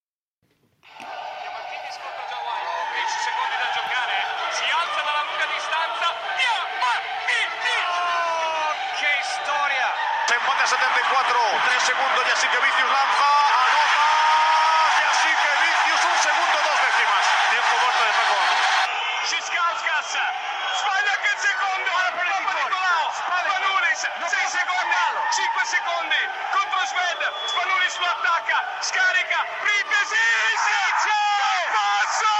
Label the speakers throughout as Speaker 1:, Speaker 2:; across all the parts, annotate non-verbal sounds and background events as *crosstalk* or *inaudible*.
Speaker 1: Oh,
Speaker 2: 74, 3 segundos, Yasique Vicius lanza, anota, Yasique Vicius, un segundo, dos décimas. Tiempo muerto de Paco Amos.
Speaker 1: Szyskauskas, sbaglia che secondo, Papanicolaou, Spanulis, 6 secondi, 5 secondi, contro Sved, Spanulis lo attacca, scarica, Pripesic, passo!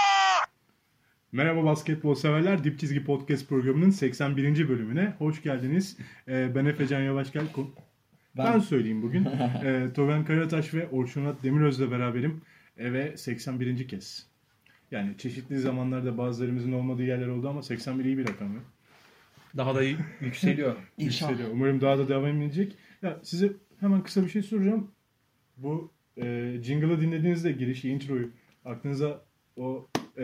Speaker 3: Merhaba basketbol severler. Dip Çizgi Podcast programının 81. bölümüne hoş geldiniz. Ee, Ben Efecan Yavaşgel. Ko- Ben, söyleyeyim bugün. ee, Toven Karataş ve Orçunat Demiröz'le beraberim. Ee, ve 81. kez. Yani çeşitli zamanlarda bazılarımızın olmadığı yerler oldu ama 81 iyi bir rakam. ya.
Speaker 4: Daha da
Speaker 3: *laughs*
Speaker 4: yükseliyor.
Speaker 5: İnşallah.
Speaker 3: Yükseliyor. Umarım daha da devam edecek. Ya, size hemen kısa bir şey soracağım. Bu e, jingle'ı dinlediğinizde girişi, introyu aklınıza o e,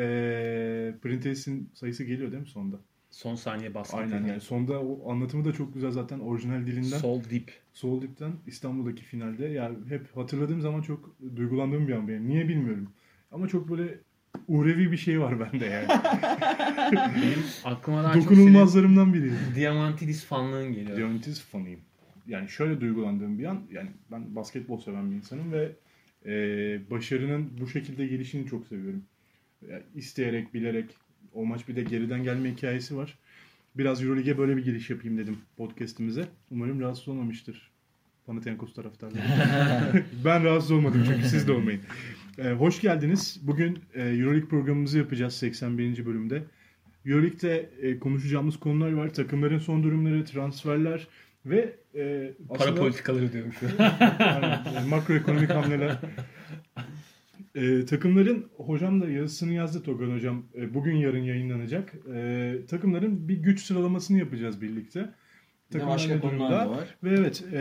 Speaker 3: Printess'in sayısı geliyor değil mi sonda?
Speaker 4: Son saniye baskı.
Speaker 3: Aynen yani sonda o anlatımı da çok güzel zaten orijinal dilinden.
Speaker 4: Sol dip.
Speaker 3: Sol Dip'ten İstanbul'daki finalde yani hep hatırladığım zaman çok duygulandığım bir an benim. Niye bilmiyorum. Ama çok böyle uğrevi bir şey var bende yani.
Speaker 4: Benim aklıma daha çok
Speaker 3: Dokunulmazlarımdan biri.
Speaker 4: senin Diamantidis fanlığın geliyor.
Speaker 3: Dionysus fanıyım. Yani şöyle duygulandığım bir an yani ben basketbol seven bir insanım ve e, başarının bu şekilde gelişini çok seviyorum. Yani isteyerek, bilerek o maç bir de geriden gelme hikayesi var. Biraz Euroleague'e böyle bir giriş yapayım dedim podcast'imize. Umarım rahatsız olmamıştır Panathinaikos taraftarları. ben rahatsız olmadım çünkü siz de olmayın. E, hoş geldiniz. Bugün e, Euroleague programımızı yapacağız 81. bölümde. Euroleague'de e, konuşacağımız konular var. Takımların son durumları, transferler ve e,
Speaker 4: Para
Speaker 3: aslında-
Speaker 4: politikaları diyorum şu an.
Speaker 3: *laughs* yani makroekonomik hamleler. Ee, takımların hocam da yazısını yazdı Togan hocam. Ee, bugün yarın yayınlanacak. Ee, takımların bir güç sıralamasını yapacağız birlikte.
Speaker 5: Bir de
Speaker 3: Takımlar ne
Speaker 5: başka konular
Speaker 3: durumda?
Speaker 5: da var.
Speaker 3: Ve evet e,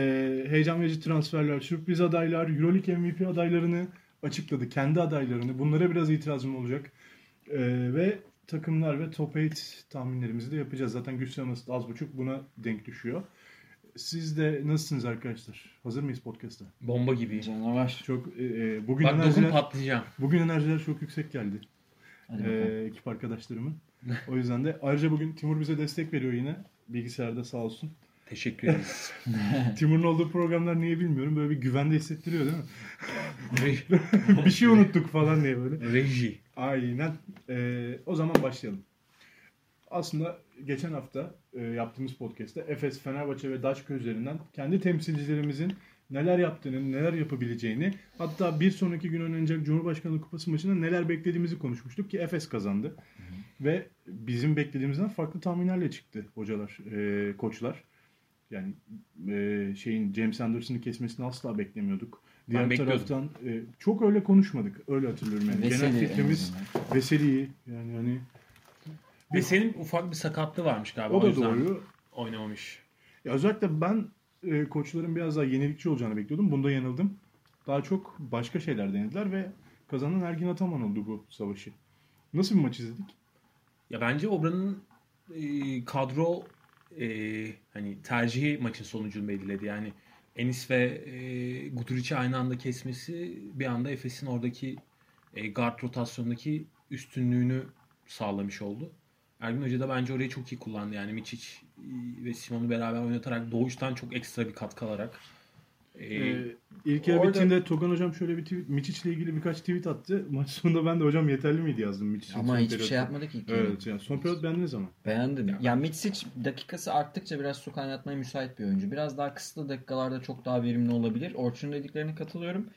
Speaker 3: heyecan verici transferler, sürpriz adaylar, Euroleague MVP adaylarını açıkladı. Kendi adaylarını. Bunlara biraz itirazım olacak. E, ve takımlar ve top 8 tahminlerimizi de yapacağız. Zaten güç sıralaması da az buçuk buna denk düşüyor. Siz de nasılsınız arkadaşlar? Hazır mıyız podcast'a?
Speaker 4: Bomba gibi.
Speaker 5: Canavar.
Speaker 3: Çok e, e, bugün
Speaker 4: Bak dokun
Speaker 3: enerjiler
Speaker 4: patlayacağım.
Speaker 3: bugün enerjiler çok yüksek geldi.
Speaker 5: Hadi bakalım.
Speaker 3: E, ekip arkadaşlarımın. O yüzden de ayrıca bugün Timur bize destek veriyor yine bilgisayarda sağ
Speaker 5: *laughs*
Speaker 3: olsun. *laughs*
Speaker 4: Teşekkür ederiz.
Speaker 3: Timur'un olduğu programlar niye bilmiyorum böyle bir güvende hissettiriyor değil mi? *laughs*
Speaker 4: Re-
Speaker 3: bir şey unuttuk falan diye böyle.
Speaker 4: reji.
Speaker 3: Aynen. Ee, o zaman başlayalım. Aslında geçen hafta e, yaptığımız podcast'te Efes, Fenerbahçe ve Daşka üzerinden kendi temsilcilerimizin neler yaptığını, neler yapabileceğini hatta bir sonraki gün oynanacak Cumhurbaşkanlığı Kupası maçında neler beklediğimizi konuşmuştuk ki Efes kazandı. Ve bizim beklediğimizden farklı tahminlerle çıktı hocalar, e, koçlar. Yani e, şeyin James Anderson'ı kesmesini asla beklemiyorduk. Diğer
Speaker 4: bekliyordum.
Speaker 3: taraftan e, çok öyle konuşmadık. Öyle hatırlıyorum yani.
Speaker 5: Veseli en
Speaker 3: Genel fikrimiz
Speaker 5: azından.
Speaker 3: Veseli'yi yani hani
Speaker 4: Ve senin ufak bir sakatlığı varmış galiba.
Speaker 3: o
Speaker 4: O,
Speaker 3: da
Speaker 4: yüzden
Speaker 3: doğru.
Speaker 4: Oynamamış.
Speaker 3: Ya özellikle ben e, koçların biraz daha yenilikçi olacağını bekliyordum. Bunda yanıldım. Daha çok başka şeyler denediler ve kazanan Ergin Ataman oldu bu savaşı. Nasıl bir maç izledik?
Speaker 4: Ya bence Obra'nın e, kadro e, hani tercihi maçın sonucunu belirledi. Yani Enis ve e, Guduric'i aynı anda kesmesi bir anda Efes'in oradaki e, guard rotasyondaki üstünlüğünü sağlamış oldu. Ergin Hoca da bence orayı çok iyi kullandı. Yani Miçic e, ve Simon'u beraber oynatarak doğuştan çok ekstra bir katkı alarak e,
Speaker 3: Ee, ilk yarı
Speaker 5: orada-
Speaker 3: bittiğinde Togan hocam şöyle bir tweet, Miçic'le ilgili birkaç tweet attı. Maç sonunda ben de hocam yeterli miydi yazdım Miçic'in
Speaker 5: Ama
Speaker 3: son
Speaker 5: hiçbir
Speaker 3: periyotta.
Speaker 5: şey yapmadı ki.
Speaker 3: Evet yani son periyot bendiniz ama.
Speaker 5: Beğendim. Ya Mitsic dakikası arttıkça biraz su kaynatmaya müsait bir oyuncu. Biraz daha kısıtlı dakikalarda çok daha verimli olabilir. Orçun'un dediklerine katılıyorum.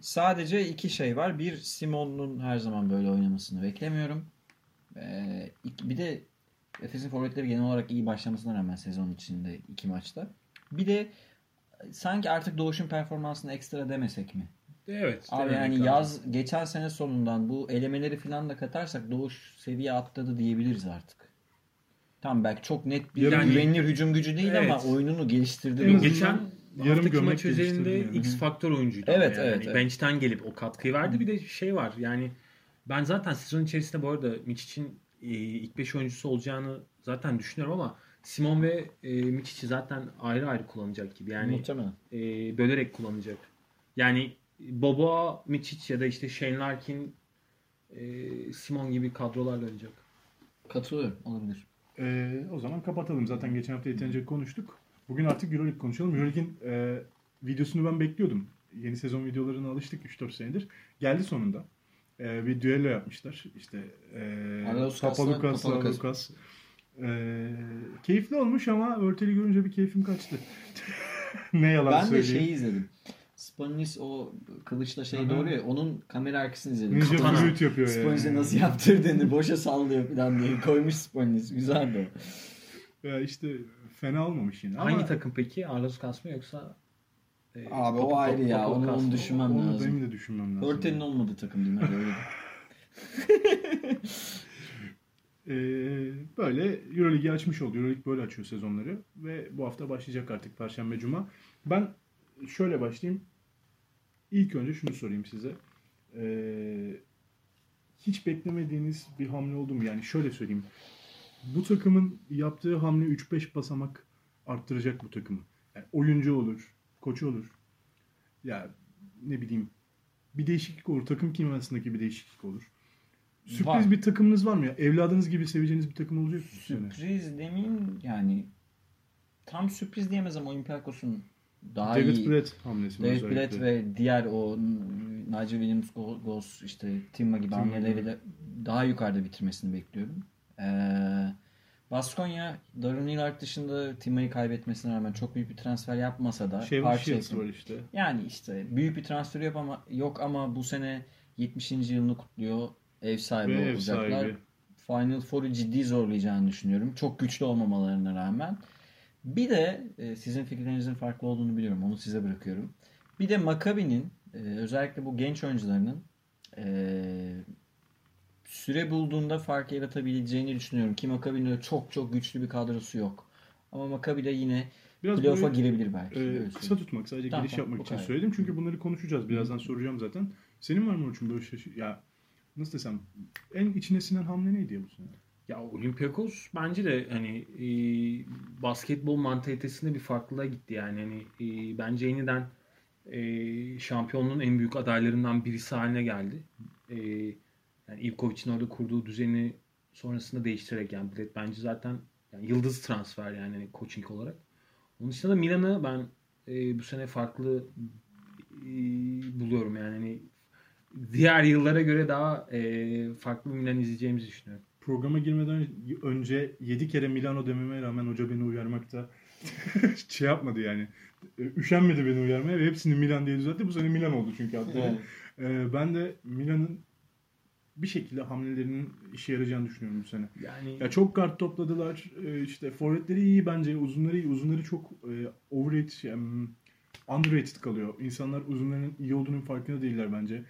Speaker 5: Sadece iki şey var. Bir Simon'un her zaman böyle oynamasını beklemiyorum. Ee, iki- bir de Efes'in forvetleri genel olarak iyi başlamasına rağmen sezon içinde iki maçta. Bir de sanki artık Doğuş'un performansını ekstra demesek mi?
Speaker 4: evet.
Speaker 5: Abi
Speaker 4: denemek lazım.
Speaker 5: yani yaz geçen sene sonundan bu elemeleri falan da katarsak Doğuş seviye atladı diyebiliriz artık. Tam belki çok net bir
Speaker 4: Yani-
Speaker 5: güvenilir hücum gücü değil
Speaker 4: Evet.
Speaker 5: ama oyununu geliştirdi.
Speaker 3: En
Speaker 5: ve-
Speaker 3: azından
Speaker 4: Geçen
Speaker 3: yarım
Speaker 4: haftaki
Speaker 3: gömlek
Speaker 4: maç üzerinde
Speaker 3: geliştirdi yani.
Speaker 4: X faktör oyuncuydu.
Speaker 5: Evet,
Speaker 4: ama yani.
Speaker 5: evet, evet.
Speaker 4: Bench'ten gelip o katkıyı verdi. Bir de şey var yani ben zaten sezon içerisinde bu arada Miçic'in e, ilk 5 oyuncusu olacağını zaten düşünüyorum ama Simon ve e, Miçic'i zaten ayrı ayrı kullanacak gibi. Yani
Speaker 5: Muhtemelen.
Speaker 4: e, bölerek kullanacak. Yani Boba, Miçic ya da işte Shane Larkin, e, Simon gibi kadrolarla oynayacak.
Speaker 5: Katılıyorum. Olabilir.
Speaker 3: Ee, o zaman kapatalım. Zaten geçen hafta yeterince konuştuk. Bugün artık Euroleague konuşalım. Euroleague'in e, videosunu ben bekliyordum. Yeni sezon videolarına alıştık 3-4 senedir. Geldi sonunda. E, bir düello yapmışlar. İşte e,
Speaker 5: Alauskas,
Speaker 3: Papalukas,
Speaker 5: Papalukas.
Speaker 3: Alauskas. E, keyifli olmuş ama örteli görünce bir keyfim kaçtı. *laughs* ne yalan
Speaker 5: Ben de
Speaker 3: söyleyeyim.
Speaker 5: şeyi izledim. Spanis o kılıçla şey
Speaker 3: Aha.
Speaker 5: doğru ya onun kamera arkasını izledim.
Speaker 3: Ninja
Speaker 5: Katana.
Speaker 3: flüt yapıyor yani.
Speaker 5: Spanis'e nasıl yaptırdığını boşa sallıyor falan diye koymuş Spanis. Güzeldi o.
Speaker 3: Ya işte fena olmamış yine.
Speaker 4: Hangi
Speaker 3: ama
Speaker 4: takım peki? Arlauskas mı yoksa e,
Speaker 5: Abi o
Speaker 4: Papa-
Speaker 5: ayrı ya. Onu-
Speaker 4: Papalukas
Speaker 5: onu
Speaker 4: mı?
Speaker 5: düşünmem.
Speaker 3: onu
Speaker 5: lazım?
Speaker 3: benim de düşünmem lazım.
Speaker 5: Örtenin olmadığı takım değil mi? Öyle.
Speaker 3: Ee, böyle Euroleague'i açmış oldu. Euroleague böyle açıyor sezonları ve bu hafta başlayacak artık Perşembe Cuma. Ben şöyle başlayayım. İlk önce şunu sorayım size. Ee, hiç beklemediğiniz bir hamle oldu mu? Yani şöyle söyleyeyim. Bu takımın yaptığı hamle 3-5 basamak arttıracak bu takımı. Yani oyuncu olur, koçu olur. Ya ne bileyim bir değişiklik olur. Takım kimyasındaki bir değişiklik olur. Sürpriz
Speaker 5: Var.
Speaker 3: bir takımınız var mı ya? Evladınız gibi seveceğiniz bir takım olacak mı? bu sene?
Speaker 5: sürpriz demeyeyim yani tam sürpriz diyemez ama Olympiakos'un daha iyi.
Speaker 3: David Brett hamlesi mi
Speaker 5: David
Speaker 3: özellikle?
Speaker 5: Blatt ve diğer o Nigel Williams, Go- Goss, işte Timma gibi
Speaker 3: Timma
Speaker 5: hamleleri
Speaker 3: gibi.
Speaker 5: de daha yukarıda bitirmesini bekliyorum. Ee, Baskonya Darren Hillard dışında Timma'yı kaybetmesine rağmen çok büyük bir transfer yapmasa da
Speaker 3: Şey var,
Speaker 5: parça
Speaker 3: Shields
Speaker 5: yakın.
Speaker 3: var işte.
Speaker 5: Yani işte büyük bir transfer yok ama yok ama bu sene 70. yılını kutluyor. Ev sahibi
Speaker 3: Ve ev
Speaker 5: olacaklar.
Speaker 3: sahibi.
Speaker 5: Final Four'u ciddi zorlayacağını düşünüyorum. Çok güçlü olmamalarına rağmen. Bir de e, sizin fikirlerinizin farklı olduğunu biliyorum. Onu size bırakıyorum. Bir de Maccabi'nin e, özellikle bu genç oyuncularının e, süre bulduğunda fark yaratabileceğini düşünüyorum. Ki Maccabi'nin öyle çok çok güçlü bir kadrosu yok. Ama Maccabi de yine
Speaker 3: Biraz
Speaker 5: playoff'a
Speaker 3: böyle
Speaker 5: girebilir belki.
Speaker 3: e,
Speaker 5: Öyle
Speaker 3: kısa
Speaker 5: söyleyeyim.
Speaker 3: tutmak, sadece
Speaker 5: şey. Tamam,
Speaker 3: giriş
Speaker 5: tamam,
Speaker 3: yapmak
Speaker 5: bu
Speaker 3: için
Speaker 5: kadar.
Speaker 3: söyledim. Çünkü bunları konuşacağız. Birazdan soracağım zaten. Senin var mı Orçun böyle şaşı... Ya nasıl desem en içine sinen hamle neydi ya bu sene?
Speaker 4: Ya Olympiakos bence de hani e, basketbol mantalitesinde bir farklılığa gitti yani. Hani, e, bence yeniden e, şampiyonluğun en büyük adaylarından birisi haline geldi. E, yani Ivkovic'in orada kurduğu düzeni sonrasında değiştirerek yani bilet bence zaten yani yıldız transfer yani hani coaching olarak. Onun dışında da Milan'ı ben e, bu sene farklı e, buluyorum yani hani diğer yıllara göre daha e, farklı bir Milan izleyeceğimizi düşünüyorum.
Speaker 3: Programa girmeden önce 7 kere Milano dememe rağmen hoca beni uyarmakta *laughs* şey yapmadı yani. E, Üşenmedi beni uyarmaya ve hepsini Milan diye düzeltti. Bu sene Milan oldu çünkü hatta.
Speaker 5: Evet.
Speaker 3: E, ben de Milan'ın bir şekilde hamlelerinin işe yarayacağını düşünüyorum bu sene.
Speaker 4: Yani
Speaker 3: Ya çok kart topladılar. Ee, işte forvetleri iyi bence. Uzunları iyi. Uzunları çok e, overrated, yani hmm, underrated kalıyor. İnsanlar uzunların iyi olduğunun farkında değiller bence.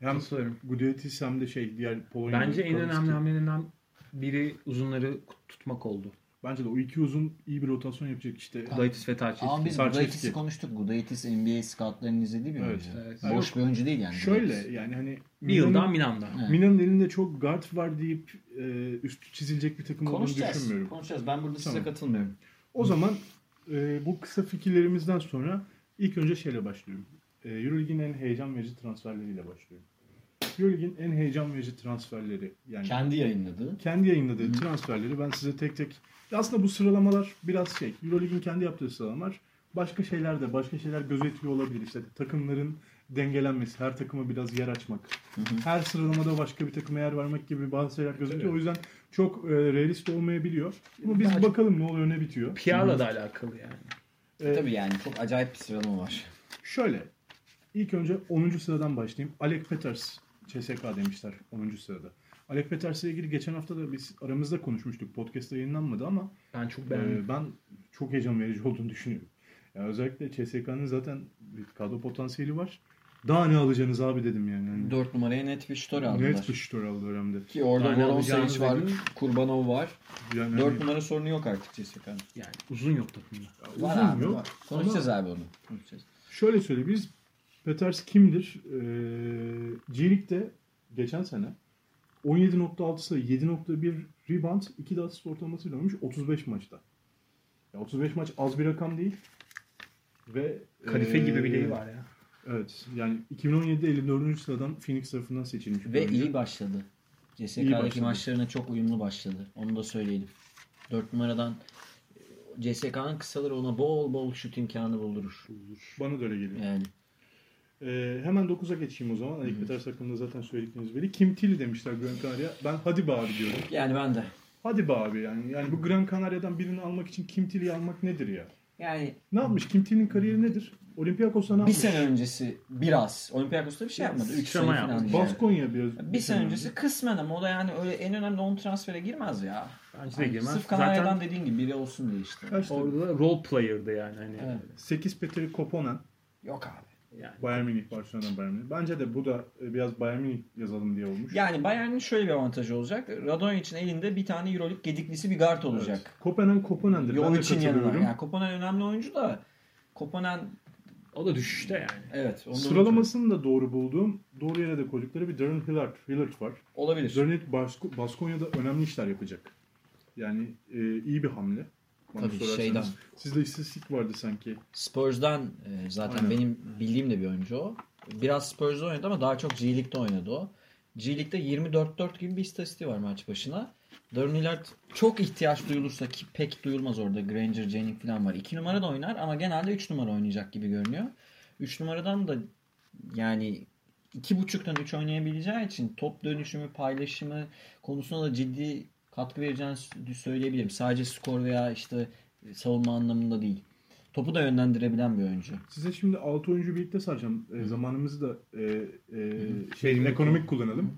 Speaker 3: Hem
Speaker 4: katılıyorum.
Speaker 3: Gudiotis hem de şey diğer Polonya.
Speaker 4: Bence en önemli hamlelerinden biri uzunları tutmak oldu.
Speaker 3: Bence de o iki uzun iyi bir rotasyon yapacak işte.
Speaker 4: Kudaitis ve
Speaker 5: Ama
Speaker 4: Tarçeski.
Speaker 5: biz
Speaker 3: Sarçevski.
Speaker 5: Gudaitis'i konuştuk. Gudaitis NBA scoutlarının izlediği bir
Speaker 3: Evet,
Speaker 5: oyuncu.
Speaker 4: evet.
Speaker 5: Boş bir oyuncu değil yani.
Speaker 3: Şöyle yani hani
Speaker 4: Bir yıl daha
Speaker 3: Milan'ın
Speaker 4: Milan'da.
Speaker 5: Evet.
Speaker 3: Milan'ın elinde çok guard var deyip e, üstü çizilecek bir takım olduğunu
Speaker 5: Konuşacağız.
Speaker 3: düşünmüyorum.
Speaker 5: Konuşacağız. Ben burada size
Speaker 3: Tamam.
Speaker 5: katılmıyorum.
Speaker 3: O zaman e, bu kısa fikirlerimizden sonra ilk önce şeyle başlıyorum. E, Euroleague'in en heyecan verici transferleriyle başlıyorum. Euroleague'in en heyecan verici transferleri yani
Speaker 5: Kendi yayınladığı.
Speaker 3: kendi yayınladığı transferleri ben size tek tek Ya aslında bu sıralamalar biraz şey Euroleague'in kendi yaptığı sıralamalar başka şeyler de başka şeyler gözetiyor olabilir işte takımların dengelenmesi her takıma biraz yer açmak her sıralamada başka bir takıma yer vermek gibi bazı şeyler gözetiyor o yüzden çok e, realist olmayabiliyor ama biz
Speaker 4: Daha çok-
Speaker 3: bakalım ne oluyor ne bitiyor
Speaker 4: Piala da alakalı yani.
Speaker 3: E,
Speaker 5: Tabii yani çok acayip bir sıralama var.
Speaker 3: Şöyle. ilk önce 10. sıradan başlayayım. Alec Peters. CSK demişler 10. sırada. Alec Peters'le ilgili geçen hafta da biz aramızda konuşmuştuk. Podcast'ta yayınlanmadı ama
Speaker 4: Ben çok beğendim.
Speaker 3: e, ben çok heyecan verici *laughs* olduğunu düşünüyorum. Yani özellikle CSK'nın zaten bir kadro potansiyeli var. Daha ne alacaksınız abi dedim yani. yani
Speaker 5: 4 numaraya net bir şutör aldılar.
Speaker 3: net bir şutör aldı o dönemde.
Speaker 5: Ki orada
Speaker 4: Tane
Speaker 5: Goran
Speaker 4: alacağını
Speaker 5: Savic var.
Speaker 4: dedim.
Speaker 5: Kurbanov var.
Speaker 3: Yani
Speaker 5: 4 numara sorunu yok artık CSK'nın.
Speaker 4: Yani uzun yok takımda.
Speaker 3: hani
Speaker 5: Var
Speaker 3: uzun
Speaker 5: abi
Speaker 3: yok.
Speaker 5: var. Konuşacağız abi onu. Konuşacağız.
Speaker 3: Şöyle söyleyebiliriz. Peters kimdir? Ee, G League'de geçen sene 17.6 sayı, 7.1 rebound, 2 de asist ortalamasıyla oynamış 35 maçta. Ya 35 maç az bir rakam değil. Ve
Speaker 4: Kalife
Speaker 3: ee,
Speaker 4: gibi bileği var ya.
Speaker 3: Evet. Yani 2017'de 54. sıradan Phoenix tarafından seçilmiş. bir
Speaker 5: Ve
Speaker 3: oyuncu.
Speaker 5: iyi başladı.
Speaker 3: İyi başladı.
Speaker 5: CSK'daki maçlarına çok uyumlu başladı. Onu da söyleyelim. 4 numaradan CSK'nın kısaları ona bol bol şut imkanı buldurur.
Speaker 3: Bana da öyle geliyor.
Speaker 5: Yani.
Speaker 3: Ee, hemen 9'a geçeyim o zaman. Ali Peter hakkında zaten söyledikleriniz biri. Kim Tilly demişler Gran Canaria. Ben hadi be abi diyorum.
Speaker 5: Yani ben de.
Speaker 3: Hadi be abi yani. Yani bu Gran Canaria'dan birini almak için Kim Tilly'yi almak nedir ya?
Speaker 5: Yani
Speaker 3: Ne yapmış? Kim Tilly'nin kariyeri nedir? Olympiakos'a ne
Speaker 5: bir
Speaker 3: yapmış?
Speaker 5: sene öncesi biraz. Olympiakos'ta bir şey yapmadı. 3 sene
Speaker 4: Sıçrama
Speaker 5: falan.
Speaker 4: yaptı.
Speaker 5: yani.
Speaker 3: Baskonya biraz.
Speaker 5: Bir sene öncesi kısmen ama o da yani öyle en önemli 10 transfere girmez ya. Hani
Speaker 4: Bence de girmez.
Speaker 5: Sırf Kanarya'dan
Speaker 4: Zaten
Speaker 5: dediğin gibi biri olsun diye işte.
Speaker 3: Kaçtı?
Speaker 4: orada da role player'dı yani. Hani,
Speaker 5: Evet.
Speaker 3: 8 Petri Koponen.
Speaker 5: Yok abi.
Speaker 4: yani.
Speaker 3: Bayern Münih, Barcelona'dan Bayern Münih. Bence de bu da e, biraz Bayern Münih yazalım diye olmuş.
Speaker 5: Yani Bayern'in şöyle bir avantajı olacak. Radon için elinde bir tane Euroleague gediklisi bir guard olacak.
Speaker 3: Kopenhag Kopenen'dir.
Speaker 5: Yol
Speaker 3: ben de
Speaker 5: için yanına.
Speaker 3: katılıyorum.
Speaker 5: Yani Kopenhag önemli oyuncu da Kopenhag
Speaker 4: O da düşüşte yani.
Speaker 5: evet. onu da
Speaker 3: Sıralamasını da doğru bulduğum, doğru yere de koydukları bir Darren Hillard, Hillard var.
Speaker 5: unutma. olabilir.
Speaker 3: Darren Hillard Basko- Baskonya'da önemli işler yapacak. Yani e, iyi bir hamle. Bana
Speaker 5: Tabii,
Speaker 3: sorarsanız.
Speaker 5: şeyden.
Speaker 3: Sizde istatistik vardı sanki.
Speaker 5: Spurs'dan e, zaten
Speaker 3: Aynen.
Speaker 5: benim bildiğim de bir oyuncu o. Biraz Spurs'da oynadı ama daha çok G League'de oynadı o. G League'de 24-4 gibi bir istatistiği var maç başına. Darren Hillard çok ihtiyaç duyulursa ki pek duyulmaz orada. Granger, Jennings falan var. 2 numara da oynar ama genelde 3 numara oynayacak gibi görünüyor. 3 numaradan da yani 2.5'tan 3 oynayabileceği için top dönüşümü, paylaşımı konusuna da ciddi katkı vereceğini s- söyleyebilirim. Sadece skor veya işte savunma anlamında değil. Topu da yönlendirebilen bir oyuncu.
Speaker 3: Size şimdi 6 oyuncu birlikte saracağım. E, zamanımızı da e, e, şeyin ekonomik kullanalım.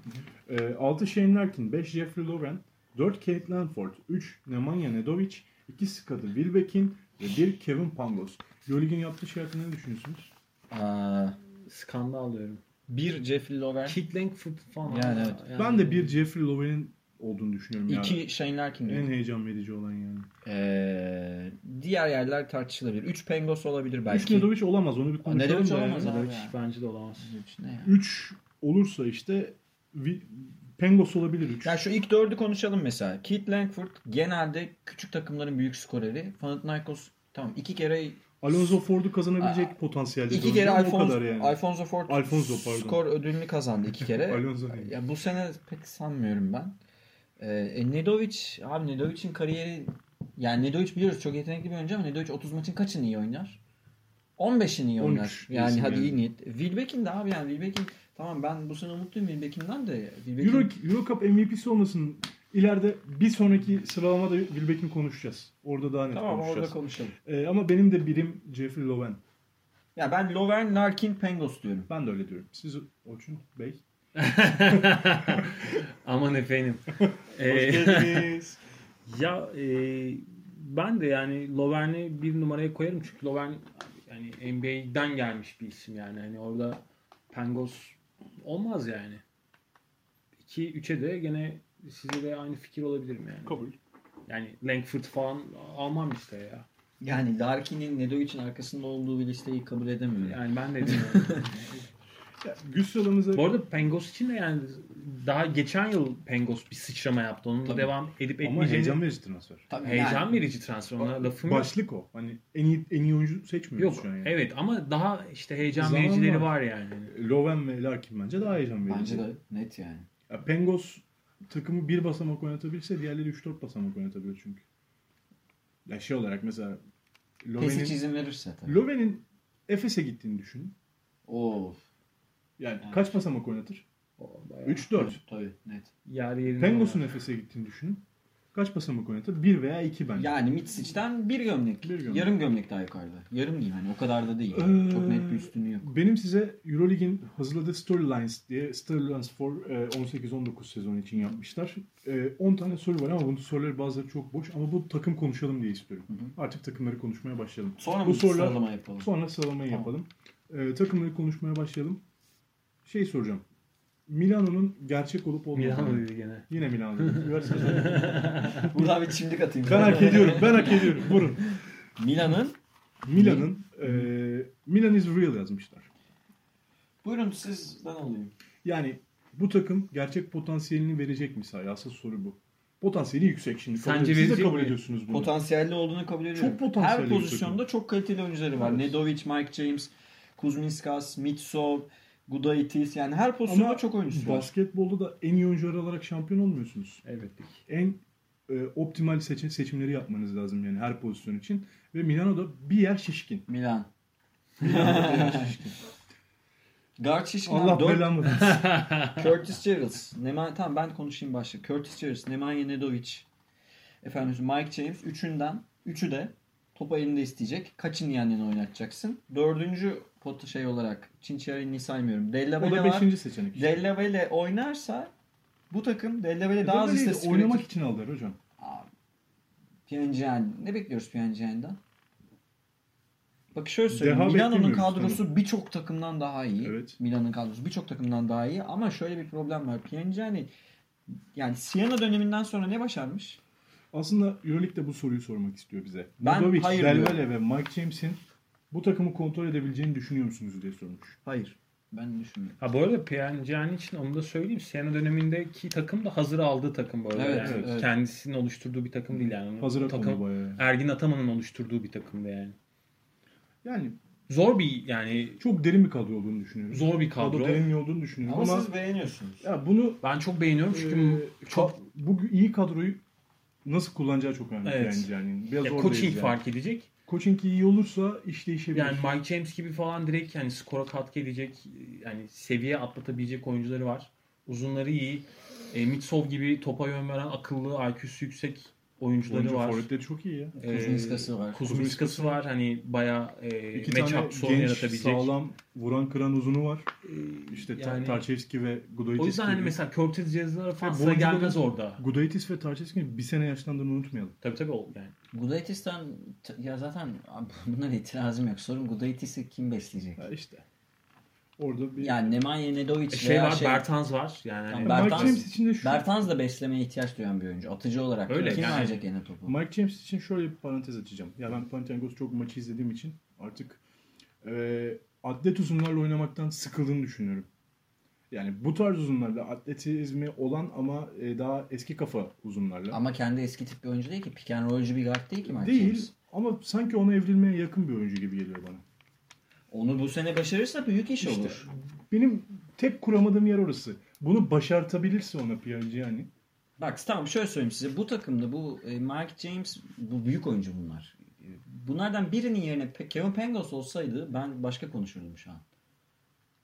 Speaker 3: 6 Shane Larkin, 5 Jeffrey Loren, 4 Kate Lanford, 3 Nemanja Nedovic, 2 Skadi Wilbekin ve 1 Kevin Pangos. Euroleague'in yaptığı şey hakkında ne düşünüyorsunuz?
Speaker 5: Aa,
Speaker 4: Skandal diyorum.
Speaker 5: bir Jeffrey Logan,
Speaker 4: Kickling fut- falan.
Speaker 5: Yani evet.
Speaker 3: Ben de bir Jeffrey Loren'in olduğunu düşünüyorum. ya.
Speaker 5: iki Shane Larkin.
Speaker 3: En
Speaker 5: diyorum.
Speaker 3: heyecan verici olan yani.
Speaker 5: Ee, diğer yerler tartışılabilir. 3 Pengos olabilir belki.
Speaker 3: 3 Nedovic olamaz onu bir konuşalım.
Speaker 5: Nedovic
Speaker 3: da yani.
Speaker 5: olamaz abi.
Speaker 4: Hiç bence de olamaz.
Speaker 5: Üç ne ya?
Speaker 3: 3 olursa işte Vi- Pengos olabilir 3.
Speaker 5: Ya şu ilk dördü konuşalım mesela. Keith Langford genelde küçük takımların büyük skoreri. Panathinaikos tamam iki kere
Speaker 3: Alonso Ford'u kazanabilecek potansiyelde.
Speaker 5: iki kere
Speaker 3: oyuncu, o
Speaker 5: Alfonso,
Speaker 3: kadar yani.
Speaker 5: Alfonso Ford
Speaker 3: Alfonso, pardon.
Speaker 5: skor ödülünü kazandı iki
Speaker 3: *laughs*
Speaker 5: kere.
Speaker 3: Alonso değil.
Speaker 5: Ya bu sene pek sanmıyorum ben. Ee, e, Nedovic, abi Nedovic'in kariyeri yani Nedovic biliyoruz çok yetenekli bir oyuncu ama Nedovic 30 maçın kaçını iyi oynar? 15'ini iyi
Speaker 3: 13
Speaker 5: oynar. Yani
Speaker 3: diyorsun
Speaker 5: hadi
Speaker 3: yani.
Speaker 5: iyi niyet. Wilbekin de abi yani Wilbekin tamam ben bu sene umutluyum Wilbekin'den de. Wilbekin,
Speaker 3: Euro, Euro Cup MVP'si olmasın. İleride bir sonraki sıralamada Wilbeck'in konuşacağız. Orada daha net
Speaker 5: tamam orada
Speaker 3: konuşacağız.
Speaker 5: konuşalım.
Speaker 3: Ee, ama benim de birim Jeffrey Lowen.
Speaker 5: Ya ben Lovern, Larkin, Pengos diyorum.
Speaker 3: Ben de öyle diyorum. Siz Orçun Bey.
Speaker 4: Aman efendim. Ee,
Speaker 3: geldiniz.
Speaker 4: ya e, ben de yani Lovern'i bir numaraya koyarım çünkü Lovern yani NBA'den gelmiş bir isim yani. Hani orada Pengos olmaz yani. 2 3'e de gene size de aynı fikir olabilirim yani.
Speaker 3: Kabul.
Speaker 4: Yani Langford falan almam işte ya.
Speaker 5: Yani Larkin'in Nedovic'in arkasında olduğu bir listeyi kabul edemiyorum.
Speaker 4: Yani ben de bilmiyorum.
Speaker 3: *laughs* Ya, Güç sıralamıza
Speaker 4: Bu arada Pengos için de yani daha geçen yıl Pengos bir sıçrama yaptı. Onunla
Speaker 5: Tabii.
Speaker 4: devam edip
Speaker 3: ama heyecan
Speaker 4: etmeyeceğini
Speaker 3: verici transfer.
Speaker 5: Tabii
Speaker 4: heyecan verici transfer. Ona lafım yok.
Speaker 3: Başlık o. Hani en iyi en iyi oyuncu seçmiyoruz
Speaker 4: Yok.
Speaker 3: şu an yani.
Speaker 4: Evet ama daha işte heyecan
Speaker 3: Zaman
Speaker 4: vericileri
Speaker 3: var.
Speaker 4: var yani.
Speaker 3: Lowen ve Larkin bence daha heyecan verici.
Speaker 5: Bence de net yani.
Speaker 3: Ya, Pengos takımı bir basamak oynatabilirse diğerleri 3-4 basamak oynatabilir çünkü. Ya şey olarak mesela
Speaker 5: Pesic
Speaker 3: Lowen'in
Speaker 5: izin verirse tabii.
Speaker 3: Lowen'in Efes'e gittiğini düşünün.
Speaker 5: Of.
Speaker 3: Yani
Speaker 5: Evet.
Speaker 3: kaç basamak oynatır?
Speaker 4: O bayağı
Speaker 3: 3-4.
Speaker 5: Tabii net.
Speaker 4: Yer yerine
Speaker 3: Pengos'un
Speaker 4: oynar.
Speaker 3: Efes'e gittiğini düşünün. Kaç basamak oynatır? 1 veya 2 bence.
Speaker 5: Yani Mitsic'den bir gömlek.
Speaker 3: Bir gömlek.
Speaker 5: Yarım gömlek daha yukarıda. Yarım değil hani o kadar da değil.
Speaker 3: Ee,
Speaker 5: Çok net bir üstünlüğü yok.
Speaker 3: Benim size Euroleague'in hazırladığı Storylines diye Storylines for e, 18-19 sezon için yapmışlar. E, 10 tane soru var ama bunun soruları bazıları çok boş ama bu takım konuşalım diye istiyorum. Artık takımları konuşmaya başlayalım.
Speaker 5: Sonra
Speaker 3: bu
Speaker 5: mı
Speaker 3: sorular-
Speaker 5: sıralama yapalım?
Speaker 3: Sonra sıralamayı
Speaker 5: Tamam.
Speaker 3: yapalım. E, takımları konuşmaya başlayalım. Şey soracağım. Milano'nun gerçek olup
Speaker 4: Milano
Speaker 3: olmadığını.
Speaker 4: dedi gene.
Speaker 3: Yine Milano. dedim. *laughs* Üniversite-
Speaker 5: Burada bir çimdik atayım.
Speaker 3: ben hak ediyorum. Ben hak ediyorum. Vurun.
Speaker 5: *laughs* Milan'ın.
Speaker 3: Milan'ın eee, Milan is real yazmışlar.
Speaker 5: Buyurun siz ben alayım.
Speaker 3: Yani bu takım gerçek potansiyelini verecek mi sahaya? Asıl soru bu. Potansiyeli yüksek şimdi. Kabul-
Speaker 4: Sence
Speaker 3: Siz de
Speaker 4: verecek
Speaker 3: kabul
Speaker 4: mi?
Speaker 3: ediyorsunuz bunu.
Speaker 5: Potansiyelli olduğunu kabul ediyorum.
Speaker 3: Çok potansiyelli bir
Speaker 5: Her pozisyonda çok kaliteli oyuncuları var.
Speaker 3: Evet.
Speaker 5: Nedovic, Mike James, Kuzminskas, Mitsov, Gudaitis yani her pozisyonda çok oyuncusu var.
Speaker 3: basketbolda da en iyi oyuncular olarak şampiyon olmuyorsunuz.
Speaker 4: Elbette.
Speaker 3: En e, optimal seçim seçimleri yapmanız lazım yani her pozisyon için. Ve Milano'da bir yer şişkin.
Speaker 5: Milan.
Speaker 3: Milano'da bir yer şişkin.
Speaker 5: Guard şişkin
Speaker 3: Allah
Speaker 5: abi. Dört-
Speaker 3: belamı versin.
Speaker 5: Curtis Charles. Nema, tamam ben konuşayım başta. Curtis Charles, Nemanja Nedovic. Efendim Mike James. Üçünden. Üçü de topu elinde isteyecek. Kaçın yan yana oynatacaksın. Dördüncü pot şey olarak Çinçerini'yi saymıyorum. Della
Speaker 3: O da
Speaker 5: Valle var.
Speaker 3: beşinci seçenek. işte.
Speaker 5: Della Valle oynarsa bu takım Della Valle daha az
Speaker 3: Dembele'yi de
Speaker 5: istatistik
Speaker 3: oynamak
Speaker 5: üretir.
Speaker 3: için aldılar hocam.
Speaker 5: Abi, Piyangian. Ne bekliyoruz Piyangian'dan? Bak şöyle söyleyeyim.
Speaker 3: Deha
Speaker 5: Milano'nun
Speaker 3: beklemiyoruz
Speaker 5: kadrosu birçok takımdan daha iyi.
Speaker 3: Evet.
Speaker 5: Milan'ın kadrosu birçok takımdan daha iyi. Ama şöyle bir problem var. Piyangiani yani Siena döneminden sonra ne başarmış?
Speaker 3: Aslında Euroleague de bu soruyu sormak istiyor bize.
Speaker 5: Ben
Speaker 3: Nodovic,
Speaker 5: hayır
Speaker 3: Delvele ve Mike James'in bu takımı kontrol edebileceğini düşünüyor musunuz diye sormuş.
Speaker 5: Hayır. Ben düşünmüyorum.
Speaker 4: Ha bu arada Piyancan için onu da söyleyeyim. Siena dönemindeki takım da hazır aldığı takım bu arada.
Speaker 5: Evet,
Speaker 4: yani.
Speaker 5: evet.
Speaker 4: Kendisinin oluşturduğu bir takım değil yani.
Speaker 3: Hazır takım
Speaker 4: takım
Speaker 3: bayağı.
Speaker 4: Ergin Ataman'ın oluşturduğu bir takımdı yani.
Speaker 3: Yani
Speaker 4: Zor bir yani
Speaker 3: çok derin bir kadro olduğunu düşünüyorum.
Speaker 4: zor bir kadro.
Speaker 3: Kadro derin bir olduğunu düşünüyorum ama,
Speaker 5: beğeniyorsunuz.
Speaker 3: ya bunu
Speaker 4: Ben çok beğeniyorum çünkü
Speaker 3: e,
Speaker 4: çok
Speaker 3: ka- bu iyi kadroyu nasıl kullanacağı çok önemli
Speaker 4: Evet.
Speaker 3: bence yani. Biraz
Speaker 4: ya,
Speaker 3: oradayız
Speaker 4: coaching
Speaker 3: yani.
Speaker 4: fark edecek.
Speaker 3: Coaching iyi olursa iş değişebilir.
Speaker 4: Yani Mike James gibi falan direkt yani skora katkı edecek yani seviye atlatabilecek oyuncuları var. Uzunları iyi. E, Mitsov gibi topa yön veren akıllı, IQ'su yüksek oyuncuları
Speaker 3: Oyuncu
Speaker 4: var.
Speaker 3: forvetleri çok iyi ya.
Speaker 4: E,
Speaker 5: Kuzminskası var.
Speaker 4: Kuzminskası var. Hani bayağı e,
Speaker 3: İki
Speaker 4: match
Speaker 3: tane
Speaker 4: up sorun
Speaker 3: genç,
Speaker 4: yaratabilecek.
Speaker 3: sağlam, vuran kıran uzunu var.
Speaker 4: E,
Speaker 3: İşte
Speaker 4: yani,
Speaker 3: yani, Tarçevski ve Gudaitis
Speaker 4: o yüzden hani
Speaker 3: gibi.
Speaker 4: mesela Curtis Cezar'a falan
Speaker 3: Ve
Speaker 4: sıra
Speaker 3: Boncu'da
Speaker 4: gelmez
Speaker 3: da-
Speaker 4: orada.
Speaker 3: Gudaitis ve Tarçevski'nin bir sene yaşlandığını unutmayalım.
Speaker 4: Tabii tabii o yani.
Speaker 5: Gudaitis'ten ya zaten *laughs* bundan itirazım yok. Sorun Gudaitis'i kim besleyecek?
Speaker 3: Ya işte. Orada bir...
Speaker 5: Yani Nemanja Nedovic
Speaker 4: E,
Speaker 5: şey
Speaker 4: şey
Speaker 5: veya
Speaker 4: var
Speaker 5: şey,
Speaker 4: Bertans var. Yani
Speaker 5: Tamam,
Speaker 4: hani-
Speaker 3: Mike
Speaker 5: Bertans-
Speaker 3: James için de şu.
Speaker 5: Bertans da beslemeye ihtiyaç duyan bir oyuncu. Atıcı olarak.
Speaker 4: Öyle
Speaker 5: Kim
Speaker 4: yani.
Speaker 5: alacak yine topu?
Speaker 3: Mike James için şöyle bir parantez açacağım. Ya ben Panathinaikos çok maçı izlediğim için artık e, atlet uzunlarla oynamaktan sıkıldığını düşünüyorum. Yani bu tarz uzunlarla atletizmi olan ama e, daha eski kafa uzunlarla.
Speaker 5: Ama kendi eski tip bir oyuncu değil ki. Pick and rollcu bir guard değil ki Mike
Speaker 3: Değil
Speaker 5: James.
Speaker 3: ama sanki ona evrilmeye yakın bir oyuncu gibi geliyor bana.
Speaker 5: Onu bu sene başarırsa büyük iş
Speaker 3: İşte.
Speaker 5: olur.
Speaker 3: Benim tek kuramadığım yer orası. Bunu başartabilirse ona Piergiani.
Speaker 5: Bak tamam şöyle söyleyeyim size. Bu takımda bu e, Mike James bu büyük oyuncu bunlar. E, Bunlardan birinin yerine Pe- Kevin Pangos olsaydı ben başka konuşurdum şu an.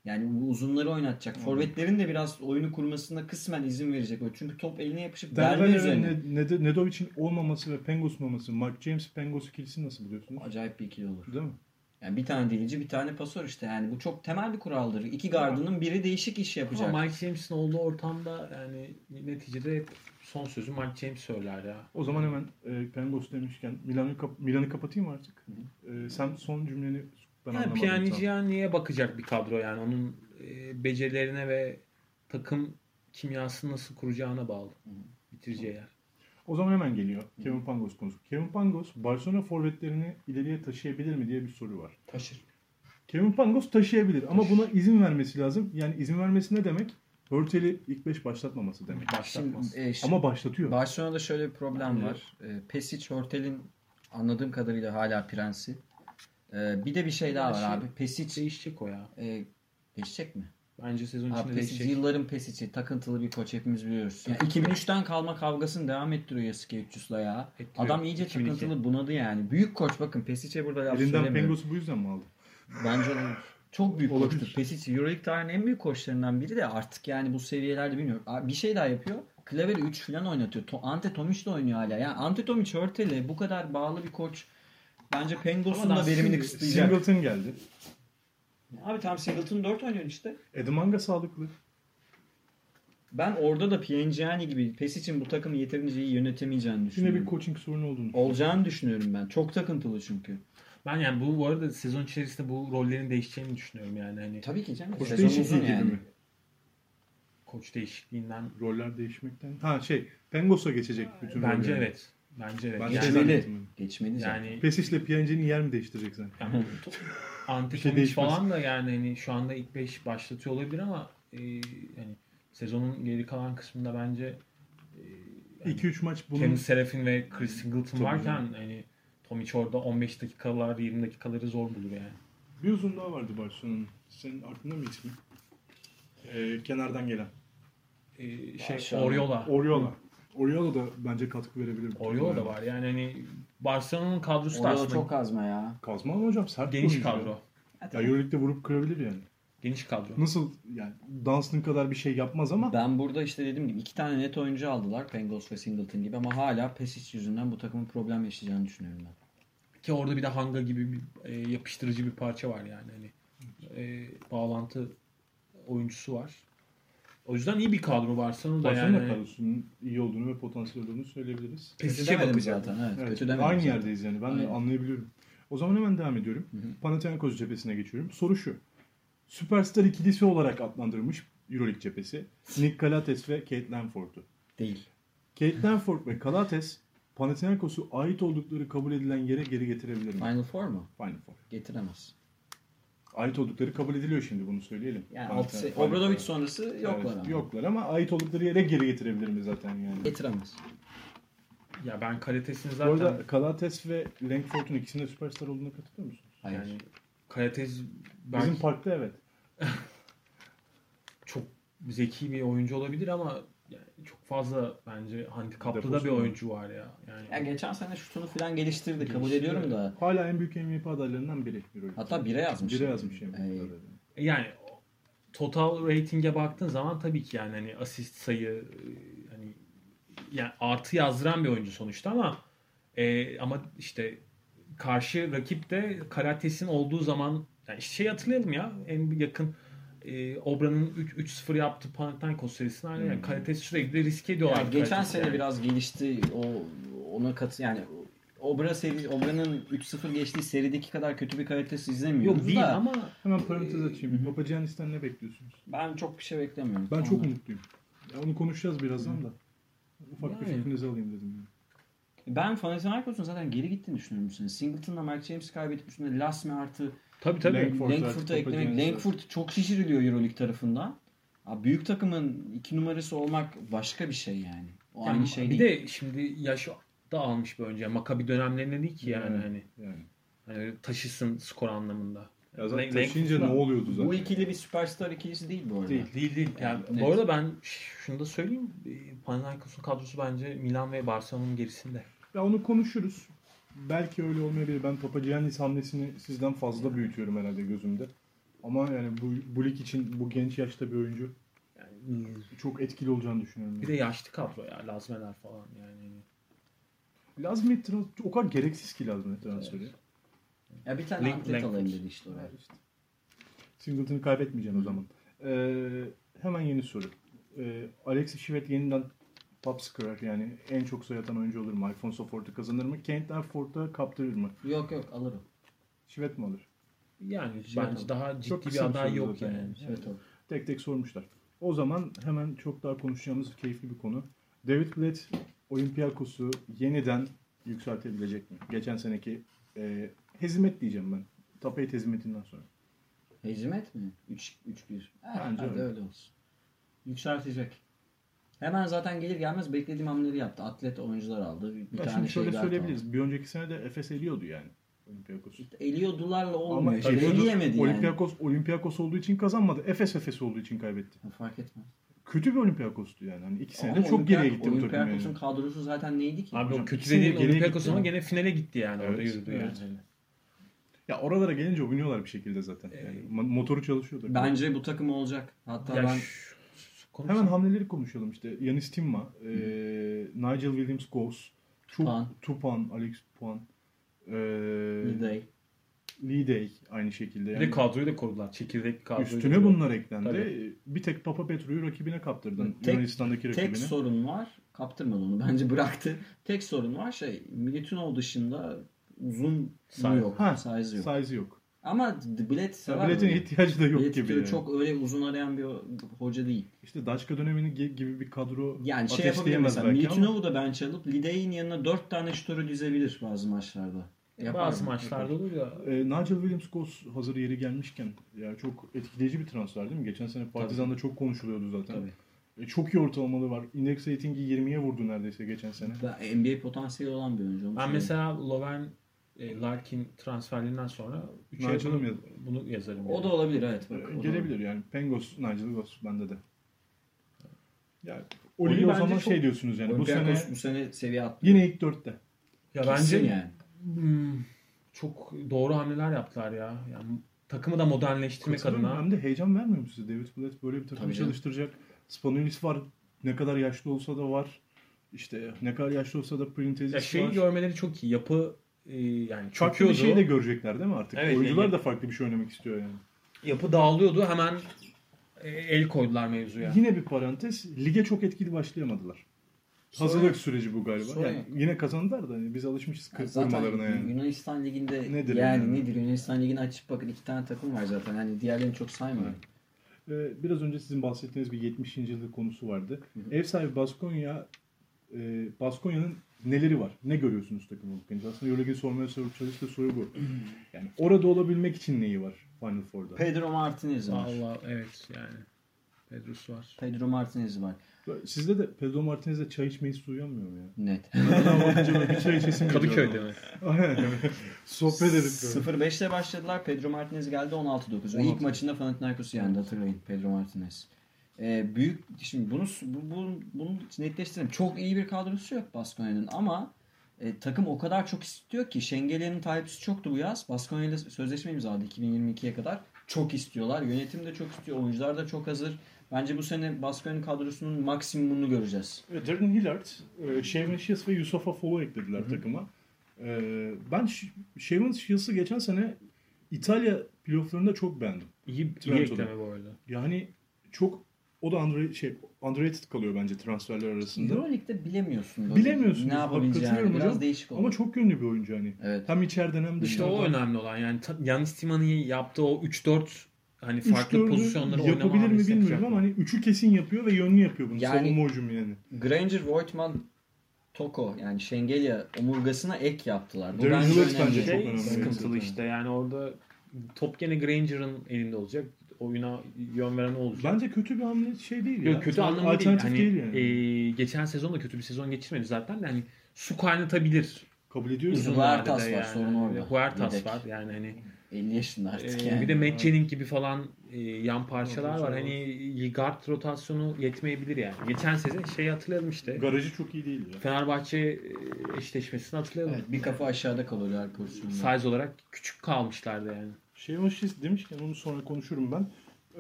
Speaker 5: Yani bu uzunları oynatacak. Forvetlerin de biraz oyunu kurmasına kısmen izin verecek. o. Çünkü top eline yapışıp verme
Speaker 3: Derbe ve
Speaker 5: üzerine.
Speaker 3: Ned- Ned- Nedovic'in olmaması ve Pengos olmaması. Mark James Pengos ikilisini nasıl buluyorsunuz?
Speaker 5: Acayip bir ikili olur.
Speaker 3: Değil mi?
Speaker 5: Yani bir tane delici bir tane pasör işte. Yani bu çok temel bir kuraldır. İki gardının biri değişik iş yapacak.
Speaker 4: Ama Mike James'in olduğu ortamda yani neticede hep son sözü Mike James söyler ya.
Speaker 3: O zaman hemen e, Pengos demişken Milan'ı kap- Milan'ı kapatayım mı artık. E, sen son cümleni ben
Speaker 4: yani
Speaker 3: anlamadım. tam.
Speaker 4: Pjanic'e bakacak bir kadro yani onun e, becerilerine ve takım kimyasını nasıl kuracağına bağlı. Bitireceği yer.
Speaker 3: O zaman hemen geliyor Kevin Pangos konusu. Kevin Pangos Barcelona forvetlerini ileriye taşıyabilir mi diye bir soru var.
Speaker 5: Taşır.
Speaker 3: Kevin Pangos taşıyabilir ama buna izin vermesi lazım. Yani izin vermesi ne demek? Hörtel'i ilk beş başlatmaması demek.
Speaker 4: Başlatmaz.
Speaker 5: Şimdi, e, şimdi
Speaker 3: Ama başlatıyor.
Speaker 5: Barcelona'da şöyle bir problem
Speaker 3: Evet.
Speaker 5: var. E, Pesic Hortel'in anladığım kadarıyla hala prensi. E, bir de bir şey daha
Speaker 4: Her şey-
Speaker 5: var abi. Pesic
Speaker 4: değişecek o ya.
Speaker 5: e, değişecek mi?
Speaker 4: Bence sezon
Speaker 5: Abi
Speaker 4: içinde
Speaker 5: Pesic
Speaker 4: değişecek.
Speaker 5: yılların Pesic'i takıntılı bir koç hepimiz biliyoruz. Yani 2003'ten kalma kavgasını devam ettiriyor Yasuke 300'la ya.
Speaker 4: Ettiriyor.
Speaker 5: Adam iyice
Speaker 4: 2002.
Speaker 5: takıntılı bunadı yani. Büyük koç bakın Pesic'e burada laf
Speaker 3: Elinden
Speaker 5: söylemiyorum.
Speaker 3: Pengos'u bu yüzden mi aldı?
Speaker 5: Bence olabilir. Çok büyük
Speaker 3: Olabilir.
Speaker 5: koçtur. Pesic Euroleague tarihinin en büyük koçlarından biri de artık yani bu seviyelerde bilmiyorum. Aa, Bir şey daha yapıyor. Klaveri 3 falan oynatıyor. To- Ante Tomic de oynuyor hala. Yani Ante Tomic Hörtel'e bu kadar bağlı bir koç bence Pengos'un
Speaker 4: Ama
Speaker 5: da
Speaker 4: daha
Speaker 5: verimini
Speaker 4: Sing-
Speaker 5: kısıtlayacak.
Speaker 3: Singleton geldi.
Speaker 5: Abi tam Singleton 4 oynuyor işte.
Speaker 3: Edmanga E, sağlıklı.
Speaker 5: Ben orada da Piengiani gibi Pesic'in bu takımı yeterince iyi yönetemeyeceğini
Speaker 3: Yine
Speaker 5: düşünüyorum.
Speaker 3: bir coaching sorunu olduğunu.
Speaker 5: Olacağını düşünüyorum ben. Çok takıntılı çünkü.
Speaker 4: Ben yani bu, bu arada sezon içerisinde bu rollerin değişeceğini düşünüyorum yani hani
Speaker 5: E, Tabii ki canım.
Speaker 3: Koç
Speaker 5: Sezon
Speaker 3: değişikliği
Speaker 5: uzun
Speaker 3: gibi
Speaker 5: yani.
Speaker 3: mi?
Speaker 4: koç değişikliğinden
Speaker 3: Roller değişmekten. Ha şey Pengos'a geçecek bütün
Speaker 4: bence
Speaker 3: roller.
Speaker 4: evet. Bence evet.
Speaker 3: Ben de
Speaker 4: yani,
Speaker 3: zannetmiyorum.
Speaker 5: Geçmeli.
Speaker 3: zannettim.
Speaker 5: Geçmeli
Speaker 3: şey
Speaker 5: zaten.
Speaker 4: yani
Speaker 3: Pesic'le Piyangi'nin yer mi değiştirecek sen? *laughs*
Speaker 4: Yani
Speaker 3: Bir şey
Speaker 4: Antetomic
Speaker 3: değişmez.
Speaker 4: falan da yani hani şu anda ilk 5 başlatıyor olabilir ama e, yani sezonun geri kalan kısmında bence
Speaker 3: 2-3 maç bunun
Speaker 4: Kevin Serafin ve Chris Singleton
Speaker 3: Tabii
Speaker 4: varken
Speaker 3: canım.
Speaker 4: hani Tomic orada 15 dakikalar 20 dakikaları zor bulur yani.
Speaker 3: bir uzun daha vardı Barcelona'nın. Senin aklında mı ismi? Ee, kenardan gelen.
Speaker 4: E, şey
Speaker 5: Maşallah.
Speaker 4: Oriola.
Speaker 3: Oriola. Oriolo da bence katkı verebilir. bu
Speaker 4: Oriol da
Speaker 3: takıma.
Speaker 4: var. Yani hani Barcelona'nın kadrosu da
Speaker 5: Orada
Speaker 4: aslında
Speaker 5: çok azma ya.
Speaker 3: Kazma ama hocam sert
Speaker 4: geniş
Speaker 3: oyuncu ya.
Speaker 4: kadro.
Speaker 3: Ya Euroleague'de vurup kırabilir yani.
Speaker 4: Geniş kadro.
Speaker 3: Nasıl yani Dunstan kadar bir şey yapmaz ama
Speaker 5: Ben burada işte dediğim gibi iki tane net oyuncu aldılar Pengos ve Singleton gibi ama hala Pesic yüzünden bu takımın problem yaşayacağını düşünüyorum ben.
Speaker 4: Ki orada bir de hanga gibi bir e, yapıştırıcı bir parça var yani. Hani e, bağlantı oyuncusu var. O yüzden iyi bir kadro Barcelona'da
Speaker 3: Barcelona
Speaker 4: yani. hani,
Speaker 3: kadrosunun iyi olduğunu ve potansiyel olduğunu söyleyebiliriz.
Speaker 5: Kötü
Speaker 4: Pesic'e
Speaker 5: demedim
Speaker 4: bakacağım.
Speaker 5: zaten. Evet,
Speaker 3: Evet,
Speaker 5: kötü demedim
Speaker 3: aynı
Speaker 5: zaten.
Speaker 3: yerdeyiz yani. Ben de
Speaker 5: Aynen.
Speaker 3: anlayabiliyorum. O zaman hemen devam ediyorum. Panathinaikos cephesine geçiyorum. Soru şu. Süperstar ikilisi olarak adlandırılmış Euroleague cephesi. Nick Kalates ve Kate Lanford'u.
Speaker 5: Değil.
Speaker 3: Kate Lanford ve Kalates Panathinaikos'u ait oldukları kabul edilen yere geri getirebilir mi?
Speaker 5: Final Four mu?
Speaker 3: Final Four.
Speaker 5: Getiremez.
Speaker 3: Ait oldukları kabul ediliyor şimdi bunu söyleyelim.
Speaker 5: Yani
Speaker 3: Panathina-
Speaker 5: altı-
Speaker 3: Final
Speaker 5: Obradovic
Speaker 3: Four'a.
Speaker 5: sonrası
Speaker 3: Evet,
Speaker 5: yoklar ama.
Speaker 3: Yoklar ama ait oldukları yere geri getirebilir mi zaten yani?
Speaker 5: Getiremez.
Speaker 4: Ya ben kalitesini
Speaker 3: Bu
Speaker 4: zaten
Speaker 3: arada Kalates ve Langford'un ikisinde süperstar olduğuna katılıyor musun?
Speaker 5: Hayır.
Speaker 4: yani kalites belki
Speaker 3: Bizim parkta evet.
Speaker 4: çok zeki bir oyuncu olabilir ama yani çok fazla bence handikaplı da
Speaker 3: Deposu
Speaker 4: bir
Speaker 3: mu?
Speaker 4: oyuncu var ya. Yani
Speaker 5: Ya geçen sene şutunu falan geliştirdi. Kabul
Speaker 4: Geliştirdi.
Speaker 5: ediyorum da.
Speaker 3: Hala en büyük MVP adaylarından biri.
Speaker 5: Hatta bire yazmış.
Speaker 3: Bire yazmış yani.
Speaker 5: Ey.
Speaker 4: yani total rating'e baktığın zaman tabii ki yani hani asist sayı e, hani yani artı yazdıran bir oyuncu sonuçta ama e, ama işte karşı rakip de Karates'in olduğu zaman yani işte şey hatırlayalım ya en yakın e, Obra'nın 3 3-0 yaptığı Panathinaikos serisini aynen yani Karates sürekli riske ediyorlar.
Speaker 5: Yani geçen
Speaker 4: Karates'i
Speaker 5: sene
Speaker 4: yani.
Speaker 5: biraz gelişti. O ona katı yani Obra seri Obra'nın 3-0 geçtiği serideki kadar kötü bir kalitesi izlemiyoruz
Speaker 4: yok değil
Speaker 5: da
Speaker 4: ama
Speaker 3: Hemen parantez
Speaker 5: Ee,
Speaker 3: açayım. Papagiannis'ten ne bekliyorsunuz?
Speaker 5: ben çok bir şey beklemiyorum.
Speaker 3: Ben çok
Speaker 5: Ondan.
Speaker 3: mutluyum. Ya onu konuşacağız birazdan da. Ufak bir
Speaker 4: Yani.
Speaker 3: fikrinizi alayım dedim. yani.
Speaker 5: Ben Panathinaikos'un zaten geri gittiğini düşünüyorum bu sene. Singleton'la Mike James kaybedip üstüne Lasme artı
Speaker 4: tabii tabii.
Speaker 3: Langford. Langford'u artık
Speaker 5: Langford'u eklemek.
Speaker 3: kapatacağını
Speaker 5: Langford çok şişiriliyor Euroleague tarafından. Abi büyük takımın iki numarası olmak başka bir şey yani. O
Speaker 4: Yani
Speaker 5: aynı şey
Speaker 4: bir
Speaker 5: değil.
Speaker 4: de şimdi yaş da almış bir önce. Makabi dönemlerinde değil ki yani
Speaker 3: Evet.
Speaker 4: hani,
Speaker 3: Yani.
Speaker 4: Hani taşısın skor anlamında.
Speaker 3: Ya zaten
Speaker 4: Lang-
Speaker 3: taşıyınca ne
Speaker 4: Langford'la-
Speaker 3: oluyordu zaten?
Speaker 5: bu ikili bir süperstar ikilisi değil bu arada.
Speaker 3: Değil.
Speaker 4: Değil değil. Yani
Speaker 5: Evet.
Speaker 4: bu arada ben ş- şunu da söyleyeyim. E, Panathinaikos'un kadrosu bence Milan ve Barcelona'nın gerisinde.
Speaker 3: Ya onu konuşuruz. Belki öyle olmayabilir. Ben Papagiannis hamlesini sizden fazla büyütüyorum herhalde gözümde. Ama yani bu, bu lig için bu genç yaşta bir oyuncu
Speaker 4: Yani,
Speaker 3: çok etkili olacağını düşünüyorum.
Speaker 4: bir de yaşlı kadro ya. Lazmeler falan yani.
Speaker 3: Lazmi trans- o kadar gereksiz ki Lazmi transferi.
Speaker 5: Ya bir tane
Speaker 4: Lang-
Speaker 5: atlet
Speaker 4: Langford.
Speaker 5: alayım dedi işte oraya.
Speaker 3: Singleton'ı kaybetmeyeceksin o zaman. Ee, hemen yeni soru. Ee, Alexis Şivet yeniden pop scorer yani en çok sayı atan oyuncu olur mu? Alfonso Ford'u kazanır mı? Kentler Ford'a kaptırır mı?
Speaker 5: Yok yok alırım.
Speaker 3: Şivet mi alır?
Speaker 4: Yani
Speaker 5: Yani
Speaker 4: bence daha ciddi
Speaker 3: Şey çok
Speaker 4: bir
Speaker 3: kısa bir
Speaker 4: aday
Speaker 3: soru
Speaker 4: yok
Speaker 3: zaten
Speaker 4: yani.
Speaker 5: Evet, evet.
Speaker 3: Tek tek sormuşlar. O zaman hemen çok daha konuşacağımız keyifli bir konu. David Blatt Olympiakos'u yeniden yükseltebilecek mi? Geçen seneki e, hezimet diyeceğim ben. Tapeyt hezimetinden sonra.
Speaker 5: Hizmet mi? 3 3 1.
Speaker 3: Bence
Speaker 5: Bence
Speaker 3: öyle.
Speaker 5: Eh, öyle. olsun. Yükseltecek. Hemen zaten gelir gelmez beklediğim hamleleri yaptı. Atlet oyuncular aldı. Bir
Speaker 3: Ya
Speaker 5: tane
Speaker 3: şimdi
Speaker 5: şey
Speaker 3: şöyle
Speaker 5: daha
Speaker 3: söyleyebiliriz. Bir önceki sene de Efes eliyordu yani Olympiakos'u.
Speaker 5: kaldı. Eliyordularla
Speaker 3: Ama
Speaker 5: olmuyor. Ama
Speaker 3: tabii o da
Speaker 5: eleyemedi yani.
Speaker 3: Olympiakos, Olympiakos olduğu için kazanmadı. Efes Efes olduğu için kaybetti.
Speaker 5: Ha, Fark etmez.
Speaker 3: Kötü bir Olympiakos'tu yani. Hani iki senede
Speaker 5: Ama
Speaker 3: çok geriye
Speaker 5: Olympiak-
Speaker 3: gitti bu takım yani.
Speaker 5: Olympiakos'un kadrosu zaten neydi ki?
Speaker 4: Abi
Speaker 3: Hocam,
Speaker 4: o kötü
Speaker 3: ikisini
Speaker 4: dediğin
Speaker 3: geriye
Speaker 4: Olympiakos
Speaker 3: gitti
Speaker 4: ama
Speaker 3: yani.
Speaker 4: gene finale gitti yani. Orada
Speaker 3: Evet,
Speaker 4: yürüdü
Speaker 3: evet.
Speaker 4: yani.
Speaker 3: Ya oralara gelince oynuyorlar bir şekilde zaten. Yani ma- motoru çalışıyor da.
Speaker 5: Bence bu takım olacak. Hatta
Speaker 4: Ya
Speaker 5: ben
Speaker 4: şu- konuş-
Speaker 3: Hemen hamleleri konuşalım işte. Yanis Timma, e, Nigel Williams Goss,
Speaker 5: Tupan.
Speaker 3: Tupan, Tupan Alex Tupan, e,
Speaker 5: Liday.
Speaker 3: Lee Day aynı şekilde.
Speaker 4: Bir
Speaker 3: Yani
Speaker 4: de kadroyu da korudular. Çekirdek kadroyu. da
Speaker 3: üstüne
Speaker 4: korudular.
Speaker 3: bunlar eklendi.
Speaker 4: Tabii.
Speaker 3: Bir tek Papa Petru'yu rakibine kaptırdın.
Speaker 5: Tek-
Speaker 3: Yunanistan'daki rakibine.
Speaker 5: Tek sorun var. Kaptırmadı onu. *laughs* Bence bıraktı. Tek sorun var şey Militinov dışında uzun
Speaker 4: Size.
Speaker 5: yok.
Speaker 3: Ha,
Speaker 5: size yok.
Speaker 3: Size yok.
Speaker 5: Ama Bled sever.
Speaker 3: Tabletin
Speaker 5: böyle.
Speaker 3: ihtiyacı da yok
Speaker 5: Bled
Speaker 3: gibi.
Speaker 5: böyle
Speaker 3: yani.
Speaker 5: çok öyle uzun arayan bir hoca değil.
Speaker 3: İşte Daşka döneminin gi- gibi bir kadro
Speaker 5: Yani şey yapabilir
Speaker 3: ateşleyemez
Speaker 5: mesela.
Speaker 3: belki ama
Speaker 5: Milutinov'u da ben çalıp Lidey'in yanına 4 tane şutörü dizebilir bazı maçlarda. Yapar
Speaker 4: Bazı
Speaker 5: mı?
Speaker 4: maçlarda olur ya.
Speaker 3: e, Nigel Williams Goss hazır yeri gelmişken ya çok etkileyici bir transfer değil mi? Geçen sene Partizan'da çok konuşuluyordu zaten.
Speaker 5: Tabii.
Speaker 3: E, çok iyi ortalamaları var. Index rating'i 20'ye vurdu neredeyse geçen sene.
Speaker 5: Da- NBA potansiyeli olan bir oyuncu. onu
Speaker 4: Ben
Speaker 3: Şey-
Speaker 5: söyleyeyim.
Speaker 4: mesela Loven e, Larkin transferlerinden sonra üçe
Speaker 3: Nigel'ı
Speaker 4: bunu,
Speaker 3: mı yazalım?
Speaker 4: bunu yazarım.
Speaker 5: o
Speaker 4: yani.
Speaker 5: da olabilir evet. Bak,
Speaker 3: E,
Speaker 5: o da olabilir.
Speaker 3: gelebilir yani. Pengos, Nigel Goss bende de. Oli'yi
Speaker 5: Oli o
Speaker 3: bence
Speaker 5: zaman
Speaker 3: şey
Speaker 5: çok-
Speaker 3: diyorsunuz yani. Bu sene
Speaker 5: Olympiakos bu sene seviye attı.
Speaker 3: yine ilk dörtte.
Speaker 4: Ya
Speaker 5: Kesin
Speaker 4: bence
Speaker 5: yani.
Speaker 4: hmm, çok doğru hamleler yaptılar ya. Yani takımı da modernleştirmek
Speaker 3: Katılıyorum.
Speaker 4: adına.
Speaker 3: Hem de heyecan vermiyor mu size? David Blatt böyle bir takım
Speaker 5: Tabii canım.
Speaker 3: çalıştıracak. Spanulis var. Ne kadar yaşlı olsa da var. İşte ne kadar yaşlı olsa da
Speaker 4: Ya
Speaker 3: Printezis
Speaker 4: şeyi
Speaker 3: var.
Speaker 4: görmeleri çok iyi. Yapı e, yani
Speaker 3: Farklı
Speaker 4: çöküyordu.
Speaker 3: bir şey de görecekler değil mi artık?
Speaker 4: Evet,
Speaker 3: Oyuncular
Speaker 4: yani-
Speaker 3: da farklı bir şey oynamak istiyor yani.
Speaker 4: Yapı dağılıyordu. Hemen e, el koydular mevzuya.
Speaker 3: Yine bir parantez. Lige çok etkili başlayamadılar.
Speaker 5: Sonra-
Speaker 3: Hazırlık süreci bu galiba.
Speaker 5: Sonra-
Speaker 3: yani yine kazandılar da hani biz alışmışız
Speaker 5: Yani
Speaker 3: kırk
Speaker 5: Zaten
Speaker 3: vurmalarına yani.
Speaker 5: Yunanistan Ligi'nde
Speaker 3: Nedir
Speaker 5: yani,
Speaker 3: yani?
Speaker 5: nedir? Yunanistan Ligi'ni açıp bakın iki tane takım var zaten. Yani diğerlerini çok saymıyorum.
Speaker 3: Ee, biraz önce sizin bahsettiğiniz bir 70. yıllık konusu vardı. Ev sahibi Baskonya e, Baskonya'nın neleri var? Ne görüyorsunuz takıma bakınca? Aslında Euroleague'in sormaya soru çalıştığı soru bu. Yani orada olabilmek için neyi var Final Four'da?
Speaker 5: Pedro Martinez var.
Speaker 4: Allah evet yani. Pedros var.
Speaker 5: Pedro Martinez var.
Speaker 3: Sizde de Pedro Martinez'le çay içmeyi duyamıyor mu ya?
Speaker 5: Net.
Speaker 3: Ben bakınca böyle bir çay içesim geliyor.
Speaker 4: Kadıköy'de mi?
Speaker 3: *laughs* Aynen. Sohbet edip böyle.
Speaker 5: 0-5'te başladılar. Pedro Martinez geldi 16-9. O
Speaker 3: 16.
Speaker 5: İlk maçında Panathinaikos'u yendi hatırlayın Pedro Martinez. Ee, büyük şimdi bunu bu, bu- bunu netleştirelim. Çok iyi bir kadrosu yok Baskonya'nın ama e, takım o kadar çok istiyor ki Şengeli'nin talipsi çoktu bu yaz. Baskonya'yla sözleşme imzaladı 2022'ye kadar. Çok istiyorlar. Yönetim de çok istiyor. Oyuncular da çok hazır. Bence bu sene Baskonya'nın kadrosunun maksimumunu göreceğiz.
Speaker 3: E, Darren Hillard, e, Shaven Shields ve Yusufa Folo eklediler takıma. E, ben Sh- Shaven Shields'ı geçen sene İtalya playofflarında çok beğendim.
Speaker 4: İyi, iyi
Speaker 3: Trenton'da.
Speaker 4: ekleme bu arada.
Speaker 3: Yani çok o da under, şey, underrated kalıyor bence transferler arasında.
Speaker 5: Euroleague'de bilemiyorsun. böyle
Speaker 3: Bilemiyorsunuz.
Speaker 5: Ne yapabileceğini.
Speaker 3: Katılıyorum
Speaker 5: Biraz
Speaker 3: hocam.
Speaker 5: değişik oldu.
Speaker 3: Ama çok yönlü bir oyuncu hani.
Speaker 5: evet.
Speaker 3: Hem içeriden hem
Speaker 4: İşte
Speaker 3: dışarıdan.
Speaker 4: o önemli olan yani ta, Yanis Timan'ın yaptığı o 3-4 hani
Speaker 3: Üç
Speaker 4: farklı
Speaker 3: dördü
Speaker 4: pozisyonları oynama
Speaker 3: yapabilir mi
Speaker 4: hamlesi
Speaker 3: bilmiyorum
Speaker 4: yapacak
Speaker 3: ama
Speaker 4: mı?
Speaker 3: hani üçü kesin yapıyor ve yönlü yapıyor bunu.
Speaker 5: Yani-
Speaker 3: Savunma hücumu yani.
Speaker 5: Granger, Voigtman, Toko yani Şengelya omurgasına ek yaptılar. Bu
Speaker 3: Darren
Speaker 5: bence
Speaker 3: Hillard
Speaker 5: önemli.
Speaker 3: bence çok
Speaker 4: şey
Speaker 3: önemli.
Speaker 4: sıkıntılı
Speaker 3: Zaten.
Speaker 4: işte yani orada top gene Granger'ın elinde olacak. Oyuna yön veren o olacak.
Speaker 3: Bence kötü bir hamle şey değil ya.
Speaker 4: Yok, kötü anlamda değil.
Speaker 3: Alternatif
Speaker 4: Hani,
Speaker 3: yani.
Speaker 4: e, geçen sezon da kötü bir sezon geçirmedi zaten de hani su kaynatabilir.
Speaker 3: Kabul ediyoruz.
Speaker 4: Uzun
Speaker 5: Huertas
Speaker 4: vadede
Speaker 5: var,
Speaker 4: yani.
Speaker 5: sorun orada.
Speaker 4: Huertas
Speaker 5: Yedek.
Speaker 4: var yani hani
Speaker 5: 50 yaşında
Speaker 4: Ee,
Speaker 5: artık yani.
Speaker 4: Bir de Matt Jennings gibi falan e, yan parçalar var.
Speaker 3: Rotasyon
Speaker 4: Hani guard rotasyonu yetmeyebilir yani. Geçen sezon şey hatırlayalım işte.
Speaker 3: Garajı çok iyi değil ya.
Speaker 4: Fenerbahçe e, eşleşmesini hatırlayalım.
Speaker 5: Evet, bir kafa aşağıda kalıyor her pozisyonda.
Speaker 4: Size olarak küçük kalmışlardı yani.
Speaker 3: Şey Maşis demişken onu sonra konuşurum ben.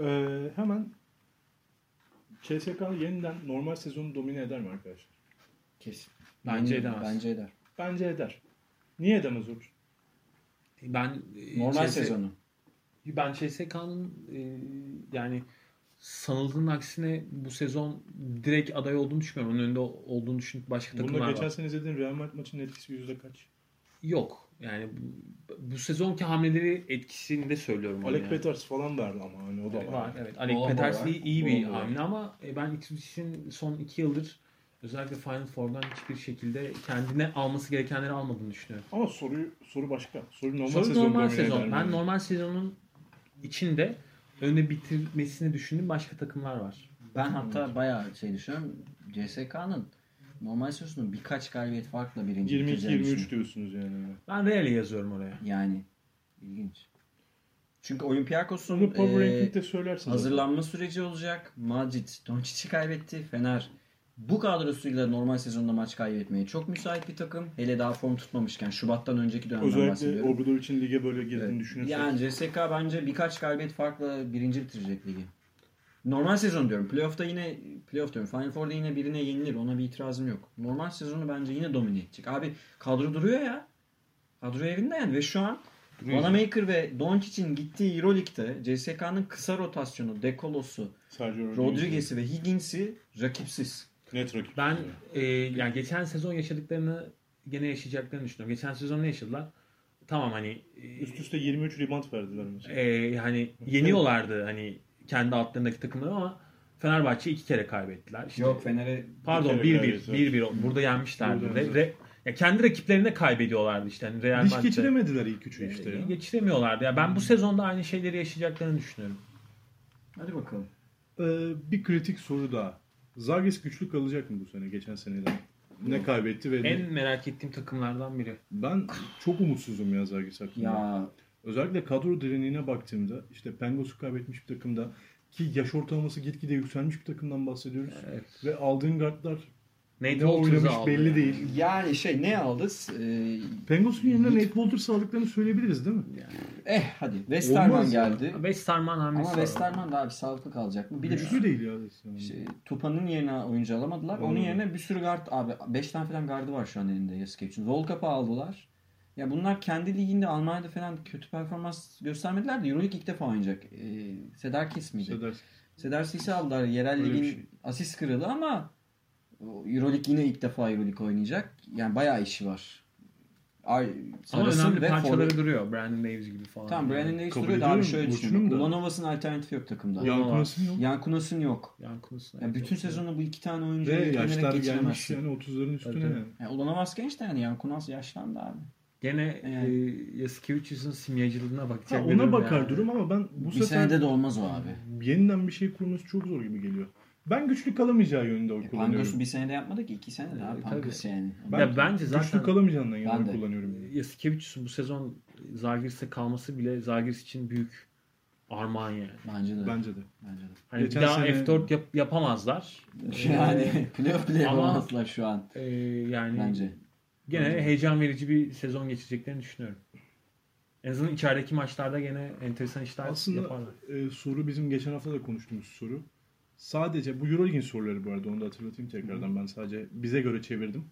Speaker 3: Ee, hemen CSK yeniden normal sezonu domine eder mi arkadaşlar?
Speaker 5: Kesin.
Speaker 4: Bence edemez.
Speaker 5: Bence eder.
Speaker 3: Bence eder. Niye edemez Uğur?
Speaker 4: Ben e,
Speaker 5: Normal
Speaker 4: CS
Speaker 5: sezonu.
Speaker 4: Ben CSK'nın e, yani sanıldığının aksine bu sezon direkt aday olduğunu düşünmüyorum. Onun önünde olduğunu düşünüp başka
Speaker 3: Bunda
Speaker 4: takımlar
Speaker 3: geçen
Speaker 4: var.
Speaker 3: sene izlediğin Real Madrid maçının etkisi yüzde kaç?
Speaker 4: Yok. Yani bu, bu sezonki hamleleri etkisini de söylüyorum. ben
Speaker 3: Alec
Speaker 4: yani.
Speaker 3: Peters falan verdi ama hani o da var.
Speaker 4: Var evet. Alec
Speaker 5: Bolan
Speaker 4: Peters
Speaker 5: Bolan.
Speaker 4: iyi, iyi bir
Speaker 5: Bolan Bolan.
Speaker 4: hamle ama e, ben Xbox'in son iki yıldır özellikle Final Four'dan hiçbir şekilde kendine alması gerekenleri almadığını düşünüyorum.
Speaker 3: Ama soruyu soru başka. Soru normal
Speaker 4: Soru
Speaker 3: sezon
Speaker 4: normal
Speaker 3: domine
Speaker 4: sezon.
Speaker 3: eder mi?
Speaker 4: Ben normal sezonun içinde önüne bitirmesini düşündüğüm başka takımlar var.
Speaker 5: Ben hatta bayağı şey düşünüyorum. CSK'nın normal sezonu birkaç galibiyet farkla birinci bitireceğini
Speaker 3: 22-23
Speaker 5: düşünüyorum.
Speaker 3: diyorsunuz yani.
Speaker 4: Ben Real'i yazıyorum oraya.
Speaker 5: Yani ilginç. Çünkü Olympiakos'un e,
Speaker 3: Onu Power
Speaker 5: eee,
Speaker 3: Ranking'de söylersiniz.
Speaker 5: Hazırlanma süreci olacak. Madrid Doncic'i kaybetti. Fener bu kadrosuyla normal sezonda maç kaybetmeye çok müsait bir takım. Hele daha form tutmamışken Şubat'tan önceki dönemden
Speaker 3: Özellikle
Speaker 5: bahsediyorum.
Speaker 3: Obradovic'in lige böyle girdiğini
Speaker 5: Evet.
Speaker 3: düşünürsek.
Speaker 5: Yani CSK bence birkaç galibiyet farkla birinci bitirecek ligi. Normal sezon diyorum. Playoff'ta yine playoff diyorum. Final Four'da yine birine yenilir. Ona bir itirazım yok. Normal sezonu bence yine domine edecek. Abi kadro duruyor ya. Kadro evinde yani ve şu an Wanamaker ve Doncic'in gittiği EuroLeague'de CSK'nın kısa rotasyonu, Dekolosu,
Speaker 3: Sergio Rodriguez.
Speaker 5: Rodriguez'i ve Higgins'i rakipsiz.
Speaker 3: Net rakip.
Speaker 4: Ben e, yani geçen sezon yaşadıklarını gene yaşayacaklarını düşünüyorum. Geçen sezon ne yaşadılar? Tamam hani e,
Speaker 3: Üst üste 23 rebound verdiler mesela.
Speaker 4: e, hani yeniyorlardı hani kendi altlarındaki takımları ama Fenerbahçe iki kere kaybettiler. İşte,
Speaker 5: Fener'e
Speaker 4: pardon
Speaker 3: bir
Speaker 4: 1-1
Speaker 3: kere kaybettiler.
Speaker 4: 1-1 burada yenmişlerdi.
Speaker 3: Burada
Speaker 4: Re- re- ya kendi rakiplerine kaybediyorlardı işte. Hani Real
Speaker 3: Diş
Speaker 4: Madrid'e.
Speaker 3: geçiremediler ilk üçü işte ya.
Speaker 4: E, Geçiremiyorlardı. Ya ben bu sezonda aynı şeyleri yaşayacaklarını düşünüyorum.
Speaker 5: Hadi bakalım.
Speaker 3: Ee, bir kritik soru daha. Zagis güçlü kalacak mı bu sene geçen seneden? Ne kaybetti ve ne-
Speaker 4: En merak ettiğim takımlardan biri.
Speaker 3: ben çok umutsuzum ya Zagis hakkında.
Speaker 5: Ya
Speaker 3: Özellikle kadro derinliğine baktığımda işte Pengos'u kaybetmiş bir takımda Ki yaş ortalaması gitgide yükselmiş bir takımdan bahsediyoruz.
Speaker 4: Evet.
Speaker 3: Ve aldığın guardlar
Speaker 4: Nate
Speaker 3: ne
Speaker 4: Walters'ı
Speaker 3: oynamış
Speaker 4: aldı.
Speaker 3: belli
Speaker 4: yani.
Speaker 3: değil.
Speaker 5: Yani şey ne aldı? Ee,
Speaker 3: Penguins'un yerine Nate Walters aldıklarını söyleyebiliriz değil mi?
Speaker 5: eh hadi Westerman
Speaker 3: Olmaz ya.
Speaker 5: geldi.
Speaker 4: Westerman hamlesi.
Speaker 5: Ama
Speaker 4: var.
Speaker 5: Westerman da abi sağlıklı kalacak mı? Bir de bir
Speaker 3: Güçlü
Speaker 5: sürü
Speaker 3: değil ya. resmen.
Speaker 5: şey, Tupa'nın yerine oyuncu alamadılar. Onun
Speaker 3: Anladım.
Speaker 5: yerine bir sürü guard abi 5 tane falan gardı var şu an elinde Yasuke için. Volkap'ı aldılar. Ya bunlar kendi liginde Almanya'da falan kötü performans göstermediler de Euroleague ilk defa oynayacak. Ee, Sedarkis miydi?
Speaker 3: Sedersin.
Speaker 5: Sedar Sisi aldılar. Yerel
Speaker 3: Öyle bir
Speaker 5: ligin
Speaker 3: şey.
Speaker 5: asist kralı ama Euroleague yine ilk defa Euroleague oynayacak. Yani bayağı işi var. Ay,
Speaker 4: Ama
Speaker 5: Saras'ın
Speaker 4: önemli
Speaker 5: ve
Speaker 4: parçaları
Speaker 5: forvet-
Speaker 4: duruyor. Brandon Davis gibi falan.
Speaker 5: Tamam Brandon Davis
Speaker 3: Kabul
Speaker 5: duruyor da abi
Speaker 3: ediyorum,
Speaker 5: şöyle
Speaker 3: burçluyum
Speaker 5: düşünüyorum.
Speaker 3: da.
Speaker 5: Ulanovas'ın alternatifi yok takımda.
Speaker 4: Ya-
Speaker 3: Yankılasın yok.
Speaker 5: Yankunas'ın yok.
Speaker 4: Yani konusunda.
Speaker 5: Yani bütün sezonu bu iki tane oyuncu
Speaker 3: Ve yaşlar
Speaker 5: yenerek
Speaker 3: gelmiş
Speaker 5: geçiremezsin.
Speaker 3: yani 30'ların üstüne.
Speaker 4: Tabii, tabii.
Speaker 3: yani.
Speaker 5: Yani Ulanovas genç de yani Yankunas yaşlandı abi.
Speaker 4: Gene
Speaker 5: Yani.
Speaker 4: e, Yasikevicius'un simyacılığına bakacak.
Speaker 3: Ha,
Speaker 4: bir
Speaker 3: ona
Speaker 4: durum
Speaker 3: bakar
Speaker 4: yani.
Speaker 3: durum ama ben bu
Speaker 5: bir
Speaker 3: sefer
Speaker 5: senede de olmaz o abi.
Speaker 3: yeniden bir şey kurması çok zor gibi geliyor. Ben güçlü kalamayacağı yönünde oy
Speaker 5: E,
Speaker 3: kullanıyorum. E,
Speaker 5: Pangos'u bir senede yapmadı ki iki senede
Speaker 4: Tabii.
Speaker 5: abi Pangos yani.
Speaker 3: Ben
Speaker 4: Ya bence zaten-
Speaker 3: güçlü kalamayacağından yana
Speaker 5: Ben
Speaker 3: oy
Speaker 5: de.
Speaker 3: kullanıyorum.
Speaker 4: Yasikevicius'un bu sezon Zagiris'te kalması bile Zagiris için büyük armağan yani.
Speaker 5: Bence de.
Speaker 3: Bence de.
Speaker 5: Bence de.
Speaker 4: Hani
Speaker 3: Geçen
Speaker 4: bir daha
Speaker 3: sene-
Speaker 4: F4 yap- yapamazlar.
Speaker 3: E,
Speaker 5: *laughs* Yani playoff bile
Speaker 4: Ama-
Speaker 5: yapamazlar şu an
Speaker 4: Ee, yani
Speaker 5: bence.
Speaker 4: gene
Speaker 3: Bence de.
Speaker 4: heyecan verici bir sezon geçireceklerini düşünüyorum. En azından içerideki maçlarda gene enteresan işler
Speaker 3: Aslında-
Speaker 4: yaparlar.
Speaker 3: Ee, soru bizim geçen hafta da konuştuğumuz soru. Sadece bu Euroleague'in soruları bu arada onu da hatırlatayım tekrardan ben sadece bize göre çevirdim.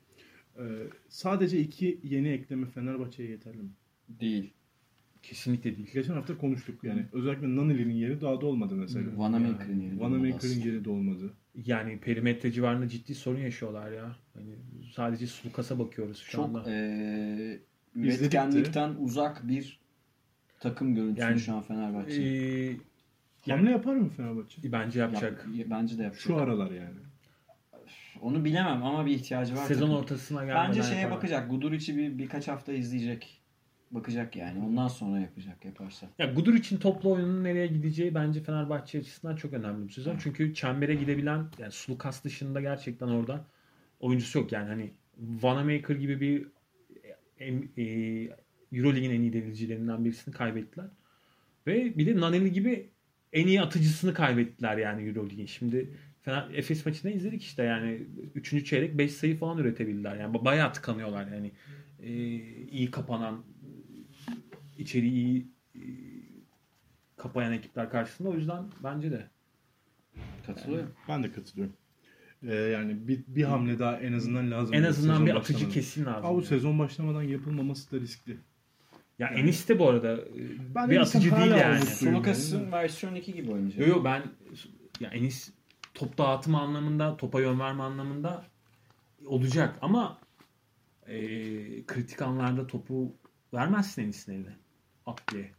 Speaker 3: Ee, sadece iki yeni ekleme Fenerbahçe'ye yeterli mi?
Speaker 5: Değil.
Speaker 4: Kesinlikle değil.
Speaker 3: Geçen hafta konuştuk yani. Özellikle Nanili'nin yeri daha da olmadı mesela.
Speaker 5: Vanamaker'ın yeri.
Speaker 3: Vanamaker'ın yeri de olmadı.
Speaker 4: Yani perimetre civarında ciddi sorun yaşıyorlar ya. Hani sadece Sulukas'a bakıyoruz şu
Speaker 5: Çok
Speaker 4: anda.
Speaker 5: eee
Speaker 3: İzledik de.
Speaker 5: üretkenlikten uzak bir takım görüntüsü
Speaker 4: Yani-
Speaker 5: şu an Fenerbahçe.
Speaker 4: Ee,
Speaker 3: Hamle yapar mı Fenerbahçe?
Speaker 4: bence
Speaker 5: Yap-
Speaker 4: yapacak.
Speaker 5: bence de yapacak.
Speaker 3: Şu aralar yani.
Speaker 5: Onu bilemem ama bir ihtiyacı var.
Speaker 4: Sezon
Speaker 5: takımın.
Speaker 4: ortasına gelmeden
Speaker 5: Bence şeye
Speaker 4: yaparlar.
Speaker 5: bakacak. Guduric'i bir birkaç hafta izleyecek. Bakacak yani. Ondan sonra yapacak yaparsa.
Speaker 4: Ya Gudur için toplu oyunun nereye gideceği bence Fenerbahçe açısından çok önemli bir sezon. Çünkü çembere gidebilen yani Sulukas dışında gerçekten orada oyuncusu yok. Yani hani Vanamaker gibi bir em- e, Euroleague'in en iyi devircilerinden birisini kaybettiler. Ve bir de Naneli gibi en iyi atıcısını kaybettiler yani Euroleague'in. Şimdi Fener, Efes maçında izledik işte yani 3. çeyrek 5 sayı falan üretebildiler. Yani ba- bayağı tıkanıyorlar yani. E, iyi kapanan içeriği iyi e, kapayan ekipler karşısında. O yüzden bence de
Speaker 5: Katılıyorum.
Speaker 3: Ben de katılıyorum. Ee, yani bir, bir hamle daha en azından lazım.
Speaker 4: en
Speaker 3: Bu
Speaker 4: azından
Speaker 3: sezon
Speaker 4: bir atıcı
Speaker 3: başlamadan.
Speaker 4: kesin lazım.
Speaker 3: Ama bu
Speaker 4: yani.
Speaker 3: sezon başlamadan yapılmaması da riskli.
Speaker 4: Ya Enis de bu arada e,
Speaker 3: Ben
Speaker 4: bir
Speaker 3: Enis'in
Speaker 4: atıcı
Speaker 3: hala
Speaker 4: değil yani.
Speaker 3: olması- Suyum
Speaker 5: Sulukas'ın versiyon 2 gibi oynayacak.
Speaker 4: Yo yo ben ya Enis top dağıtımı anlamında, topa yön verme anlamında olacak ama e, kritik anlarda topu vermezsin Enis'in eline. At diye.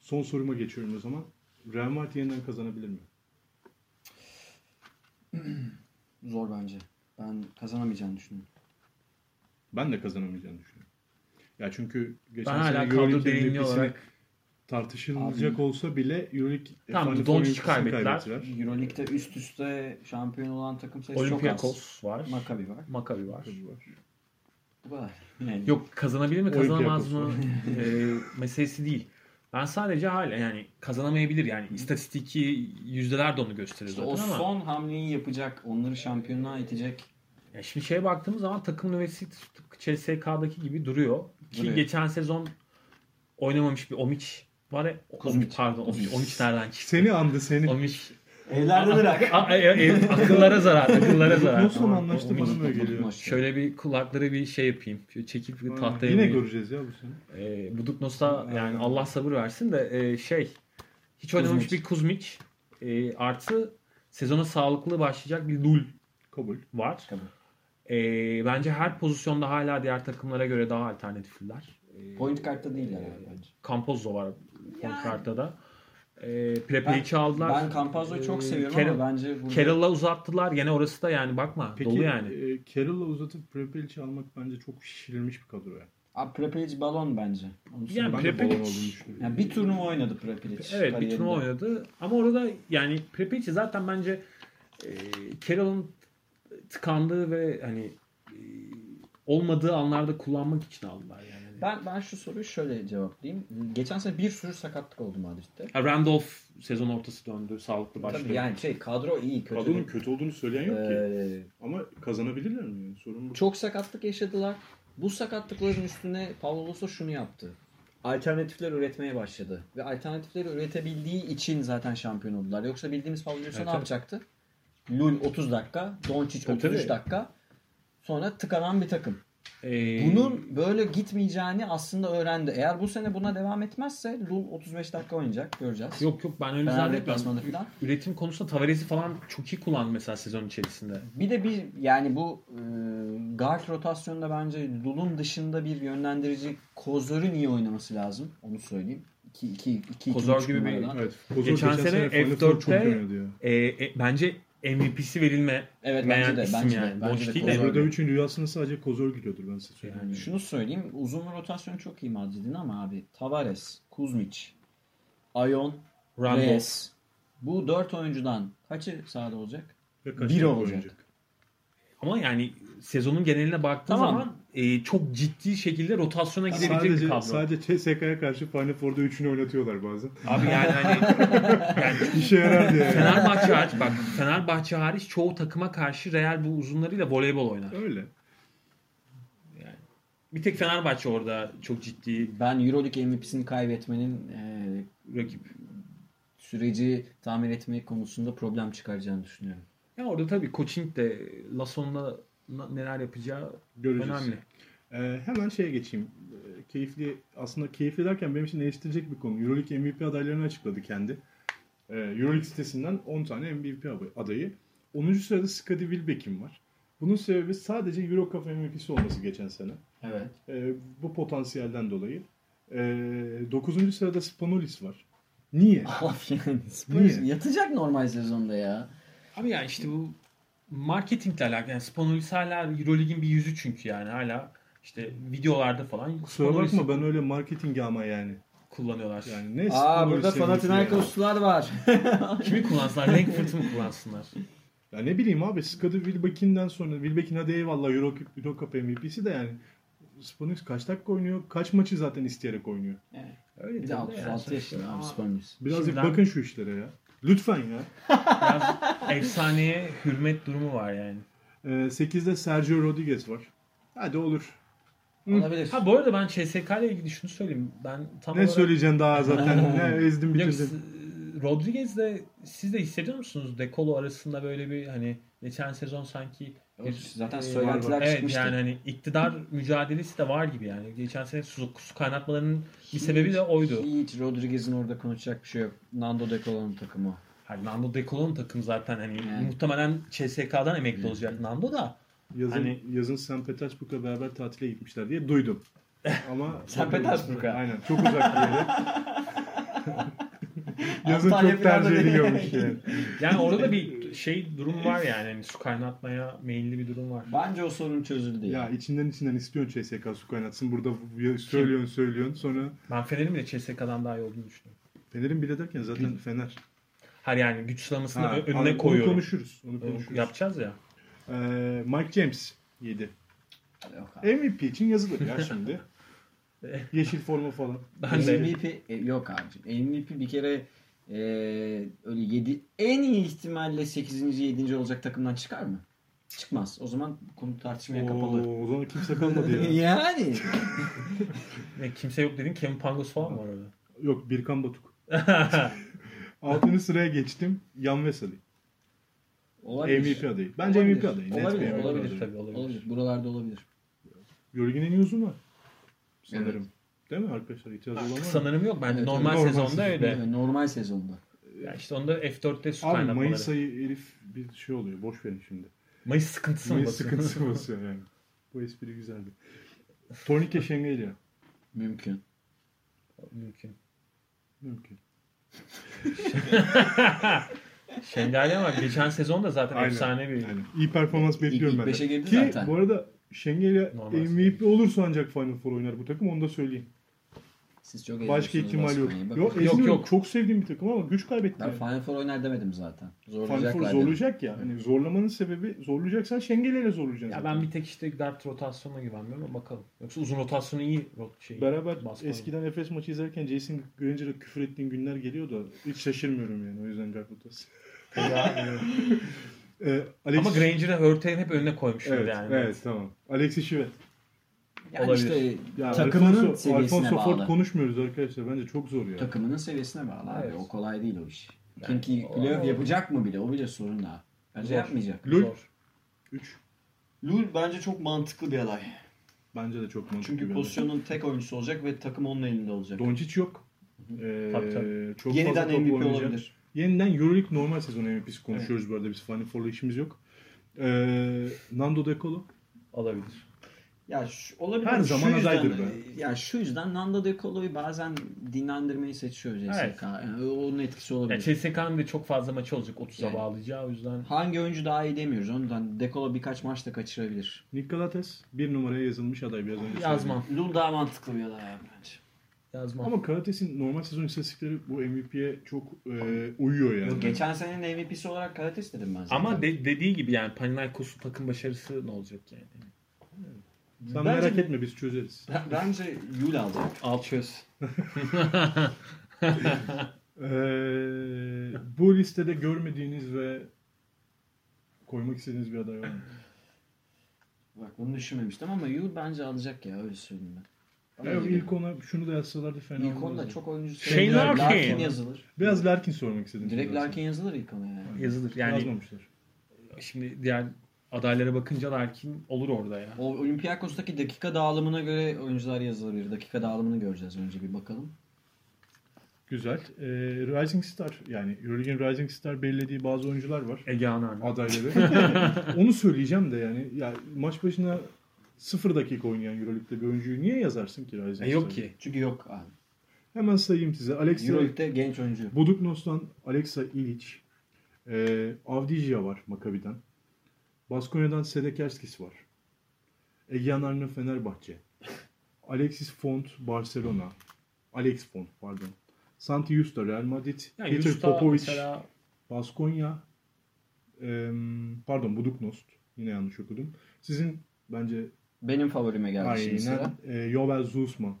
Speaker 3: Son soruma geçiyorum o zaman. Real Madrid yeniden kazanabilir mi?
Speaker 5: Zor bence. Ben kazanamayacağını düşünüyorum.
Speaker 3: Ben de kazanamayacağını düşünüyorum. Ya çünkü
Speaker 4: Ben
Speaker 3: geçen
Speaker 4: hala
Speaker 3: sene
Speaker 4: kadro
Speaker 3: Euroleague'in
Speaker 4: derinliği
Speaker 3: MVP'sini
Speaker 4: olarak
Speaker 3: tartışılacak
Speaker 5: Abi-
Speaker 3: olsa bile Euroleague
Speaker 4: Tamam,
Speaker 3: efendim,
Speaker 4: Doncic'i
Speaker 3: oyuncusunu
Speaker 4: kaybettiler.
Speaker 5: Euroleague'de üst üste şampiyon olan takım sayısı çok az.
Speaker 4: Olympiakos var.
Speaker 5: Maccabi var.
Speaker 4: Maccabi var.
Speaker 3: Tabii var.
Speaker 5: Bu kadar. Yani
Speaker 4: Yok kazanabilir mi
Speaker 3: Olimpiyakos
Speaker 4: kazanamaz
Speaker 3: var.
Speaker 4: mı *laughs* e, meselesi değil. Ben sadece hala yani kazanamayabilir yani istatistiki yüzdeler de onu gösterir
Speaker 5: işte
Speaker 4: zaten
Speaker 5: o
Speaker 4: ama.
Speaker 5: son hamleyi yapacak. Onları şampiyonluğa itecek.
Speaker 4: Ya şimdi şeye baktığımız zaman takım nüvesi tıpkı CSK'daki gibi duruyor. Ki
Speaker 5: Duruyor.
Speaker 4: geçen sezon oynamamış bir Omiç var ya.
Speaker 5: Kuzmiç.
Speaker 4: Omiç, pardon Omiç.
Speaker 5: Kuzmiç.
Speaker 4: Omiç nereden çıktı?
Speaker 3: Seni andı seni.
Speaker 4: Omiç.
Speaker 5: Evlerde *laughs* bırak.
Speaker 4: A- a- e- akıllara zarar. Akıllara zarar.
Speaker 3: Nasıl
Speaker 4: Ama
Speaker 3: anlaştı
Speaker 4: Omiç-
Speaker 3: bana böyle geliyor.
Speaker 4: Şöyle bir kulakları bir şey yapayım. Şöyle çekip bir
Speaker 3: Ha,
Speaker 4: tahtaya
Speaker 3: Yine
Speaker 4: bir-
Speaker 3: göreceğiz ya bu sene.
Speaker 4: E, Buduknos'a yani Allah sabır versin de e, şey hiç
Speaker 5: Kuzmiç.
Speaker 4: oynamamış bir Kuzmiç e, artı sezona sağlıklı başlayacak bir Lul
Speaker 3: Kabul.
Speaker 4: var.
Speaker 5: Tabii.
Speaker 4: E, bence her pozisyonda hala diğer takımlara göre daha alternatifliler. E,
Speaker 5: Point kartta değiller abi bence.
Speaker 4: Campazzo var Ponkarta'da. da. E, Prepeyç'i aldılar.
Speaker 5: Ben Campazzo'yu çok
Speaker 4: E,
Speaker 5: seviyorum
Speaker 4: Carroll-
Speaker 5: ama bence burada...
Speaker 4: Carroll'a uzattılar. Yine orası da yani bakma
Speaker 3: Peki
Speaker 4: dolu yani.
Speaker 3: e, Carroll'la uzatıp Prepelic'i almak bence çok şişirilmiş bir kadro yani.
Speaker 5: Abi Prepelic balon bence. Onu
Speaker 4: Yani
Speaker 5: söyleyeyim.
Speaker 3: Ben de
Speaker 4: Prepelic-
Speaker 3: balon olduğunu düşünüyorum.
Speaker 5: Yani bir turnuva oynadı Prepelic.
Speaker 4: Evet bir turnuva
Speaker 5: kariyerinde.
Speaker 4: oynadı. Ama orada yani Prepeci zaten bence e, Carroll'ın tıkandığı ve hani e, olmadığı anlarda kullanmak için aldılar yani.
Speaker 5: Ben, ben şu soruyu şöyle cevaplayayım. Geçen sene bir sürü sakatlık oldu Madrid'de.
Speaker 4: Ha, Randolph sezon ortası döndü. Sağlıklı başladı.
Speaker 5: Tabii yani şey kadro iyi kötü.
Speaker 3: Kadronun
Speaker 5: değil.
Speaker 3: kötü olduğunu söyleyen yok ki.
Speaker 5: Ee,
Speaker 3: Ama kazanabilirler mi? Yani? Sorun bu.
Speaker 5: çok sakatlık yaşadılar. Bu sakatlıkların üstüne Paulo Sousa şunu yaptı. Alternatifler üretmeye başladı. Ve alternatifleri üretebildiği için zaten şampiyon oldular. Yoksa bildiğimiz Paulo Sousa ne
Speaker 4: Evet, evet.
Speaker 5: yapacaktı? Lul 30 dakika, Doncic
Speaker 4: Tabii,
Speaker 5: 33
Speaker 4: tabii.
Speaker 5: dakika. Sonra tıkanan bir takım.
Speaker 4: Ee,
Speaker 5: Bunun böyle gitmeyeceğini aslında öğrendi. Eğer bu sene buna devam etmezse Lul 35 dakika oynayacak. Göreceğiz.
Speaker 4: Yok yok ben öyle
Speaker 5: Fener
Speaker 4: zannetmiyorum.
Speaker 5: deplasmanı falan.
Speaker 4: Üretim konusunda Tavares'i falan çok iyi kullandı mesela sezon içerisinde.
Speaker 5: Bir de bir yani bu e, guard rotasyonunda bence Lul'un dışında bir yönlendirici Kozor'un iyi oynaması lazım. Onu söyleyeyim. 2 2 2
Speaker 4: Kozor gibi bir-
Speaker 5: evet.
Speaker 3: Evet. Kozor
Speaker 4: Geçen sene
Speaker 3: Final
Speaker 4: F4'te
Speaker 3: Four'da çok iyi oynadı ya.
Speaker 4: Ee, e, bence MVP'si verilme
Speaker 5: Evet,
Speaker 4: meğer
Speaker 5: bence de,
Speaker 4: isim
Speaker 5: bence de,
Speaker 4: yani.
Speaker 5: bence
Speaker 4: Boş
Speaker 5: de
Speaker 4: değil
Speaker 5: Kozor.
Speaker 4: de.
Speaker 3: Obradoviç'in rüyasını sadece Kozor gidiyordur ben size söyleyeyim.
Speaker 5: Yani şunu söyleyeyim. Uzun rotasyon çok iyi Madrid'in ama abi Tavares, Kuzmic, Ayon,
Speaker 4: Randolph.
Speaker 5: Reyes. Bu 4 oyuncudan kaçı sahada olacak?
Speaker 3: Ve kaç
Speaker 5: Bir
Speaker 3: tane
Speaker 5: olacak.
Speaker 3: oynayacak?
Speaker 4: Ama yani sezonun geneline baktığın
Speaker 5: Tamam.
Speaker 4: zaman e, çok ciddi şekilde rotasyona gidebilecek bir kadro.
Speaker 3: Sadece, sadece CSK'ya karşı Final Four'da üçünü oynatıyorlar bazen. *laughs*
Speaker 4: Abi yani hani yani
Speaker 3: İşe yarar diye. yani.
Speaker 4: Fenerbahçe hariç bak Fenerbahçe hariç çoğu takıma karşı Real bu uzunlarıyla voleybol oynar.
Speaker 3: Öyle.
Speaker 4: Bir tek Fenerbahçe orada çok ciddi
Speaker 5: Ben EuroLeague MVP'sini kaybetmenin e,
Speaker 4: rakip.
Speaker 5: süreci tamir etme konusunda problem çıkaracağını düşünüyorum.
Speaker 4: Ya orada tabii coaching de Lason'la na- neler yapacağı
Speaker 3: Göreceğiz.
Speaker 4: önemli.
Speaker 3: Ee, hemen şeye geçeyim. Ee, keyifli, aslında keyifli derken benim için eleştirecek bir konu. Euroleague MVP adaylarını açıkladı kendi. Ee, Euroleague sitesinden 10 tane MVP aday- adayı. 10. sırada Skadi Wilbekin var. Bunun sebebi sadece Eurocup MVP'si olması geçen sene.
Speaker 5: Evet.
Speaker 3: Ee, bu potansiyelden dolayı. Ee, 9. sırada Spanulis var. Niye?
Speaker 5: Abi yani Spurs
Speaker 3: Niye?
Speaker 5: yatacak normal sezonda ya.
Speaker 4: Abi yani işte bu marketingle alakalı. Yani Spanulis hala Eurolig'in bir yüzü çünkü yani hala işte videolarda falan
Speaker 3: Kusura
Speaker 4: Spanulis'i
Speaker 3: bakma ben öyle marketing ama yani.
Speaker 4: kullanıyorlar.
Speaker 3: Yani ne
Speaker 5: Aa burada
Speaker 3: Spanulis MVP yani?
Speaker 5: Panathinaikoslular var.
Speaker 4: *laughs* Kimi kullansınlar? Langford'u mu kullansınlar?
Speaker 3: Ya ne bileyim abi Skadi Wilbekin'den sonra Wilbekin hadi eyvallah Euro, Euro Cup MVP'si de yani Spanulis kaç dakika oynuyor? Kaç maçı zaten isteyerek oynuyor?
Speaker 5: Evet.
Speaker 4: Öyle
Speaker 5: Bir
Speaker 4: değil
Speaker 5: de
Speaker 4: mi?
Speaker 5: 66
Speaker 4: Yani
Speaker 5: yaşında
Speaker 4: ama
Speaker 5: abi Spurs.
Speaker 3: Birazcık
Speaker 4: Şimdiden-
Speaker 3: bakın şu işlere ya. Lütfen ya.
Speaker 4: biraz efsaneye hürmet durumu var yani.
Speaker 3: Ee, 8'de Sergio Rodriguez var. Hadi olur.
Speaker 5: Olabilir.
Speaker 4: Ha bu arada ben CSK ile ilgili şunu söyleyeyim. Ben tam
Speaker 3: Ne
Speaker 4: olarak...
Speaker 3: söyleyeceksin daha zaten? ne ezdim
Speaker 4: Yok,
Speaker 3: bitirdin.
Speaker 4: s- Rodriguez'le siz de hissediyor musunuz? Dekolo arasında böyle bir hani geçen sezon sanki
Speaker 5: Yok, zaten
Speaker 4: e,
Speaker 5: söylentiler
Speaker 4: var var. evet,
Speaker 5: çıkmıştı.
Speaker 4: yani hani iktidar mücadelesi de var gibi yani. Geçen sene su, su kaynatmalarının bir sebebi de oydu.
Speaker 5: Hiç Rodriguez'in orada konuşacak bir şey yok. Nando De Colo'nun takımı.
Speaker 4: Hani Nando Dekolo'nun takım zaten hani
Speaker 5: Yani.
Speaker 4: muhtemelen CSK'dan emekli olacak Nando da.
Speaker 3: Yazın,
Speaker 4: Hani-
Speaker 3: yazın St. Petersburg'a beraber tatile gitmişler diye duydum.
Speaker 4: *laughs*
Speaker 3: Ama
Speaker 5: St. Petersburg'a.
Speaker 3: Aynen. Çok uzak bir
Speaker 4: *laughs*
Speaker 3: yere. yazın
Speaker 5: Antalya
Speaker 3: çok
Speaker 5: falan da
Speaker 3: tercih
Speaker 5: değil.
Speaker 3: ediliyormuş yani.
Speaker 4: Yani orada da bir şey durum var yani. Hani su kaynatmaya meyilli bir durum var.
Speaker 5: Bence o sorun çözüldü ya.
Speaker 3: Ya içinden içinden istiyorsun CSK su kaynatsın. Burada v- söylüyorsun söylüyorsun. Sonra
Speaker 4: Ben Fener'in bile CSK'dan daha iyi olduğunu düşünüyorum.
Speaker 3: Fener'in bile derken zaten Fener.
Speaker 4: Her yani güç sıramasını
Speaker 3: Ha,
Speaker 4: ö- önüne
Speaker 3: onu-
Speaker 4: koyuyorum.
Speaker 3: Onu konuşuruz. Onu
Speaker 4: Onu
Speaker 3: konuşuruz.
Speaker 4: Yapacağız ya.
Speaker 3: Ee, Mike James 7.
Speaker 5: Yok abi.
Speaker 3: MVP için yazılır ya
Speaker 4: *laughs*
Speaker 3: şimdi. Yeşil forma falan.
Speaker 4: Ben de
Speaker 5: MVP e, yok abi. MVP bir kere e, öyle 7 en iyi ihtimalle 8. 7. olacak takımdan çıkar mı? Çıkmaz. O zaman konu tartışmaya kapalı.
Speaker 3: Oo, o zaman kimse
Speaker 4: *laughs*
Speaker 3: kalmadı ya.
Speaker 5: yani.
Speaker 4: E, kimse yok dedin. Kevin Pangos falan mı var orada?
Speaker 3: Yok Birkan
Speaker 5: *laughs*
Speaker 3: Batuk. Altıncı sıraya geçtim. Yan Vesely.
Speaker 5: Olabilir.
Speaker 3: MVP adayı. Bence
Speaker 5: Olabilir.
Speaker 3: MVP adayı. Net bir
Speaker 5: Olabilir,
Speaker 3: MVP adayı.
Speaker 5: olabilir.
Speaker 4: tabii olabilir.
Speaker 5: Olabilir. Buralarda olabilir.
Speaker 3: Jorgen en iyi uzun var. Sanırım. Değil mi arkadaşlar? İtiraz olan var mı?
Speaker 4: Sanırım yok. Bence
Speaker 5: Evet,
Speaker 4: normal,
Speaker 3: normal
Speaker 4: sezonda
Speaker 3: sezon.
Speaker 4: öyle.
Speaker 5: Evet, Normal sezonda.
Speaker 4: Ya işte onda F4'te su
Speaker 3: Abi
Speaker 4: kaynatmaları.
Speaker 3: Mayıs
Speaker 4: Mayıs,
Speaker 3: ayı herif bir şey oluyor. Boş verin
Speaker 5: *laughs*
Speaker 3: şimdi.
Speaker 4: sıkıntısı mı
Speaker 3: Mayıs
Speaker 4: basıyor?
Speaker 3: sıkıntısı basıyor yani. Bu espri güzeldi. Tornike Şengelya.
Speaker 5: Mümkün.
Speaker 4: *laughs* Mümkün.
Speaker 3: Mümkün.
Speaker 4: Şengale ama geçen sezon da zaten efsane bir.
Speaker 3: Aynen. İyi performans bekliyorum
Speaker 5: ilk
Speaker 3: ben de.
Speaker 5: beşe girdi
Speaker 3: Ki
Speaker 5: zaten.
Speaker 3: bu arada Şengelya
Speaker 4: Normal
Speaker 3: MVP olursa ancak Final Four oynar bu takım onu da söyleyeyim.
Speaker 5: Siz çok
Speaker 3: Başka
Speaker 5: eziyorsunuz
Speaker 3: ihtimal yok.
Speaker 5: Baskonya'yı. Bakın.
Speaker 3: Yok,
Speaker 4: Yok,
Speaker 3: yok
Speaker 4: yok.
Speaker 3: yok. Çok sevdiğim bir takım ama güç kaybetti.
Speaker 5: Ben Final Four oynar demedim zaten.
Speaker 3: Final Four
Speaker 5: Zorlayacaklar. dedim.
Speaker 3: zorlayacak ya. Hani zorlamanın sebebi zorlayacaksan Şengeli'yle zorlayacaksın.
Speaker 4: Ya
Speaker 3: zaten.
Speaker 4: ben bir tek işte guard rotasyonuna güvenmiyorum ama bakalım. Yoksa uzun rotasyonu iyi rot şey.
Speaker 3: Beraber
Speaker 4: Baskonya.
Speaker 3: eskiden Efes maçı izlerken Jason Granger'a küfür ettiğin günler geliyor da hiç şaşırmıyorum yani o yüzden Jack Lucas.
Speaker 4: *laughs* Ya,
Speaker 3: *laughs* Ee, Alex...
Speaker 4: ama Granger'ı Hurtay'ın hep önüne koymuşlar
Speaker 3: evet,
Speaker 4: yani.
Speaker 3: evet tamam. Alexi Şivet.
Speaker 5: Yani
Speaker 4: Olabilir.
Speaker 5: işte
Speaker 3: Ya
Speaker 5: takımının
Speaker 3: Alfonso-
Speaker 5: seviyesine
Speaker 3: Alfonso
Speaker 5: bağlı.
Speaker 3: Ford konuşmuyoruz arkadaşlar. Bence çok zor ya.
Speaker 5: Takımının seviyesine bağlı abi.
Speaker 4: Evet.
Speaker 5: O kolay değil o iş.
Speaker 4: Yani
Speaker 5: Kim ki
Speaker 4: o-
Speaker 5: playoff yapacak mı bile? O bile sorun daha. Bence
Speaker 4: Zor.
Speaker 5: Şey yapmayacak.
Speaker 3: Lul.
Speaker 4: Zor.
Speaker 3: 3.
Speaker 6: Lul bence çok mantıklı bir aday.
Speaker 3: Bence de çok mantıklı.
Speaker 6: Çünkü
Speaker 3: bir
Speaker 6: pozisyonun tek oyuncusu olacak ve takım onun elinde olacak.
Speaker 3: adam. Doncic yok. Ee,
Speaker 4: Tabii,
Speaker 3: Çok
Speaker 6: Yeniden
Speaker 3: fazla top
Speaker 6: MVP
Speaker 3: oynayacak.
Speaker 6: olabilir.
Speaker 3: Yeniden Euroleague normal sezon MVP'si konuşuyoruz bu arada. Biz Final Four'la işimiz yok. Ee, Nando De Colo.
Speaker 4: Olabilir.
Speaker 6: Ya şu- olabilir.
Speaker 3: Her
Speaker 6: Şu
Speaker 3: zaman
Speaker 6: yüzden-
Speaker 3: adaydır be.
Speaker 5: Ya şu yüzden Nando De Colo'yu bazen dinlendirmeyi seçiyor CSK.
Speaker 4: Evet.
Speaker 5: Yani onun etkisi olabilir.
Speaker 4: Ya CSK'nın da çok fazla maçı olacak 30'a
Speaker 5: Yani.
Speaker 4: bağlayacağı o yüzden.
Speaker 5: Hangi oyuncu daha iyi demiyoruz. Ondan De Colo birkaç maç da kaçırabilir.
Speaker 3: Nikolates bir numaraya yazılmış aday biraz önce. söyledim.
Speaker 4: Yazmam.
Speaker 6: Lul daha mantıklı bir aday abi bence.
Speaker 4: Yazmam.
Speaker 3: Ama Karates'in normal sezon istatistikleri bu MVP'ye çok e, uyuyor yani.
Speaker 5: Yok, geçen senenin MVP'si olarak Karates dedim ben zaten.
Speaker 4: Ama de- dediği gibi yani Panathinaikos'un takım başarısı ne olacak yani?
Speaker 3: Sen
Speaker 6: Bence-
Speaker 3: merak etme biz çözeriz.
Speaker 6: Ben- Bence Lul alacak.
Speaker 4: Al çöz.
Speaker 3: Ee, bu listede görmediğiniz ve koymak istediğiniz bir aday var mı?
Speaker 5: Bak bunu düşünmemiştim ama Yul bence alacak ya öyle söyleyeyim ben.
Speaker 3: Ya yok, ilk ona şunu da yazsalardı fena
Speaker 5: İlk
Speaker 3: olmazdı.
Speaker 5: onda çok oyuncu
Speaker 4: Shane
Speaker 5: sevmiyorum.
Speaker 4: Larkin.
Speaker 5: yazılır.
Speaker 3: Biraz Larkin sormak istedim.
Speaker 5: Direkt
Speaker 3: size aslında.
Speaker 5: Larkin yazılır ilk ona yani.
Speaker 4: Yazılır. Yani
Speaker 3: Yazmamışlar.
Speaker 4: şimdi diğer adaylara bakınca Larkin olur orada ya.
Speaker 5: O Olympiakos'taki dakika dağılımına göre oyuncular yazılabilir. Dakika dağılımını göreceğiz önce bir bakalım.
Speaker 3: Güzel. Ee, Rising Star yani Euroleague'in Rising Star belirlediği bazı oyuncular var.
Speaker 4: Ege Anar. *laughs*
Speaker 3: adayları. Onu söyleyeceğim de yani ya maç başına 0 dakika oynayan Euroleague'de bir oyuncuyu niye yazarsın ki Rising
Speaker 4: E, yok
Speaker 3: Star'ı?
Speaker 4: ki.
Speaker 5: Çünkü yok abi.
Speaker 3: Hemen sayayım size. Alex
Speaker 5: Euroleague'de genç oyuncu.
Speaker 3: Buduknos'tan Alexa Ilic, e, Avdija var Makabi'den. Baskonya'dan Sedekerskis var. Egean Arna Fenerbahçe. Alexis Font Barcelona. Alex Font pardon. Santi Justa Real Madrid.
Speaker 4: Yani
Speaker 3: Peter
Speaker 4: Justa
Speaker 3: Popovic
Speaker 4: mesela
Speaker 3: Baskonya. e, pardon Buduknost. Yine yanlış okudum. Sizin bence
Speaker 5: Benim favorime geldi şimdi sıra.
Speaker 3: aynen e, Jovel Zuzma.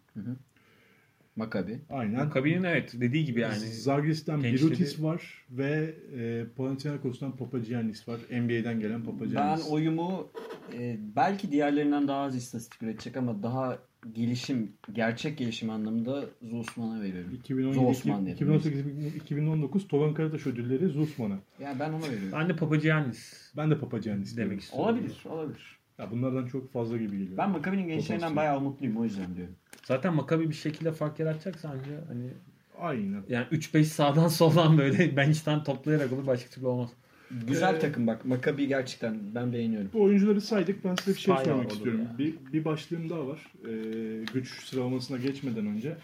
Speaker 5: Makabi.
Speaker 3: Aynen.
Speaker 4: Kabi'nin evet dediği gibi yani.
Speaker 3: Zagris'ten
Speaker 4: gençleri-
Speaker 3: Birutis var ve e, Panathinaikos'tan Papagiannis var. NBA'den gelen
Speaker 5: Ben
Speaker 3: Papagiannis.
Speaker 5: oyumu e, belki diğerlerinden daha az istatistik üretecek ama daha gelişim, gerçek gelişim anlamında Zosman'a veriyorum.
Speaker 3: 2017,
Speaker 5: Zosman dedim.
Speaker 3: 2018, 2019 Tovan Karataş ödülleri Zusman'a.
Speaker 5: Yani ben ona veriyorum.
Speaker 4: Ben de Papagiannis
Speaker 3: Ben de Papagiannis
Speaker 4: demek
Speaker 3: demek.
Speaker 4: istiyorum.
Speaker 5: Olabilir, olabilir.
Speaker 3: Ya bunlardan çok fazla gibi geliyor.
Speaker 5: Ben Makabi'nin gençlerinden
Speaker 3: Potansiyel.
Speaker 5: bayağı umutluyum o yüzden diyorum.
Speaker 4: Zaten Makabi bir şekilde fark yaratacaksa anca hani
Speaker 3: Aynen.
Speaker 4: yani 3-5 sağdan *laughs* soldan böyle bench'ten toplayarak olur başka türlü olmaz.
Speaker 3: Ee,
Speaker 5: Güzel takım bak. Makabi gerçekten ben beğeniyorum.
Speaker 3: Bu oyuncuları saydık. Ben size bir şey
Speaker 4: Bayağı
Speaker 3: sormak
Speaker 4: olur
Speaker 3: istiyorum.
Speaker 4: ya.
Speaker 3: Bir, bir başlığım daha var. Ee, güç sıralamasına geçmeden önce.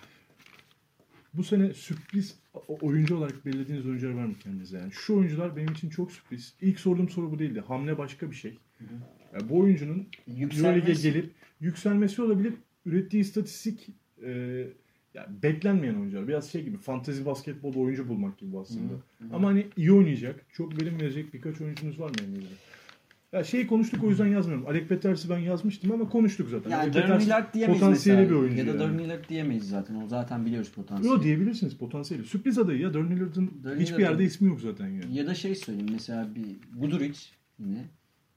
Speaker 3: Bu sene sürpriz o- oyuncu olarak belirlediğiniz oyuncular var mı kendinize? Yani şu oyuncular benim için çok sürpriz. İlk sorduğum soru bu değildi. Hamle başka bir şey. Yani bu oyuncunun Euroleague'e
Speaker 5: Yükselmesi.
Speaker 3: gelip yükselmesi olabilir. Ürettiği istatistik e, yani beklenmeyen oyuncular. Biraz şey gibi fantezi basketbol oyuncu bulmak gibi aslında. Ama hani iyi oynayacak, çok verim verecek birkaç oyuncunuz var mı elinizde? Ya şeyi konuştuk o yüzden yazmıyorum. Alec Peters'i ben yazmıştım ama konuştuk zaten.
Speaker 5: Yani
Speaker 3: Alec
Speaker 5: Darren
Speaker 3: Peters
Speaker 5: Millard diyemeyiz
Speaker 3: potansiyeli
Speaker 5: mesela.
Speaker 3: bir oyuncu
Speaker 5: ya da
Speaker 3: yani.
Speaker 5: Darren Millard diyemeyiz zaten. O zaten biliyoruz potansiyeli.
Speaker 3: Yo diyebilirsiniz potansiyeli. Sürpriz adayı ya. Darren Millard'ın
Speaker 5: Darren
Speaker 3: hiçbir
Speaker 5: Millard'ın-
Speaker 3: yerde ismi yok zaten yani.
Speaker 5: Ya da şey söyleyeyim mesela bir Guduric yine.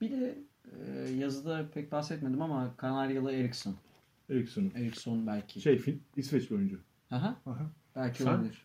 Speaker 5: Bir de e, yazıda pek bahsetmedim ama Kanaryalı Eriksson.
Speaker 3: Eriksson'un.
Speaker 5: Eriksson belki.
Speaker 3: Şey Fin- İsveçli oyuncu.
Speaker 5: Aha,
Speaker 3: Aha.
Speaker 5: belki
Speaker 4: Sen?
Speaker 5: olabilir.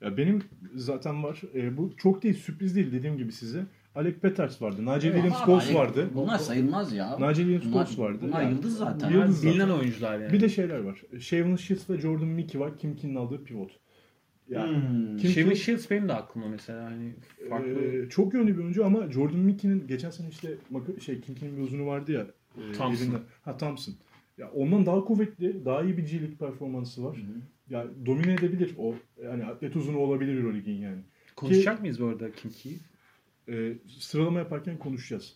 Speaker 3: Ya benim zaten var. E, bu çok değil sürpriz değil dediğim gibi size. Alec Peters vardı. Naci Williams Goss
Speaker 5: Ama
Speaker 3: vardı.
Speaker 5: Bunlar sayılmaz ya.
Speaker 3: Naci Williams
Speaker 5: Bunlar-
Speaker 3: Goss vardı.
Speaker 5: Bunlar
Speaker 3: Yani
Speaker 5: yıldız zaten.
Speaker 3: Yıldız
Speaker 4: Yıldız
Speaker 3: zaten.
Speaker 4: bilinen oyuncular yani.
Speaker 3: Bir de şeyler var. Shaven Shields ve Jordan Mickey var. Kim Kim'in aldığı pivot.
Speaker 5: Hmm,
Speaker 3: Yani Kim
Speaker 4: Shaven
Speaker 3: Kim-
Speaker 4: Shields benim de aklımda mesela hani farklı.
Speaker 3: Ee, çok yönlü bir oyuncu ama Jordan Mickey'nin geçen sene işte Maka- şey Kinkin'in bir uzunu vardı ya. e,
Speaker 4: Thompson.
Speaker 3: elinde. Ha Thompson. Ya ondan daha kuvvetli, daha iyi bir G League performansı var. Ya domine edebilir o. Yani atlet uzunu olabilir Euroleague'in yani. E,
Speaker 4: Konuşacak mıyız bu arada Kimki'yi?
Speaker 5: *laughs*
Speaker 3: Ee, sıralama yaparken konuşacağız.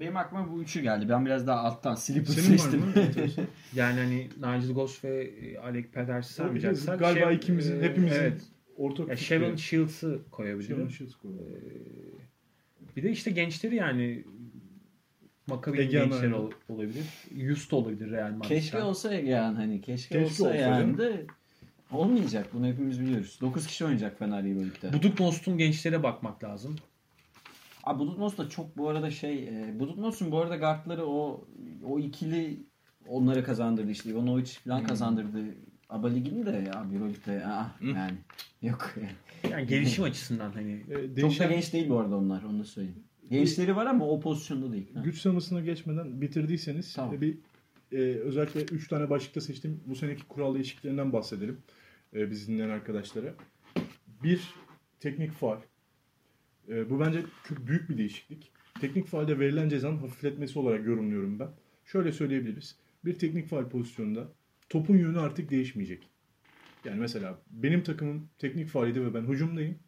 Speaker 5: Benim aklıma bu üçü geldi. Ben biraz daha alttan slipper
Speaker 3: Senin var
Speaker 5: seçtim.
Speaker 3: mı? Enteresan.
Speaker 4: Yani hani Nigel Goss ve e, Alec Pedersen'i
Speaker 3: Tabii Şey- ki.
Speaker 4: sarmayacaksak.
Speaker 3: Galiba
Speaker 4: Shev-
Speaker 3: ikimizin,
Speaker 4: e,
Speaker 3: hepimizin
Speaker 4: Evet.
Speaker 3: ortak
Speaker 4: Ya
Speaker 3: fikri.
Speaker 4: Sheldon Shields'ı koyabilirim.
Speaker 3: Sheldon Shields koyalım.
Speaker 4: Bir de işte gençleri yani Maccabi'nin
Speaker 3: Ege
Speaker 4: gençleri
Speaker 3: Anadolu.
Speaker 4: ol- olabilir. Yust olabilir Real Madrid'den.
Speaker 5: keşke olsa yani hani keşke,
Speaker 3: Keşke
Speaker 5: olsa,
Speaker 3: olsa
Speaker 5: yani
Speaker 3: canım.
Speaker 5: de olmayacak. Bunu hepimiz biliyoruz. 9 kişi oynayacak Fener Euroleague'de.
Speaker 4: Buduk Nost'un gençlere bakmak lazım.
Speaker 5: Abi Budutnos da çok bu arada şey e, Budutnos'un bu arada guardları o o ikili onları kazandırdı işte. Ivanovic falan
Speaker 3: Hmm.
Speaker 5: kazandırdı. Aba Ligi'ni de ya Euroleague'de ah,
Speaker 3: Hmm.
Speaker 5: yani yok. *laughs*
Speaker 4: Yani gelişim açısından hani
Speaker 3: Ee,
Speaker 5: çok da
Speaker 3: değişen
Speaker 5: genç değil bu arada onlar onu da söyleyeyim. Gençleri var ama o pozisyonda değil. Ha.
Speaker 3: güç sınavısına geçmeden bitirdiyseniz
Speaker 5: Tamam.
Speaker 3: e, bir e, özellikle 3 tane başlıkta seçtiğim bu seneki kural değişikliklerinden bahsedelim. E, biz dinleyen arkadaşlara. Bir, teknik faal. E, bu bence kü- büyük bir değişiklik. Teknik faalde verilen cezanın hafifletmesi olarak yorumluyorum ben. Şöyle söyleyebiliriz. Bir teknik faal pozisyonunda topun yönü artık değişmeyecek. Yani mesela benim takımım teknik faaliydi ve ben hücumdayım.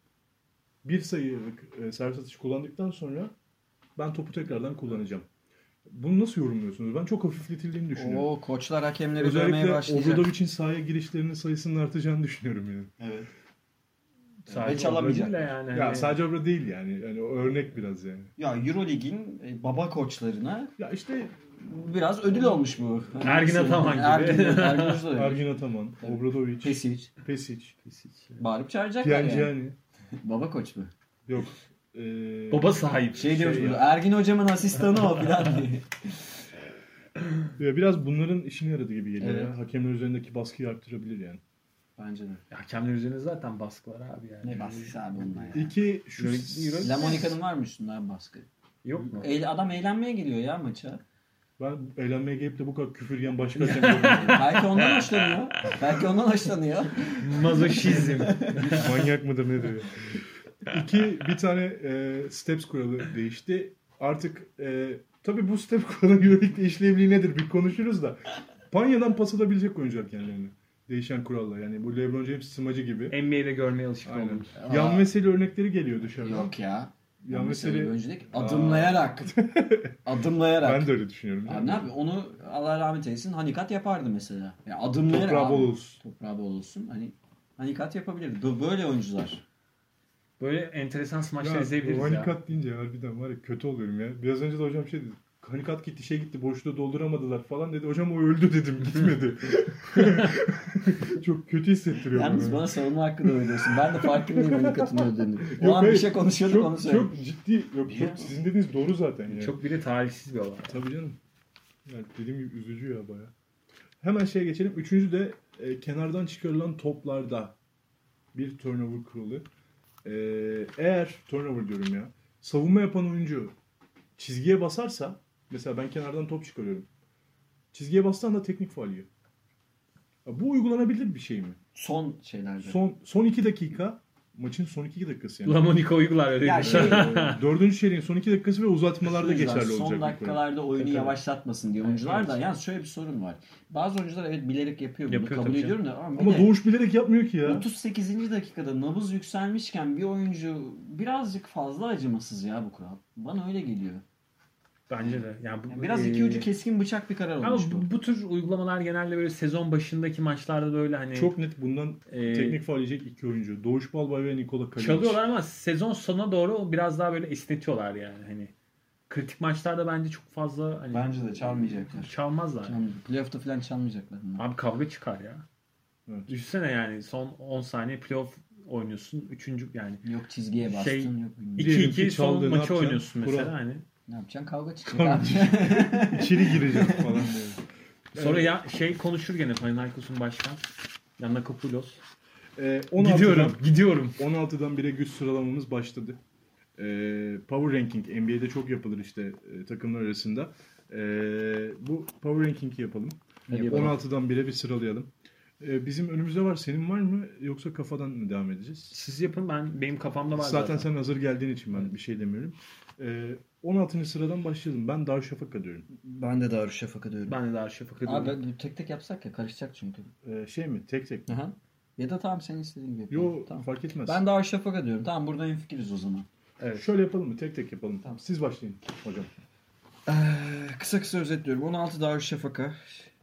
Speaker 3: Bir sayılık e, servis atışı kullandıktan sonra ben topu tekrardan kullanacağım. Bunu nasıl yorumluyorsunuz? Ben çok hafifletildiğini düşünüyorum.
Speaker 5: O koçlar hakemleri dövmeye
Speaker 3: Özellikle
Speaker 5: başlayacak.
Speaker 3: Obradovic'in sahaya girişlerinin sayısının artacağını düşünüyorum yani.
Speaker 6: Evet.
Speaker 4: sadece
Speaker 6: çalamayacak.
Speaker 4: olabilir de Yani,
Speaker 3: Ya
Speaker 4: Hani-
Speaker 3: sadece Obra değil yani. Yani o örnek biraz yani.
Speaker 6: Ya Eurolig'in e, baba koçlarına
Speaker 3: Ya işte
Speaker 5: Biraz ödül olmuş bu.
Speaker 4: Ergin Ataman gibi.
Speaker 5: Ergin, *laughs* Ergin Uç da öyle.
Speaker 3: Ergin Ataman, Obradovic,
Speaker 5: Pesic.
Speaker 3: Pesic,
Speaker 5: Bağırıp çağıracaklar yani.
Speaker 3: Pianciani.
Speaker 5: Baba koç mu?
Speaker 3: Yok. Ee,
Speaker 4: Baba sahip.
Speaker 5: Şey diyoruz
Speaker 3: Şey
Speaker 5: burada,
Speaker 3: ya.
Speaker 5: Ergin hocamın asistanı o filan diye.
Speaker 3: ya Ee, biraz bunların işine yaradı gibi geliyor.
Speaker 5: Evet.
Speaker 3: ya. Hakemler üzerindeki baskıyı arttırabilir yani.
Speaker 5: *laughs* Bence de.
Speaker 4: Hakemler üzerine zaten baskı var abi yani.
Speaker 5: Ne baskısı abi bunlar ya.
Speaker 3: İki şu
Speaker 4: Euroleague-
Speaker 5: La Monica'nın var mı üstünde abi baskı?
Speaker 4: Yok mu?
Speaker 5: Eğl- adam eğlenmeye geliyor ya maça.
Speaker 3: ben eğlenmeye gelip de bu kadar küfür yiyen başka hakem görmedim.
Speaker 5: *laughs* Belki ondan hoşlanıyor. Belki ondan hoşlanıyor. *laughs*
Speaker 4: Mazoşizm.
Speaker 3: Manyak mıdır nedir? ya? İki bir tane e, steps kuralı değişti. Artık e, tabii bu step kuralı Euroleague'de işlevliği nedir bir konuşuruz da. Panya'dan pas atabilecek oyuncular kendilerini. Değişen kuralla yani bu LeBron James smacı gibi.
Speaker 4: NBA'de görmeye alışık
Speaker 3: Aynen.
Speaker 4: olmuş.
Speaker 3: Yan
Speaker 5: Aa.
Speaker 3: Veseli örnekleri geliyor dışarıdan.
Speaker 5: Yok ya.
Speaker 3: Yan
Speaker 5: Mesela
Speaker 3: Veseli
Speaker 5: önceki *laughs* adımlayarak. adımlayarak.
Speaker 3: ben de öyle düşünüyorum.
Speaker 5: Abi ne yapayım? Onu Allah rahmet eylesin hanikat yapardı mesela. Ya adımlayarak.
Speaker 3: Toprağı
Speaker 5: abi.
Speaker 3: bol olsun.
Speaker 5: Toprağı bol olsun. Hani hanikat yapabilirdi. Bu- Böyle oyuncular.
Speaker 4: Böyle enteresan smaçlar
Speaker 3: Ya,
Speaker 4: izleyebiliriz ya.
Speaker 3: Vanikat deyince harbiden var ya kötü oluyorum ya. Biraz önce de hocam şey dedi. Hanikat gitti şey gitti boşluğu dolduramadılar falan dedi. Hocam o öldü
Speaker 4: *laughs*
Speaker 3: dedim gitmedi. *laughs* Çok kötü hissettiriyor
Speaker 5: Yalnız
Speaker 3: bana.
Speaker 5: bana savunma hakkını ödüyorsun. Ben de farkındayım hanikatın ödediğini. O
Speaker 3: Yok,
Speaker 5: an bir
Speaker 3: hayır.
Speaker 5: şey konuşuyorduk onu
Speaker 3: Çok,
Speaker 5: söyledim.
Speaker 3: çok ciddi. Yok, çok, sizin dediğiniz doğru zaten ya.
Speaker 4: Çok bir de talihsiz bir olay.
Speaker 3: Tabii canım. Yani dediğim gibi üzücü ya baya. Hemen şeye geçelim. Üçüncü de e, kenardan çıkarılan toplarda bir turnover kuralı. E, eğer turnover diyorum ya savunma yapan oyuncu çizgiye basarsa mesela ben kenardan top çıkarıyorum. Çizgiye bastan da teknik faul yiyor. Ya Bu uygulanabilir bir şey mi?
Speaker 5: Son şeylerde.
Speaker 3: Son son iki dakika maçın son iki dakikası yani. E,
Speaker 4: La Monica uygular öyle
Speaker 5: Ya
Speaker 4: bir
Speaker 5: şey,
Speaker 4: şey.
Speaker 3: Dördüncü çeyreğin son iki dakikası ve uzatmalarda
Speaker 5: Şunu diyorlar,
Speaker 3: geçerli olacak. bir
Speaker 5: Son
Speaker 3: kural.
Speaker 5: dakikalarda oyunu
Speaker 3: Evet, evet.
Speaker 5: yavaşlatmasın diye oyuncular da.
Speaker 4: Evet.
Speaker 5: Yalnız şöyle bir sorun var. Bazı oyuncular evet bilerek yapıyor bunu.
Speaker 4: Yapıyor
Speaker 5: kabul
Speaker 4: tabii
Speaker 5: ediyorum da. Ama, bir
Speaker 3: Ama
Speaker 5: de
Speaker 3: doğuş bilerek yapmıyor ki ya.
Speaker 5: 38. dakikada nabız yükselmişken bir oyuncu birazcık fazla acımasız ya bu kural. Bana öyle geliyor.
Speaker 4: *laughs* Bence de. Yani bu,
Speaker 5: Yani biraz
Speaker 4: e,
Speaker 5: iki ucu keskin bıçak bir karar
Speaker 4: Ama
Speaker 5: olmuş bu.
Speaker 4: bu, bu tür uygulamalar genelde böyle sezon başındaki maçlarda böyle hani
Speaker 3: Çok net bundan
Speaker 4: e,
Speaker 3: teknik faal yiyecek iki oyuncu. Doğuş Balbay ve Nikola Kalinic.
Speaker 4: çalıyorlar ama sezon sonuna doğru biraz daha böyle esnetiyorlar yani hani. Kritik maçlarda bence çok fazla hani
Speaker 6: bence de çalmayacaklar.
Speaker 4: çalmazlar.
Speaker 5: Yani playoff'ta falan çalmayacaklar. bunu.
Speaker 4: Abi kavga çıkar ya.
Speaker 3: Evet.
Speaker 4: Düşünsene yani son 10 saniye playoff oynuyorsun. Üçüncü yani
Speaker 5: Yok çizgiye bastın.
Speaker 4: Şey-
Speaker 5: yok bilmem ne.
Speaker 3: Diyelim ki
Speaker 4: 2-2 son
Speaker 3: çaldı, ne
Speaker 4: maçı
Speaker 3: yapacaksın?
Speaker 4: oynuyorsun mesela
Speaker 3: Kural.
Speaker 4: hani.
Speaker 5: Ne yapacaksın? Kavga çıkacak.
Speaker 3: Kavga
Speaker 5: abi.
Speaker 3: İçeri girecek falan
Speaker 4: *laughs*
Speaker 3: diye.
Speaker 4: Sonra ya şey konuşur gene Panathinaikos'un başkan. Yanına Kapoulos.
Speaker 3: Ee, 16'dan,
Speaker 4: Gidiyorum, gidiyorum.
Speaker 3: 16'dan 1'e güç sıralamamız başladı. Ee, power Ranking NBA'de çok yapılır işte e, takımlar arasında. Ee, bu Power Ranking'i yapalım.
Speaker 5: Hadi yapalım.
Speaker 3: 16'dan 1'e bir sıralayalım. Ee, bizim önümüzde var. Senin var mı? Yoksa kafadan mı devam edeceğiz?
Speaker 4: Siz yapın ben benim kafamda var
Speaker 3: Zaten
Speaker 4: zaten.
Speaker 3: sen hazır geldiğin için ben bir şey demiyorum. Ee, 16. sıradan başlayalım. Ben Darüşşafaka diyorum.
Speaker 5: ben de Darüşşafaka diyorum.
Speaker 4: Ben de Darüşşafaka
Speaker 5: Abi
Speaker 4: diyorum.
Speaker 5: ben- tek tek yapsak ya karışacak çünkü.
Speaker 3: Ee, şey mi? Tek tek mi?
Speaker 5: Aha. Ya da tamam senin istediğin gibi. yapalım.
Speaker 3: Yo
Speaker 5: Tamam.
Speaker 3: fark etmez.
Speaker 5: Ben Darüşşafaka diyorum. Tamam burada en fikiriz o zaman.
Speaker 3: Şöyle yapalım mı? Tek tek yapalım.
Speaker 5: Tamam.
Speaker 3: Siz başlayın hocam.
Speaker 5: Ee, kısa kısa özetliyorum. 16 Darüşşafaka.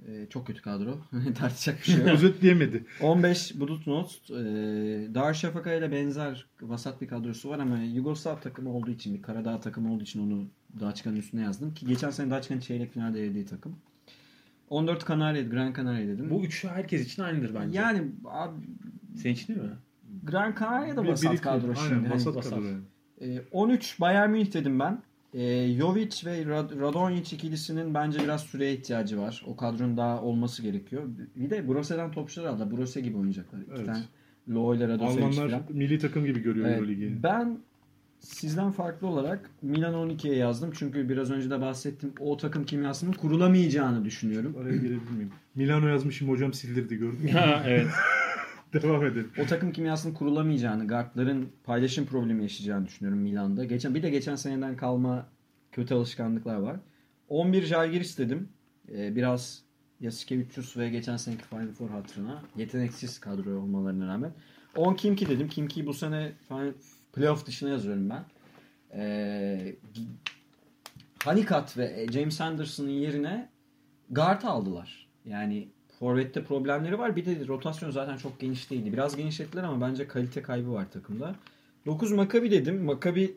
Speaker 5: Ee, çok kötü kadro. *laughs* Tartışacak bir şey yok.
Speaker 3: Özetleyemedi.
Speaker 5: 15 Budućnost. Ee, Darüşşafaka ile benzer vasat bir kadrosu var ama Yugoslav takımı olduğu için bir Karadağ takımı olduğu için onu Daçka'nın üstüne yazdım. Ki geçen sene Daçka'nın çeyrek finalde elediği takım. 14 Kanarya, Gran Canaria dedim.
Speaker 4: Bu üçü herkes için aynıdır bence.
Speaker 5: yani abi,
Speaker 4: Senin için değil mi?
Speaker 5: Gran Canaria da
Speaker 3: Bir-
Speaker 5: vasat
Speaker 3: biri-
Speaker 5: kadro şimdi.
Speaker 3: Aynen
Speaker 5: Hani-
Speaker 3: vasat
Speaker 4: vasat.
Speaker 3: kadro. yani.
Speaker 5: e, 13 Bayern Münih dedim ben. E, Jovic ve Rad- Radonjic ikilisinin bence biraz süreye ihtiyacı var. O kadronun daha olması gerekiyor. Bir de Brose'den topçular aldı. Brose gibi oynayacaklar. İki
Speaker 3: Evet.
Speaker 5: tane Loh ile Radonjic
Speaker 3: Almanlar
Speaker 5: falan.
Speaker 3: milli takım gibi görüyor
Speaker 5: Evet,
Speaker 3: Euroligi.
Speaker 5: ben sizden farklı olarak Milan 12'ye yazdım. Çünkü biraz önce de bahsettim. O takım kimyasının kurulamayacağını düşünüyorum.
Speaker 3: Araya girebilir miyim? Milano yazmışım hocam sildirdi gördün mü?
Speaker 4: Ha evet.
Speaker 3: *laughs* Devam edelim.
Speaker 5: O takım kimyasının kurulamayacağını, guardların paylaşım problemi yaşayacağını düşünüyorum Milan'da. Geçen bir de geçen seneden kalma kötü alışkanlıklar var. 11 Jalgiris dedim. Ee, biraz Yasuke 300 ve geçen seneki Final Four hatırına yeteneksiz kadro olmalarına rağmen. 10 Kimki dedim. Kimki'yi bu sene final, playoff dışına yazıyorum ben. Ee, Hanikat ve e, James Anderson'ın yerine guard aldılar. Yani Forvet'te problemleri var. Bir de rotasyon zaten çok geniş değildi. Biraz genişlettiler ama bence kalite kaybı var takımda. 9 Makabi dedim. Makabi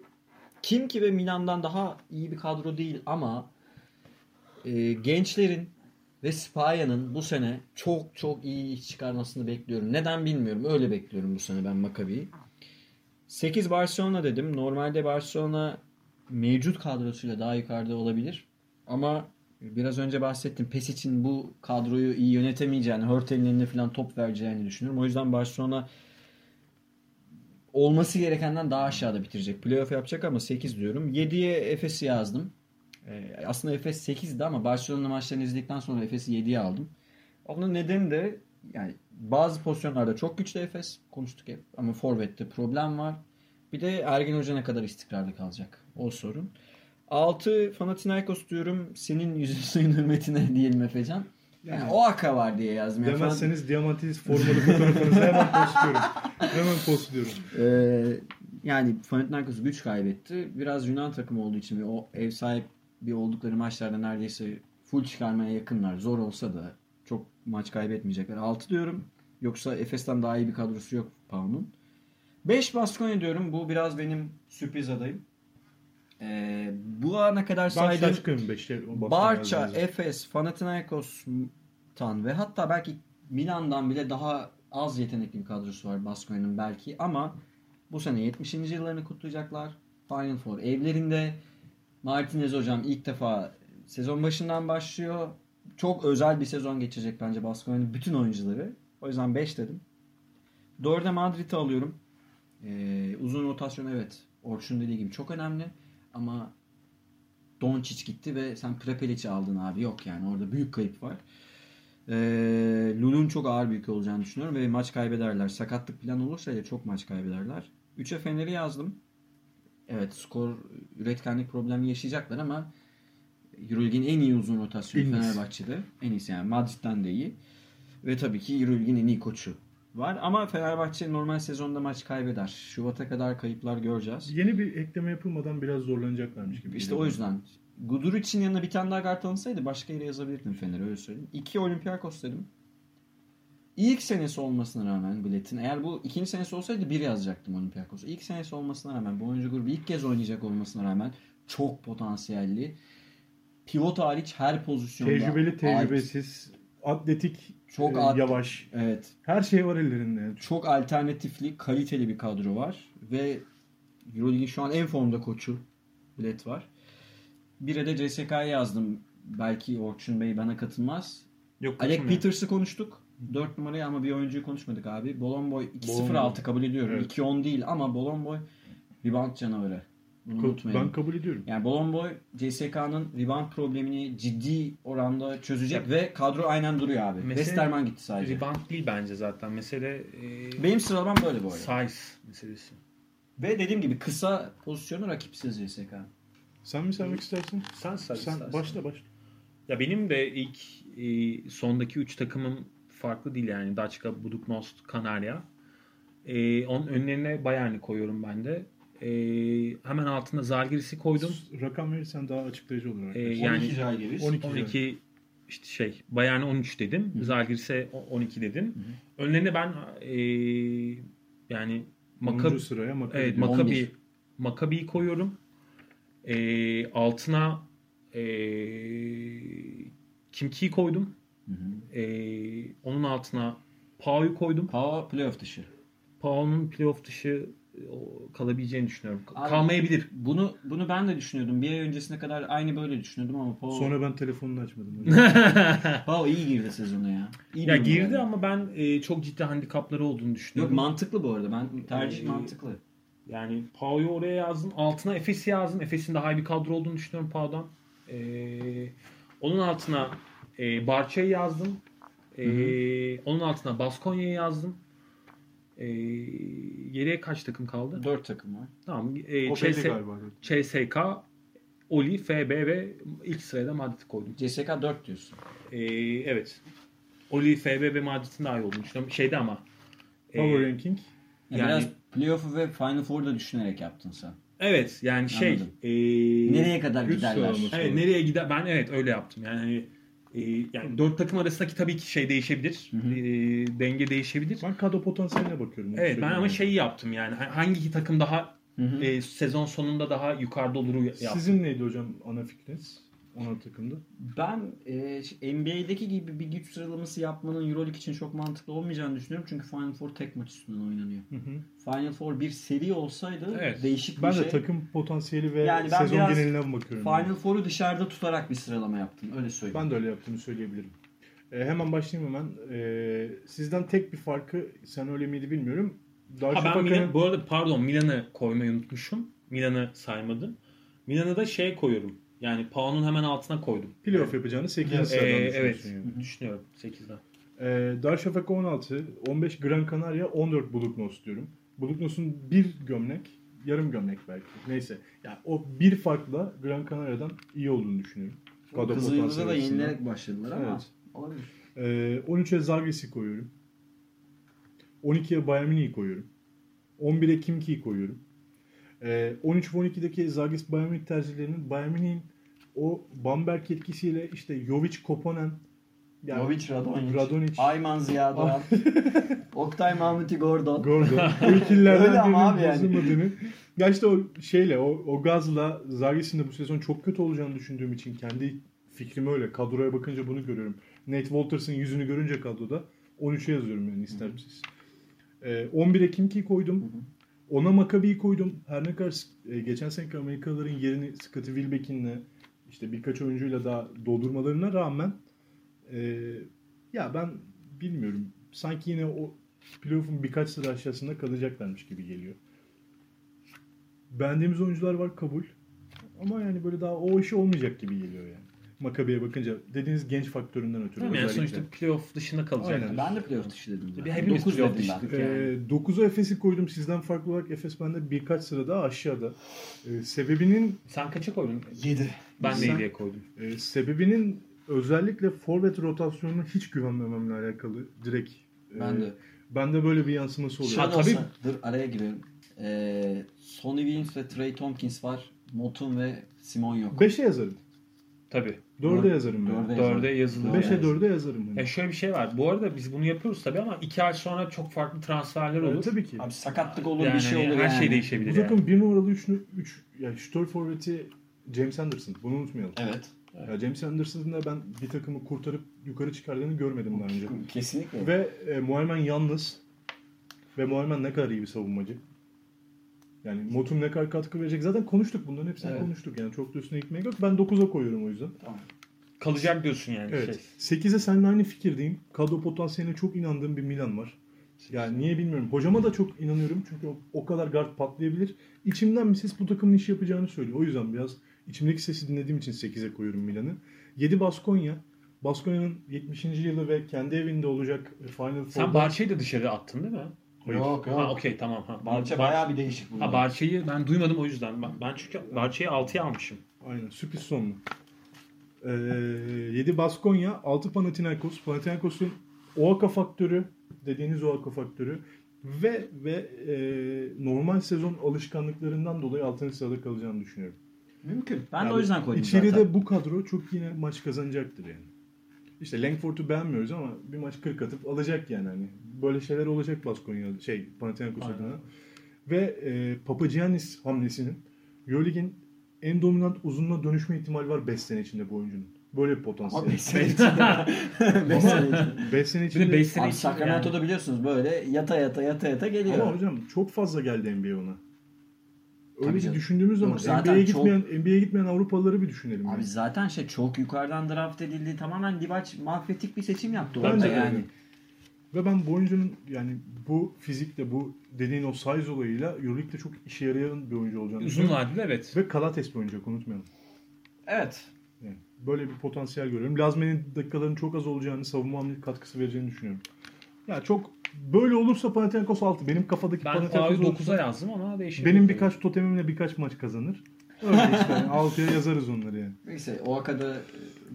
Speaker 5: kim ki ve Milan'dan daha iyi bir kadro değil ama e, gençlerin ve Spaya'nın bu sene çok çok iyi iş çıkarmasını bekliyorum. Neden bilmiyorum. Öyle bekliyorum bu sene ben Makabi'yi. 8 Barcelona dedim. Normalde Barcelona mevcut kadrosuyla daha yukarıda olabilir. Ama biraz önce bahsettim. PES için bu kadroyu iyi yönetemeyeceğini, Hörtel'in eline falan top vereceğini düşünüyorum. O yüzden Barcelona olması gerekenden daha aşağıda bitirecek. Playoff yapacak ama 8 diyorum. 7'ye Efes'i yazdım. Ee, aslında Efes 8'di ama Barcelona maçlarını izledikten sonra Efes'i 7'ye aldım. Onun nedeni de yani bazı pozisyonlarda çok güçlü Efes konuştuk hep ama forvette problem var. Bir de Ergin Hoca ne kadar istikrarlı kalacak o sorun. 6 Panathinaikos diyorum senin yüzün suyun hürmetine *laughs* diyelim Efecan. Yani,
Speaker 3: Yani-
Speaker 5: o aka var diye yazmaya falan.
Speaker 3: Demezseniz Diamantis formalı fotoğrafınızı hemen postluyorum. hemen postluyorum.
Speaker 5: Ee, yani Panathinaikos güç kaybetti. Biraz Yunan takımı olduğu için ve o ev sahip bir oldukları maçlarda neredeyse full çıkarmaya yakınlar. Zor olsa da çok maç kaybetmeyecekler. 6 diyorum. Yoksa Efes'ten daha iyi bir kadrosu yok Pau'nun. 5 Baskonya diyorum. Bu biraz benim sürpriz adayım. Ee, bu ana kadar
Speaker 3: Ben
Speaker 5: saydığım
Speaker 3: şaşkınım 5'te.
Speaker 5: Barça, e- Efes, Panathinaikos'tan ve hatta belki Milan'dan bile daha az yetenekli bir kadrosu var Baskonya'nın belki ama bu sene 70. yıllarını kutlayacaklar. Final Four evlerinde Martinez hocam ilk defa sezon başından başlıyor. Çok özel bir sezon geçirecek bence Baskonya'nın bütün oyuncuları. O yüzden 5 dedim. 4'e Madrid'i alıyorum. Ee, uzun rotasyon evet. Orçun dediği gibi çok önemli. Ama Doncic gitti ve sen Prepelic'i aldın abi. Yok yani orada büyük kayıp var. Ee, Lulun çok ağır bir yük olacağını düşünüyorum ve maç kaybederler. Sakatlık plan olursa ya çok maç kaybederler. 3'e Fener'i yazdım. Evet skor üretkenlik problemi yaşayacaklar ama Euroleague'in en iyi uzun rotasyonu
Speaker 3: En iyisi.
Speaker 5: Fenerbahçe'de. En iyisi yani Madrid'den de iyi. Ve tabii ki Euroleague'in en iyi koçu var. Ama Fenerbahçe normal sezonda maç kaybeder. Şubat'a kadar kayıplar göreceğiz.
Speaker 3: Yeni bir ekleme yapılmadan biraz zorlanacaklarmış gibi.
Speaker 5: İşte o yüzden. Gudur için yanına bir tane daha kart alınsaydı başka yere yazabilirdim Fener'e öyle söyleyeyim. İki Olympiakos dedim. İlk senesi olmasına rağmen biletin. Eğer bu ikinci senesi olsaydı bir yazacaktım Olympiakos'u. İlk senesi olmasına rağmen bu oyuncu grubu ilk kez oynayacak olmasına rağmen çok potansiyelli. Pivot hariç her pozisyonda.
Speaker 3: Tecrübeli,
Speaker 5: alt-
Speaker 3: tecrübesiz, atletik,
Speaker 5: çok
Speaker 3: e,
Speaker 5: alt-
Speaker 3: yavaş.
Speaker 5: Evet.
Speaker 3: Her şey var ellerinde. yani.
Speaker 5: Çok alternatifli, kaliteli bir kadro var. Ve Euroleague'in şu an en formda koçu bilet var. Bire de CSK'ya yazdım. Belki Orçun Bey bana katılmaz.
Speaker 4: Yok
Speaker 5: Alec
Speaker 4: kaçınmıyor.
Speaker 5: Peters'ı konuştuk. 4 numarayı ama bir oyuncuyu konuşmadık abi. Bolomboy 2-0-6
Speaker 3: Bolomboy.
Speaker 5: kabul ediyorum.
Speaker 3: Evet.
Speaker 5: 2-10 değil ama Bolomboy rebound canavarı. Bunu
Speaker 3: Ka-
Speaker 5: unutmayın.
Speaker 3: Ben kabul ediyorum.
Speaker 5: Yani Bolomboy CSK'nın rebound problemini ciddi oranda çözecek ve kadro aynen duruyor abi.
Speaker 4: Mesele-
Speaker 5: Westerman gitti sadece.
Speaker 4: Rebound değil bence zaten. Mesele e,
Speaker 5: Benim sıralamam böyle bu arada.
Speaker 4: size meselesi.
Speaker 5: Ve dediğim gibi kısa pozisyonu rakipsiz CSK.
Speaker 3: Sen mi sermek istersin?
Speaker 4: Sen say
Speaker 3: Sen
Speaker 4: istersen.
Speaker 3: başla başla.
Speaker 4: Ya benim de ilk e, sondaki üç takımım farklı değil yani. Daçka, Buduknost, Kanarya. E, onun önlerine Bayern'i koyuyorum ben de. E, hemen altına Zalgiris'i koydum.
Speaker 3: Rakam verirsen daha açıklayıcı olur
Speaker 4: E,
Speaker 3: arkadaşlar.
Speaker 4: yani
Speaker 6: 12 Zalgiris.
Speaker 3: 12 12.
Speaker 4: 12 işte şey Bayern'e 13 dedim. Zalgiris'e o- 12 dedim. Önlerine ben e, yani Makab
Speaker 3: 10. sıraya Makabi.
Speaker 4: evet,
Speaker 3: diyorum.
Speaker 4: Makabi
Speaker 6: 11.
Speaker 4: Makabi'yi koyuyorum. E, altına e, Kimki'yi koydum. E, onun altına Pau'yu koydum.
Speaker 5: Pau playoff dışı.
Speaker 4: Pau'nun playoff dışı e, o, kalabileceğini düşünüyorum.
Speaker 5: Abi-
Speaker 4: Kalmayabilir.
Speaker 5: Bunu bunu ben de düşünüyordum. Bir ay öncesine kadar aynı böyle düşünüyordum ama Pau,
Speaker 3: Sonra ben telefonunu
Speaker 4: *laughs*
Speaker 3: açmadım. hocam.
Speaker 5: Pau iyi girdi sezona ya. İyi
Speaker 4: Ya
Speaker 5: bir
Speaker 4: girdi
Speaker 5: numara.
Speaker 4: ama ben e, çok ciddi handikapları olduğunu
Speaker 5: Yok
Speaker 4: düşünüyorum.
Speaker 5: mantıklı bu arada. Ben tercih
Speaker 4: Ee,
Speaker 5: mantıklı.
Speaker 4: Yani Pau'yu oraya yazdım. Altına Efes'i yazdım. Efes'in daha iyi bir kadro olduğunu düşünüyorum Pau'dan. Ee, onun altına e, Barça'yı yazdım. Ee, onun altına Baskonya'yı yazdım. Ee, geriye kaç takım kaldı?
Speaker 5: 4 takım var.
Speaker 4: Tamam.
Speaker 3: O
Speaker 4: E,
Speaker 3: belli
Speaker 4: CS,
Speaker 3: galiba.
Speaker 4: CSK, Oli, FB ve ilk sıraya da Madrid'i koydum.
Speaker 5: CSK 4 diyorsun.
Speaker 4: Ee, evet. Oli, FB ve Madrid'in daha iyi olduğunu düşünüyorum. Şeyde ama. e,
Speaker 3: Power Ranking.
Speaker 5: Ya
Speaker 4: Yani-
Speaker 5: Biraz playoff'u ve Final Four'u da düşünerek yaptın sen.
Speaker 4: evet yani şey.
Speaker 5: Anladım.
Speaker 4: e,
Speaker 5: Nereye kadar
Speaker 3: güç
Speaker 5: giderler?
Speaker 3: sıralaması.
Speaker 4: Evet,
Speaker 3: Doğru.
Speaker 4: nereye gider? Ben evet öyle yaptım. Yani hani, e, yani dört takım arasındaki tabii ki şey değişebilir. E, denge değişebilir.
Speaker 3: Ben kadro potansiyeline bakıyorum. onu
Speaker 4: Evet ben ama
Speaker 3: söyleyeyim.
Speaker 4: şeyi yaptım şey yani Ha- hangi iki takım daha
Speaker 5: Ee,
Speaker 4: e, sezon sonunda daha yukarıda olur yaptım.
Speaker 3: Sizin neydi hocam ana fikriniz? Ona takımda.
Speaker 6: Ben
Speaker 5: Ee, şey, NBA'deki gibi bir güç sıralaması yapmanın EuroLeague için çok mantıklı olmayacağını düşünüyorum. Çünkü Final Four tek maç üstünden oynanıyor.
Speaker 3: Hı hı.
Speaker 5: Final Four bir seri olsaydı
Speaker 4: Evet.
Speaker 5: değişik
Speaker 3: Ben
Speaker 5: bir
Speaker 3: de
Speaker 5: şey.
Speaker 3: takım potansiyeli ve
Speaker 5: Yani ben
Speaker 3: sezon
Speaker 5: biraz
Speaker 3: geneline mi bakıyorum.
Speaker 5: Final Four'u dışarıda tutarak bir sıralama yaptım. Öyle söyleyeyim.
Speaker 3: Ben de öyle yaptığımı söyleyebilirim. E, hemen başlayayım hemen. E, sizden tek bir farkı sen öyle miydi bilmiyorum. Daha
Speaker 4: Ha,
Speaker 3: şu
Speaker 4: ben
Speaker 3: bakanın-
Speaker 4: Milan, bu arada pardon Milan'ı koymayı unutmuşum. Milan'ı saymadım. Milan'ı da şey koyuyorum. Yani Pau'nun hemen altına koydum.
Speaker 3: playoff yapacağını 8.
Speaker 4: E,
Speaker 3: sıradan
Speaker 4: evet
Speaker 3: düşünüyorsun yani.
Speaker 4: düşünüyorum 8'den.
Speaker 3: Ee, Darüşşafaka 16, 15 Gran Canaria, 14 Bulutnos diyorum. Bulutnos'un bir gömlek, yarım gömlek belki. Neyse. Yani o bir farkla Gran Canaria'dan iyi olduğunu düşünüyorum. Kadro
Speaker 5: Kızılyıldız'a da
Speaker 3: potansiyeli açısından.
Speaker 5: yenilerek başladılar ama
Speaker 3: Evet.
Speaker 5: olabilir.
Speaker 3: Ee, 13'e Zagris'i koyuyorum. 12'ye Bayern Münih'i koyuyorum. 11'e Kimki'yi koyuyorum. Ee, 13 ve 12'deki Zagris Bayern Münih tercihlerinin Bayern Münih'in o Bamberg etkisiyle işte Jovic, Koponen, yani
Speaker 6: Jovic, Radonjic.
Speaker 3: Radonjic,
Speaker 6: Ayman
Speaker 5: *laughs*
Speaker 6: Ziyadoğan, Oktay Mahmuti Gordon.
Speaker 3: Gordon. Bu ikililerden
Speaker 6: Öyle ama abi
Speaker 3: birinin
Speaker 6: yani.
Speaker 3: bozulmadığını. Ya işte o şeyle, o, o gazla Zagis'in de bu sezon çok kötü olacağını düşündüğüm için kendi fikrim öyle. Kadroya bakınca bunu görüyorum. Nate Walters'ın yüzünü görünce kadroda 13'e yazıyorum yani ister misiniz? Ee, 11'e Kimki'yi koydum. Ona Maccabi'yi koydum. Her ne kadar s- e, geçen seneki Amerikalıların yerini Scottie Wilbeck'inle işte birkaç oyuncuyla daha doldurmalarına rağmen e, ya ben bilmiyorum. Sanki yine o playoff'un birkaç sıra aşağısında kalacaklarmış gibi geliyor. Beğendiğimiz oyuncular var kabul. Ama yani böyle daha o işi olmayacak gibi geliyor yani. Makabi'ye bakınca dediğiniz genç faktöründen ötürü
Speaker 4: Tamam yani
Speaker 3: özellikle.
Speaker 4: sonuçta playoff dışında kalacak.
Speaker 3: Aynen.
Speaker 6: Ben de playoff dışı dedim. zaten.
Speaker 4: Hepimiz
Speaker 6: Dokuz
Speaker 4: playoff
Speaker 6: dedim ben.
Speaker 4: dışıydık.
Speaker 3: Ee, 9'a Efes'i koydum. Sizden farklı olarak Efes bende birkaç sıra daha aşağıda. Ee, sebebinin
Speaker 4: Sen kaça koydun?
Speaker 6: 7.
Speaker 4: Ben de
Speaker 3: Sen-
Speaker 4: 7'ye koydum.
Speaker 3: e, sebebinin özellikle forvet rotasyonuna hiç güvenmememle alakalı direkt. e,
Speaker 5: Ben de.
Speaker 3: Bende böyle bir yansıması oluyor.
Speaker 5: Şey
Speaker 4: tabii-
Speaker 5: olsa- Dur araya girelim. Ee, Sonny Williams ve Trey Tompkins var. Motum ve Simon yok.
Speaker 3: 5'e yazarım.
Speaker 4: Tabii.
Speaker 3: 4'e yazarım. ben.
Speaker 5: Dörde
Speaker 4: Dörde yazılı.
Speaker 5: yazılı. Dörde
Speaker 3: 5'e
Speaker 5: yazarım.
Speaker 3: 4'e yazarım. hani.
Speaker 4: Ya şöyle bir şey var. Bu arada biz bunu yapıyoruz tabii ama iki ay sonra çok farklı transferler
Speaker 3: Ee,
Speaker 4: olur.
Speaker 3: tabii ki.
Speaker 5: Abi sakatlık olur
Speaker 4: Yani
Speaker 5: bir şey olur
Speaker 4: her
Speaker 5: yani.
Speaker 4: şey değişebilir.
Speaker 3: Bu
Speaker 4: Yani.
Speaker 3: takım bir numaralı 3 3 yani şutör forveti James Anderson. Bunu unutmayalım.
Speaker 6: Evet.
Speaker 3: Ya James Anderson'ın da ben bir takımı kurtarıp yukarı çıkardığını görmedim daha önce.
Speaker 6: Kesinlikle.
Speaker 3: Ve e, Muaymen yalnız ve Muaymen ne kadar iyi bir savunmacı. Yani Motum ne kadar katkı verecek. Zaten konuştuk bunların hepsini
Speaker 6: Evet.
Speaker 3: konuştuk. Yani çok da üstüne gitmeye yok. Ben 9'a koyuyorum o yüzden.
Speaker 4: Kalacak diyorsun yani.
Speaker 3: Evet.
Speaker 4: Şey.
Speaker 3: 8'e seninle aynı fikirdeyim. Kadro potansiyeline çok inandığım bir Milan var. Yani niye bilmiyorum. Hocama da çok inanıyorum çünkü o, o kadar guard patlayabilir. İçimden bir ses bu takımın işi yapacağını söylüyor. O yüzden biraz içimdeki sesi dinlediğim için 8'e koyuyorum Milan'ı. 7 Baskonya. Baskonya'nın 70. yılı ve kendi evinde olacak e, Final
Speaker 4: Sen Barça'yı da dışarı attın değil mi?
Speaker 3: Hayır.
Speaker 6: Yok yok.
Speaker 4: Ha okey tamam. Ha.
Speaker 6: Barça
Speaker 4: Bar-
Speaker 6: bayağı bir değişik bunlar.
Speaker 4: Ha Barça'yı ben duymadım o yüzden. Ben, ben çünkü Barça'yı 6'ya almışım.
Speaker 3: Aynen sürpriz sonlu. Ee, 7 Baskonya, 6 Panathinaikos. Panathinaikos'un OAKA faktörü dediğiniz OAKA faktörü ve ve e, normal sezon alışkanlıklarından dolayı 6. sırada kalacağını düşünüyorum.
Speaker 7: Mümkün. Ben de
Speaker 3: Yani
Speaker 7: o yüzden koydum
Speaker 3: İçeride
Speaker 7: zaten.
Speaker 3: bu kadro çok yine maç kazanacaktır yani. İşte Langford'u beğenmiyoruz ama bir maç 40 atıp alacak yani hani. Böyle şeyler olacak Baskonya şey Panathinaikos
Speaker 4: Aynen.
Speaker 3: adına. Ve e, Papagiannis hamlesinin Euroleague'in en dominant uzunluğa dönüşme ihtimali var 5 sene içinde bu oyuncunun. Böyle bir potansiyel.
Speaker 5: Ama
Speaker 3: *laughs*
Speaker 5: 5 sene içinde. 5 sene içinde.
Speaker 3: 5 sene
Speaker 4: Bir de
Speaker 3: içinde
Speaker 4: 5 sene
Speaker 5: Abi
Speaker 4: için yani.
Speaker 5: Sacramento'da biliyorsunuz böyle yata yata yata yata geliyor.
Speaker 3: Ama hocam çok fazla geldi NBA ona. Öyle
Speaker 5: Tabii
Speaker 3: bir
Speaker 5: canım.
Speaker 3: düşündüğümüz zaman
Speaker 5: Yok, zaten
Speaker 3: NBA'ye
Speaker 5: çok-
Speaker 3: gitmeyen NBA'ye gitmeyen Avrupalıları bir düşünelim.
Speaker 5: Abi
Speaker 3: yani.
Speaker 5: zaten şey çok yukarıdan draft edildi. Tamamen Divaç mafetik bir seçim yaptı
Speaker 3: Ben
Speaker 5: orada
Speaker 3: de yani.
Speaker 5: yani.
Speaker 3: Ve ben bu oyuncunun yani bu fizikle bu dediğin o size olayıyla Euroleague'de çok işe yarayan bir oyuncu olacağını
Speaker 4: Uzun
Speaker 3: düşünüyorum.
Speaker 4: vadede evet.
Speaker 3: Ve Kalates bir oyuncak unutmayalım.
Speaker 5: Evet.
Speaker 3: Yani böyle bir potansiyel görüyorum. Lazme'nin dakikalarının çok az olacağını, savunma hamle katkısı vereceğini düşünüyorum. Ya çok böyle olursa Panathinaikos 6. Benim kafadaki
Speaker 4: Ben şey
Speaker 3: Panathinaikos
Speaker 4: A'yı
Speaker 3: 9'a
Speaker 4: 9'a yazdım ama değişik.
Speaker 3: benim birkaç totemimle birkaç maç kazanır. Öyle işte.
Speaker 4: *laughs*
Speaker 3: 6'ya yazarız onları yani.
Speaker 5: Neyse o akada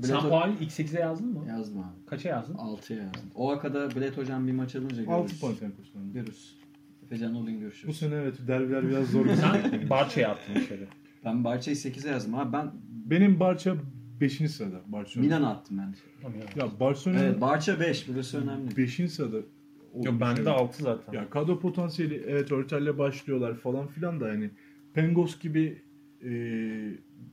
Speaker 4: Sen
Speaker 5: Blato...
Speaker 4: Paul'u X8'e yazdın mı?
Speaker 5: yazdım abi.
Speaker 4: Kaça yazdın?
Speaker 5: 6'ya yazdım. O akada Bilet hocam bir maç alınca görürüz.
Speaker 3: 6 Panathinaikos'tan.
Speaker 5: Görürüz. Efecan Olin görüşürüz.
Speaker 3: Bu sene evet derbiler biraz zor.
Speaker 4: Sen Barça'ya attın içeri.
Speaker 5: Ben Barça'yı 8'e yazdım abi. Ben
Speaker 3: Benim Barça 5. sırada. Barcelona.
Speaker 5: Milan'a attım ben.
Speaker 4: Tamam ya.
Speaker 3: Ya Barcelona
Speaker 5: Evet Barça 5 burası önemli.
Speaker 3: 5. sırada
Speaker 4: Yok
Speaker 3: olmuş
Speaker 4: bende de
Speaker 3: yani.
Speaker 4: 6 zaten.
Speaker 3: Ya kadro potansiyeli evet Örtel'le başlıyorlar falan filan da yani Pengos gibi e,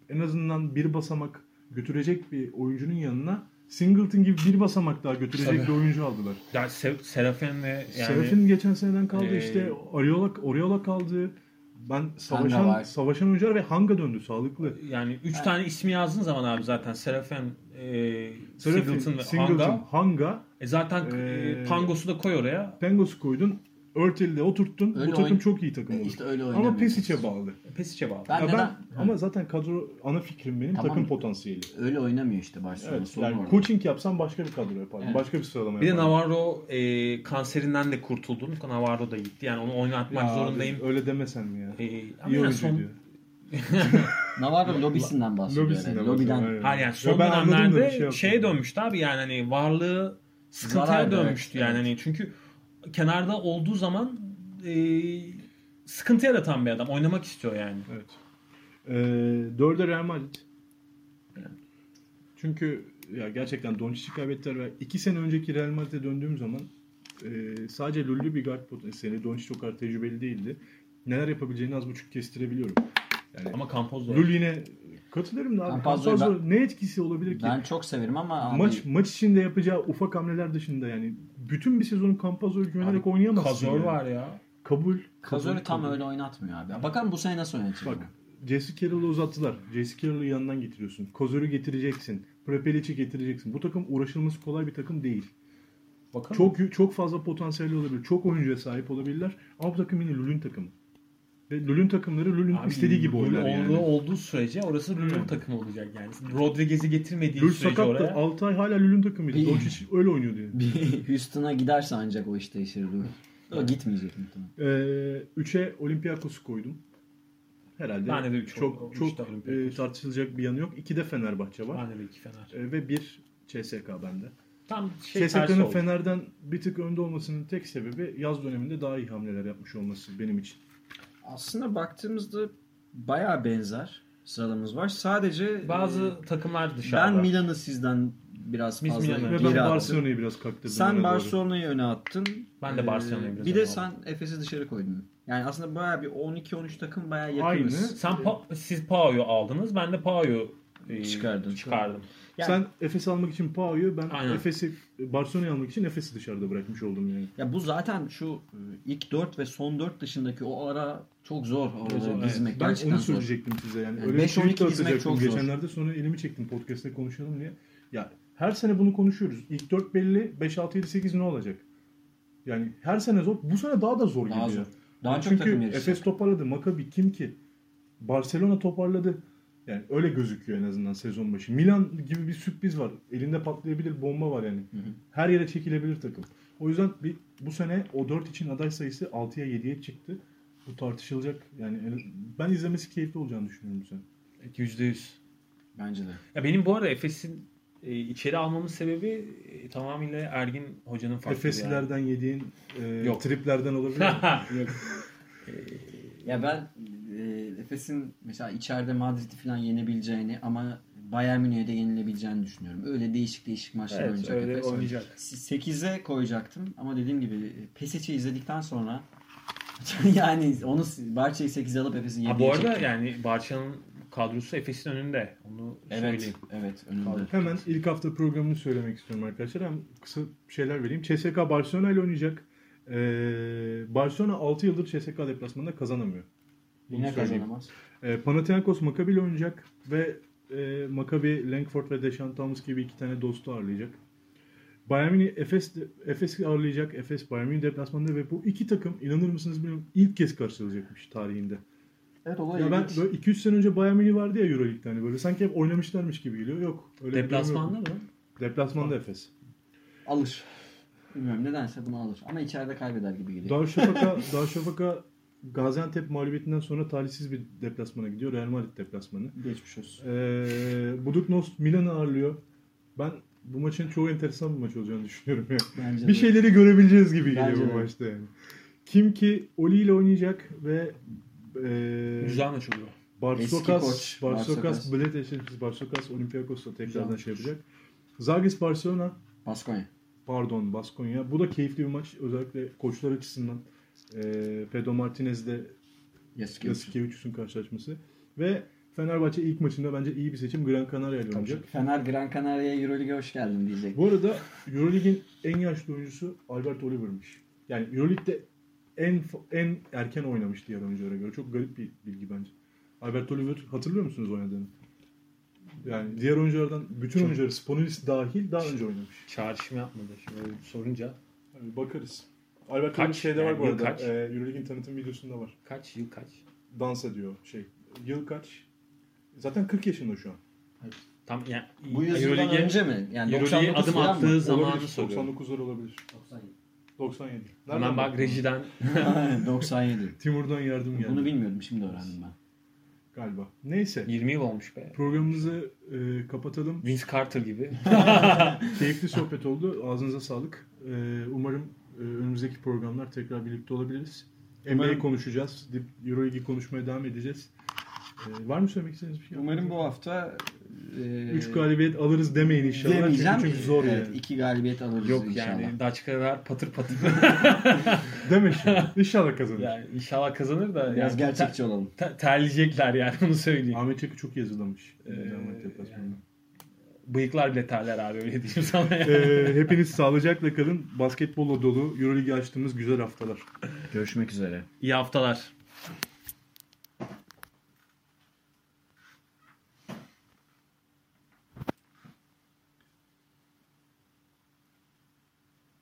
Speaker 3: en azından bir basamak götürecek bir oyuncunun yanına Singleton gibi bir basamak daha götürecek
Speaker 4: Tabii.
Speaker 3: bir oyuncu aldılar.
Speaker 4: Ya Se- Serafin ve yani
Speaker 3: Serafin geçen seneden kaldı
Speaker 4: Ee,
Speaker 3: işte. Oriola, Oriola kaldı. Ben
Speaker 5: var.
Speaker 3: savaşan, savaşan oyuncular ve Hanga döndü sağlıklı.
Speaker 4: yani 3 tane ismi yazdığın zaman abi zaten Serafin, e,
Speaker 3: Serafin,
Speaker 4: Singleton ve
Speaker 3: Singleton,
Speaker 4: Hanga.
Speaker 3: Hanga
Speaker 4: E zaten e,
Speaker 3: Ee,
Speaker 4: Pangos'u da koy oraya.
Speaker 3: Pengos'u koydun. Örtel'i de oturttun.
Speaker 5: Öyle
Speaker 3: Bu takım
Speaker 5: oyun-
Speaker 3: çok iyi
Speaker 4: E,
Speaker 3: takım olur.
Speaker 5: İşte öyle oynamıyor.
Speaker 3: ama Pesic'e bağlı.
Speaker 4: Pesic'e bağlı.
Speaker 5: Ben
Speaker 3: Ya
Speaker 5: neden?
Speaker 3: ben- ama zaten kadro ana fikrim benim
Speaker 5: Tamam.
Speaker 3: takım potansiyeli.
Speaker 5: Öyle oynamıyor işte Barcelona.
Speaker 3: Evet.
Speaker 5: Sorun
Speaker 3: Yani
Speaker 5: orada.
Speaker 3: coaching yapsan başka bir kadro yapardın.
Speaker 5: Evet.
Speaker 3: Başka bir sıralama
Speaker 4: Bir de
Speaker 3: yapardın.
Speaker 4: Navarro e, kanserinden de kurtuldun. Navarro da gitti. Yani onu oynatmak
Speaker 3: Ya
Speaker 4: zorundayım.
Speaker 3: abi, Öyle demesen mi ya?
Speaker 4: E, ama
Speaker 3: İyi
Speaker 4: yani
Speaker 3: oyuncu
Speaker 4: son,
Speaker 3: diyor.
Speaker 5: Navarro lobisinden bahsediyor.
Speaker 3: Lobisinden.
Speaker 5: yani.
Speaker 3: bahsediyor,
Speaker 5: Lobiden.
Speaker 3: aynen.
Speaker 4: hayır yani
Speaker 3: Ya
Speaker 4: son
Speaker 3: ben anladım da bir
Speaker 4: dönemlerde
Speaker 3: şey yapmadım.
Speaker 4: şeye dönmüştü abi yani hani varlığı sıkıntıya
Speaker 5: Zarar direkt,
Speaker 4: dönmüştü yani
Speaker 5: evet.
Speaker 4: hani çünkü kenarda olduğu zaman e, sıkıntıya da tam bir adam. Oynamak istiyor yani.
Speaker 3: Evet. Ee, dörde Real Madrid. Çünkü ya gerçekten Doncic'i kaybettiler ve iki sene önceki Real Madrid'e döndüğüm zaman e, sadece Lully bir guard potansiyeli. Doncic o kadar tecrübeli değildi. Neler yapabileceğini az buçuk kestirebiliyorum. Yani
Speaker 4: Ama Campos da öyle.
Speaker 3: Lully'ne katılırım da abi.
Speaker 5: Campazzo'yu
Speaker 3: Campazzo ne etkisi olabilir ki?
Speaker 5: Ben çok severim ama abi,
Speaker 3: maç maç içinde yapacağı ufak hamleler dışında yani bütün bir sezonun Campazzo'ya güvenerek oynayamazsın.
Speaker 4: Kazor
Speaker 3: yani.
Speaker 4: var ya.
Speaker 3: Kabul.
Speaker 5: Kazor'u
Speaker 3: kabul,
Speaker 5: tam
Speaker 3: kabul.
Speaker 5: öyle oynatmıyor abi. Bakalım bu sene nasıl oynatacak.
Speaker 3: Bak
Speaker 5: ama.
Speaker 3: Jesse Carroll'ı uzattılar. Jesse Carroll'ı yanından getiriyorsun. Kozör'ü getireceksin. Prepelic'i getireceksin. Bu takım uğraşılması kolay bir takım değil.
Speaker 4: Bakalım.
Speaker 3: Çok çok fazla potansiyel olabilir. Çok oyuncuya sahip olabilirler. Ama bu takım yine Lül'ün takımı. Ve Lül'ün takımları Lül'ün
Speaker 4: Abi,
Speaker 3: istediği gibi
Speaker 4: Lul
Speaker 3: oynar
Speaker 4: olduğu-
Speaker 3: yani. Hmm.
Speaker 4: olduğu sürece orası Lul'un takımı olacak yani. Rodriguez'i getirmediği
Speaker 3: Lül
Speaker 4: sürece
Speaker 3: sakattı.
Speaker 4: oraya.
Speaker 3: 6 ay hala Lül'ün takımıydı.
Speaker 5: Bir-
Speaker 3: Doncic öyle oynuyordu yani.
Speaker 5: Bir *laughs* Houston'a giderse ancak o iş değişir. Dur. O gitmeyecek muhtemelen.
Speaker 3: Ee, üçe Olympiakos'u koydum. Herhalde
Speaker 4: Ben de bir üç oldum.
Speaker 3: çok
Speaker 4: Üçte
Speaker 3: çok
Speaker 4: Olympiakos.
Speaker 3: e, tartışılacak bir yanı yok. İki de Fenerbahçe var.
Speaker 4: Ben de iki Fener.
Speaker 3: E, ve bir CSK bende.
Speaker 4: Tam şey tersi
Speaker 3: CSK'nın
Speaker 4: oldu.
Speaker 3: Fener'den bir tık önde olmasının tek sebebi yaz döneminde daha iyi hamleler yapmış olması benim için.
Speaker 5: Aslında baktığımızda bayağı benzer sıralamamız var. Sadece
Speaker 4: Bazı takımlar
Speaker 5: e,
Speaker 4: dışarıda.
Speaker 5: ben Milan'ı sizden biraz
Speaker 4: Biz
Speaker 5: fazla
Speaker 4: Milan'ı-
Speaker 3: Ve
Speaker 5: geri
Speaker 3: ben
Speaker 5: attım.
Speaker 3: Barcelona'yı biraz kaktırdım. öne
Speaker 5: Sen
Speaker 3: doğru.
Speaker 5: Barcelona'yı öne attın.
Speaker 4: Ben de
Speaker 5: Ee,
Speaker 4: Barcelona'yı biraz
Speaker 5: Bir
Speaker 4: öne
Speaker 5: de sen
Speaker 4: attım.
Speaker 5: Efes'i dışarı koydun. Yani aslında bayağı bir 12-13 takım bayağı yakınız.
Speaker 3: Aynı.
Speaker 4: Sen pa- siz Pao'yu aldınız. Ben de Pao'yu e,
Speaker 5: Çıkardın.
Speaker 4: çıkardım.
Speaker 5: Yani-
Speaker 3: Sen Efes almak için Pau'yu ben
Speaker 4: Aynen.
Speaker 3: Efes'i Barcelona'yı almak için Efes'i dışarıda bırakmış oldum yani.
Speaker 5: Ya bu zaten şu e, ilk 4 ve son 4 dışındaki o ara çok zor
Speaker 4: zor,
Speaker 5: oraları
Speaker 4: evet.
Speaker 5: dizmek.
Speaker 3: Ben
Speaker 5: Gerçekten
Speaker 3: onu
Speaker 5: zor.
Speaker 3: söyleyecektim size yani.
Speaker 5: Yani
Speaker 3: Öyle bir
Speaker 5: 5-12
Speaker 3: tweet de
Speaker 5: dizmek
Speaker 3: atacaktım
Speaker 5: çok zor.
Speaker 3: geçenlerde sonra elimi çektim podcast'te konuşalım diye. Ya her sene bunu konuşuyoruz. İlk 4 belli, 5 6 7 8 ne olacak? Yani her sene zor. Bu sene daha da zor
Speaker 5: Daha
Speaker 3: geliyor.
Speaker 5: zor. Daha çok takım
Speaker 3: Çünkü
Speaker 5: yarışı.
Speaker 3: Efes toparladı. Maccabi kim ki? Barcelona toparladı. Yani öyle gözüküyor en azından sezon başı. Milan gibi bir sürpriz var. Elinde patlayabilir bomba var yani. Her yere çekilebilir takım. O yüzden bir, bu sene o 4 için aday sayısı 6'ya 7'ye çıktı. Bu tartışılacak. Yani en- ben izlemesi keyifli olacağını düşünüyorum bu sene.
Speaker 4: Yüzde yüz.
Speaker 5: Bence de.
Speaker 4: Ya benim bu arada Efes'in e, e, içeri almamın sebebi e, tamamıyla Ergin hocanın farkı.
Speaker 3: Efeslilerden yediğin e,
Speaker 4: Yok.
Speaker 3: triplerden olabilir
Speaker 5: *laughs*
Speaker 3: mi?
Speaker 4: Yani. *laughs* Yok.
Speaker 5: Ya ben e, Efes'in mesela içeride Madrid'i falan yenebileceğini ama Bayern Münih'e de yenilebileceğini düşünüyorum. Öyle değişik değişik maçlar
Speaker 4: evet,
Speaker 5: oynayacak
Speaker 4: öyle
Speaker 5: Efes.
Speaker 4: oynayacak.
Speaker 5: 8'e koyacaktım ama dediğim gibi e, Pesic'i izledikten sonra *laughs* yani onu Barça'yı 8'e alıp Efes'i
Speaker 4: Ha,
Speaker 5: 7'ye
Speaker 4: bu arada
Speaker 5: çektim.
Speaker 4: yani Barça'nın kadrosu Efes'in önünde. Onu
Speaker 5: Evet,
Speaker 4: söyleyeyim.
Speaker 5: evet önünde.
Speaker 3: Hemen ilk hafta programını söylemek istiyorum arkadaşlar. Hem kısa şeyler vereyim. CSK Barcelona ile oynayacak. Ee, Barcelona 6 yıldır CSK deplasmanında kazanamıyor. Bunu
Speaker 5: Yine
Speaker 3: söyleyeyim.
Speaker 5: kazanamaz.
Speaker 3: Ee, Panathinaikos Maccabi ile oynayacak ve e, Maccabi, Langford ve Deşan Thomas gibi iki tane dostu ağırlayacak. Bayern Münih Efes, Efes ağırlayacak. Efes Bayern Münih deplasmanında ve bu iki takım inanır mısınız bilmiyorum ilk kez karşılayacakmış tarihinde.
Speaker 5: Evet olay
Speaker 3: Ya ben
Speaker 5: ilginç.
Speaker 3: böyle 2-3 sene önce Bayern Münih vardı ya Euroleague'de hani böyle sanki hep oynamışlarmış gibi geliyor. Yok. Öyle bir durum yok.
Speaker 4: Deplasmanda mı?
Speaker 3: Deplasmanda Efes.
Speaker 5: alır. Bilmiyorum nedense bunu alır. Ama içeride kaybeder gibi geliyor.
Speaker 3: Darüşşafaka, Darüşşafaka Gaziantep mağlubiyetinden sonra talihsiz bir deplasmana gidiyor. Real Madrid deplasmanı.
Speaker 5: Geçmiş olsun.
Speaker 3: Ee, Buduknost Milan'ı ağırlıyor. Ben bu maçın çok enteresan bir maç olacağını düşünüyorum. ya.
Speaker 5: Bence
Speaker 3: bir
Speaker 4: şey-
Speaker 5: de.
Speaker 3: şeyleri görebileceğiz gibi geliyor
Speaker 5: Bence
Speaker 3: bu
Speaker 5: de.
Speaker 3: maçta yani. Kim ki Oli ile oynayacak ve e,
Speaker 4: Güzel maç oluyor.
Speaker 5: Eski
Speaker 3: Barsokas,
Speaker 5: koç,
Speaker 3: Barsokas,
Speaker 5: Barsokas.
Speaker 3: Bled eşleşmesi Barsokas Olympiakos'la tekrardan
Speaker 4: Güzel.
Speaker 3: şey yapacak. Zagis Barcelona
Speaker 5: Baskonya.
Speaker 3: pardon Baskonya. Bu da keyifli bir maç. Özellikle koçlar açısından e, Pedro Martinez ile
Speaker 5: Yasuke.
Speaker 3: Yasikevicius'un karşılaşması. Ve Fenerbahçe ilk maçında bence iyi bir seçim Gran Canaria ile oynayacak.
Speaker 5: Fener Gran Canaria'ya Euroleague'e hoş geldin diyecek.
Speaker 3: Bu arada Euroleague'in en yaşlı oyuncusu Albert Oliver'mış. Yani Euroleague'de en en erken oynamış diğer oyunculara göre. Çok garip bir bilgi bence. Albert Oliver hatırlıyor musunuz oynadığını? Yani diğer oyunculardan bütün oyuncuları Sponulis dahil daha önce oynamış.
Speaker 4: Çağrışım yapmadı. Şimdi öyle sorunca
Speaker 3: Yani Ee, bakarız. Albert
Speaker 4: Kaç?
Speaker 3: Kaç? şeyde var
Speaker 4: Yani
Speaker 3: bu
Speaker 4: yıl
Speaker 3: arada.
Speaker 4: kaç?
Speaker 3: Ee, Euroleague'in tanıtım videosunda var.
Speaker 4: kaç yıl kaç?
Speaker 3: Dans ediyor şey. Yıl kaç? Zaten 40 yaşında şu an.
Speaker 4: Tam yani
Speaker 5: Bu yüzyıldan
Speaker 4: Euroleague'e-
Speaker 5: önce mi? Yani
Speaker 4: Euroleague'e
Speaker 5: 99
Speaker 4: adım
Speaker 5: falan mı?
Speaker 4: attığı
Speaker 5: *laughs*
Speaker 4: zamanı
Speaker 3: olabilir.
Speaker 4: soruyorum.
Speaker 3: 99'lar olabilir. 97. Nereden
Speaker 4: Hemen bak
Speaker 3: baktın?
Speaker 4: rejiden *laughs*
Speaker 5: 97.
Speaker 3: Timur'dan yardım geldi
Speaker 5: Bunu bilmiyordum şimdi öğrendim ben.
Speaker 3: galiba. Neyse.
Speaker 4: 20 yıl olmuş be.
Speaker 3: Programımızı e, kapatalım.
Speaker 4: Vince Carter
Speaker 5: *laughs*
Speaker 4: gibi.
Speaker 3: Keyifli sohbet oldu. Ağzınıza sağlık. E, umarım e, önümüzdeki programlar tekrar birlikte olabiliriz. NBA'yi
Speaker 5: Umarım-
Speaker 3: konuşacağız. Dip- Euroleague'i konuşmaya devam edeceğiz. E, var mı söylemek istediğiniz bir şey?
Speaker 5: Umarım bu hafta e,
Speaker 3: 3 galibiyet alırız demeyin inşallah.
Speaker 5: demeyeceğim.
Speaker 3: Çünkü, çünkü zor
Speaker 5: evet,
Speaker 3: yani.
Speaker 5: iki galibiyet alırız
Speaker 4: Yok
Speaker 5: inşallah.
Speaker 4: yani Daçkalar patır
Speaker 5: *laughs*
Speaker 4: patır.
Speaker 3: Deme şimdi. İnşallah kazanır.
Speaker 4: yani inşallah kazanır da.
Speaker 5: Biraz
Speaker 4: yani
Speaker 5: gerçekçi olalım.
Speaker 4: te- te- terleyecekler yani *laughs* onu söyleyeyim.
Speaker 3: Ahmet Çakı çok yazılamış.
Speaker 4: Ee, yani. Bıyıklar bile terler abi öyle diyeyim sana.
Speaker 5: *laughs*
Speaker 4: yani.
Speaker 3: Ee, hepiniz sağlıcakla kalın. Basketbolla dolu Euroligi açtığımız güzel haftalar.
Speaker 5: Görüşmek üzere.
Speaker 4: İyi haftalar.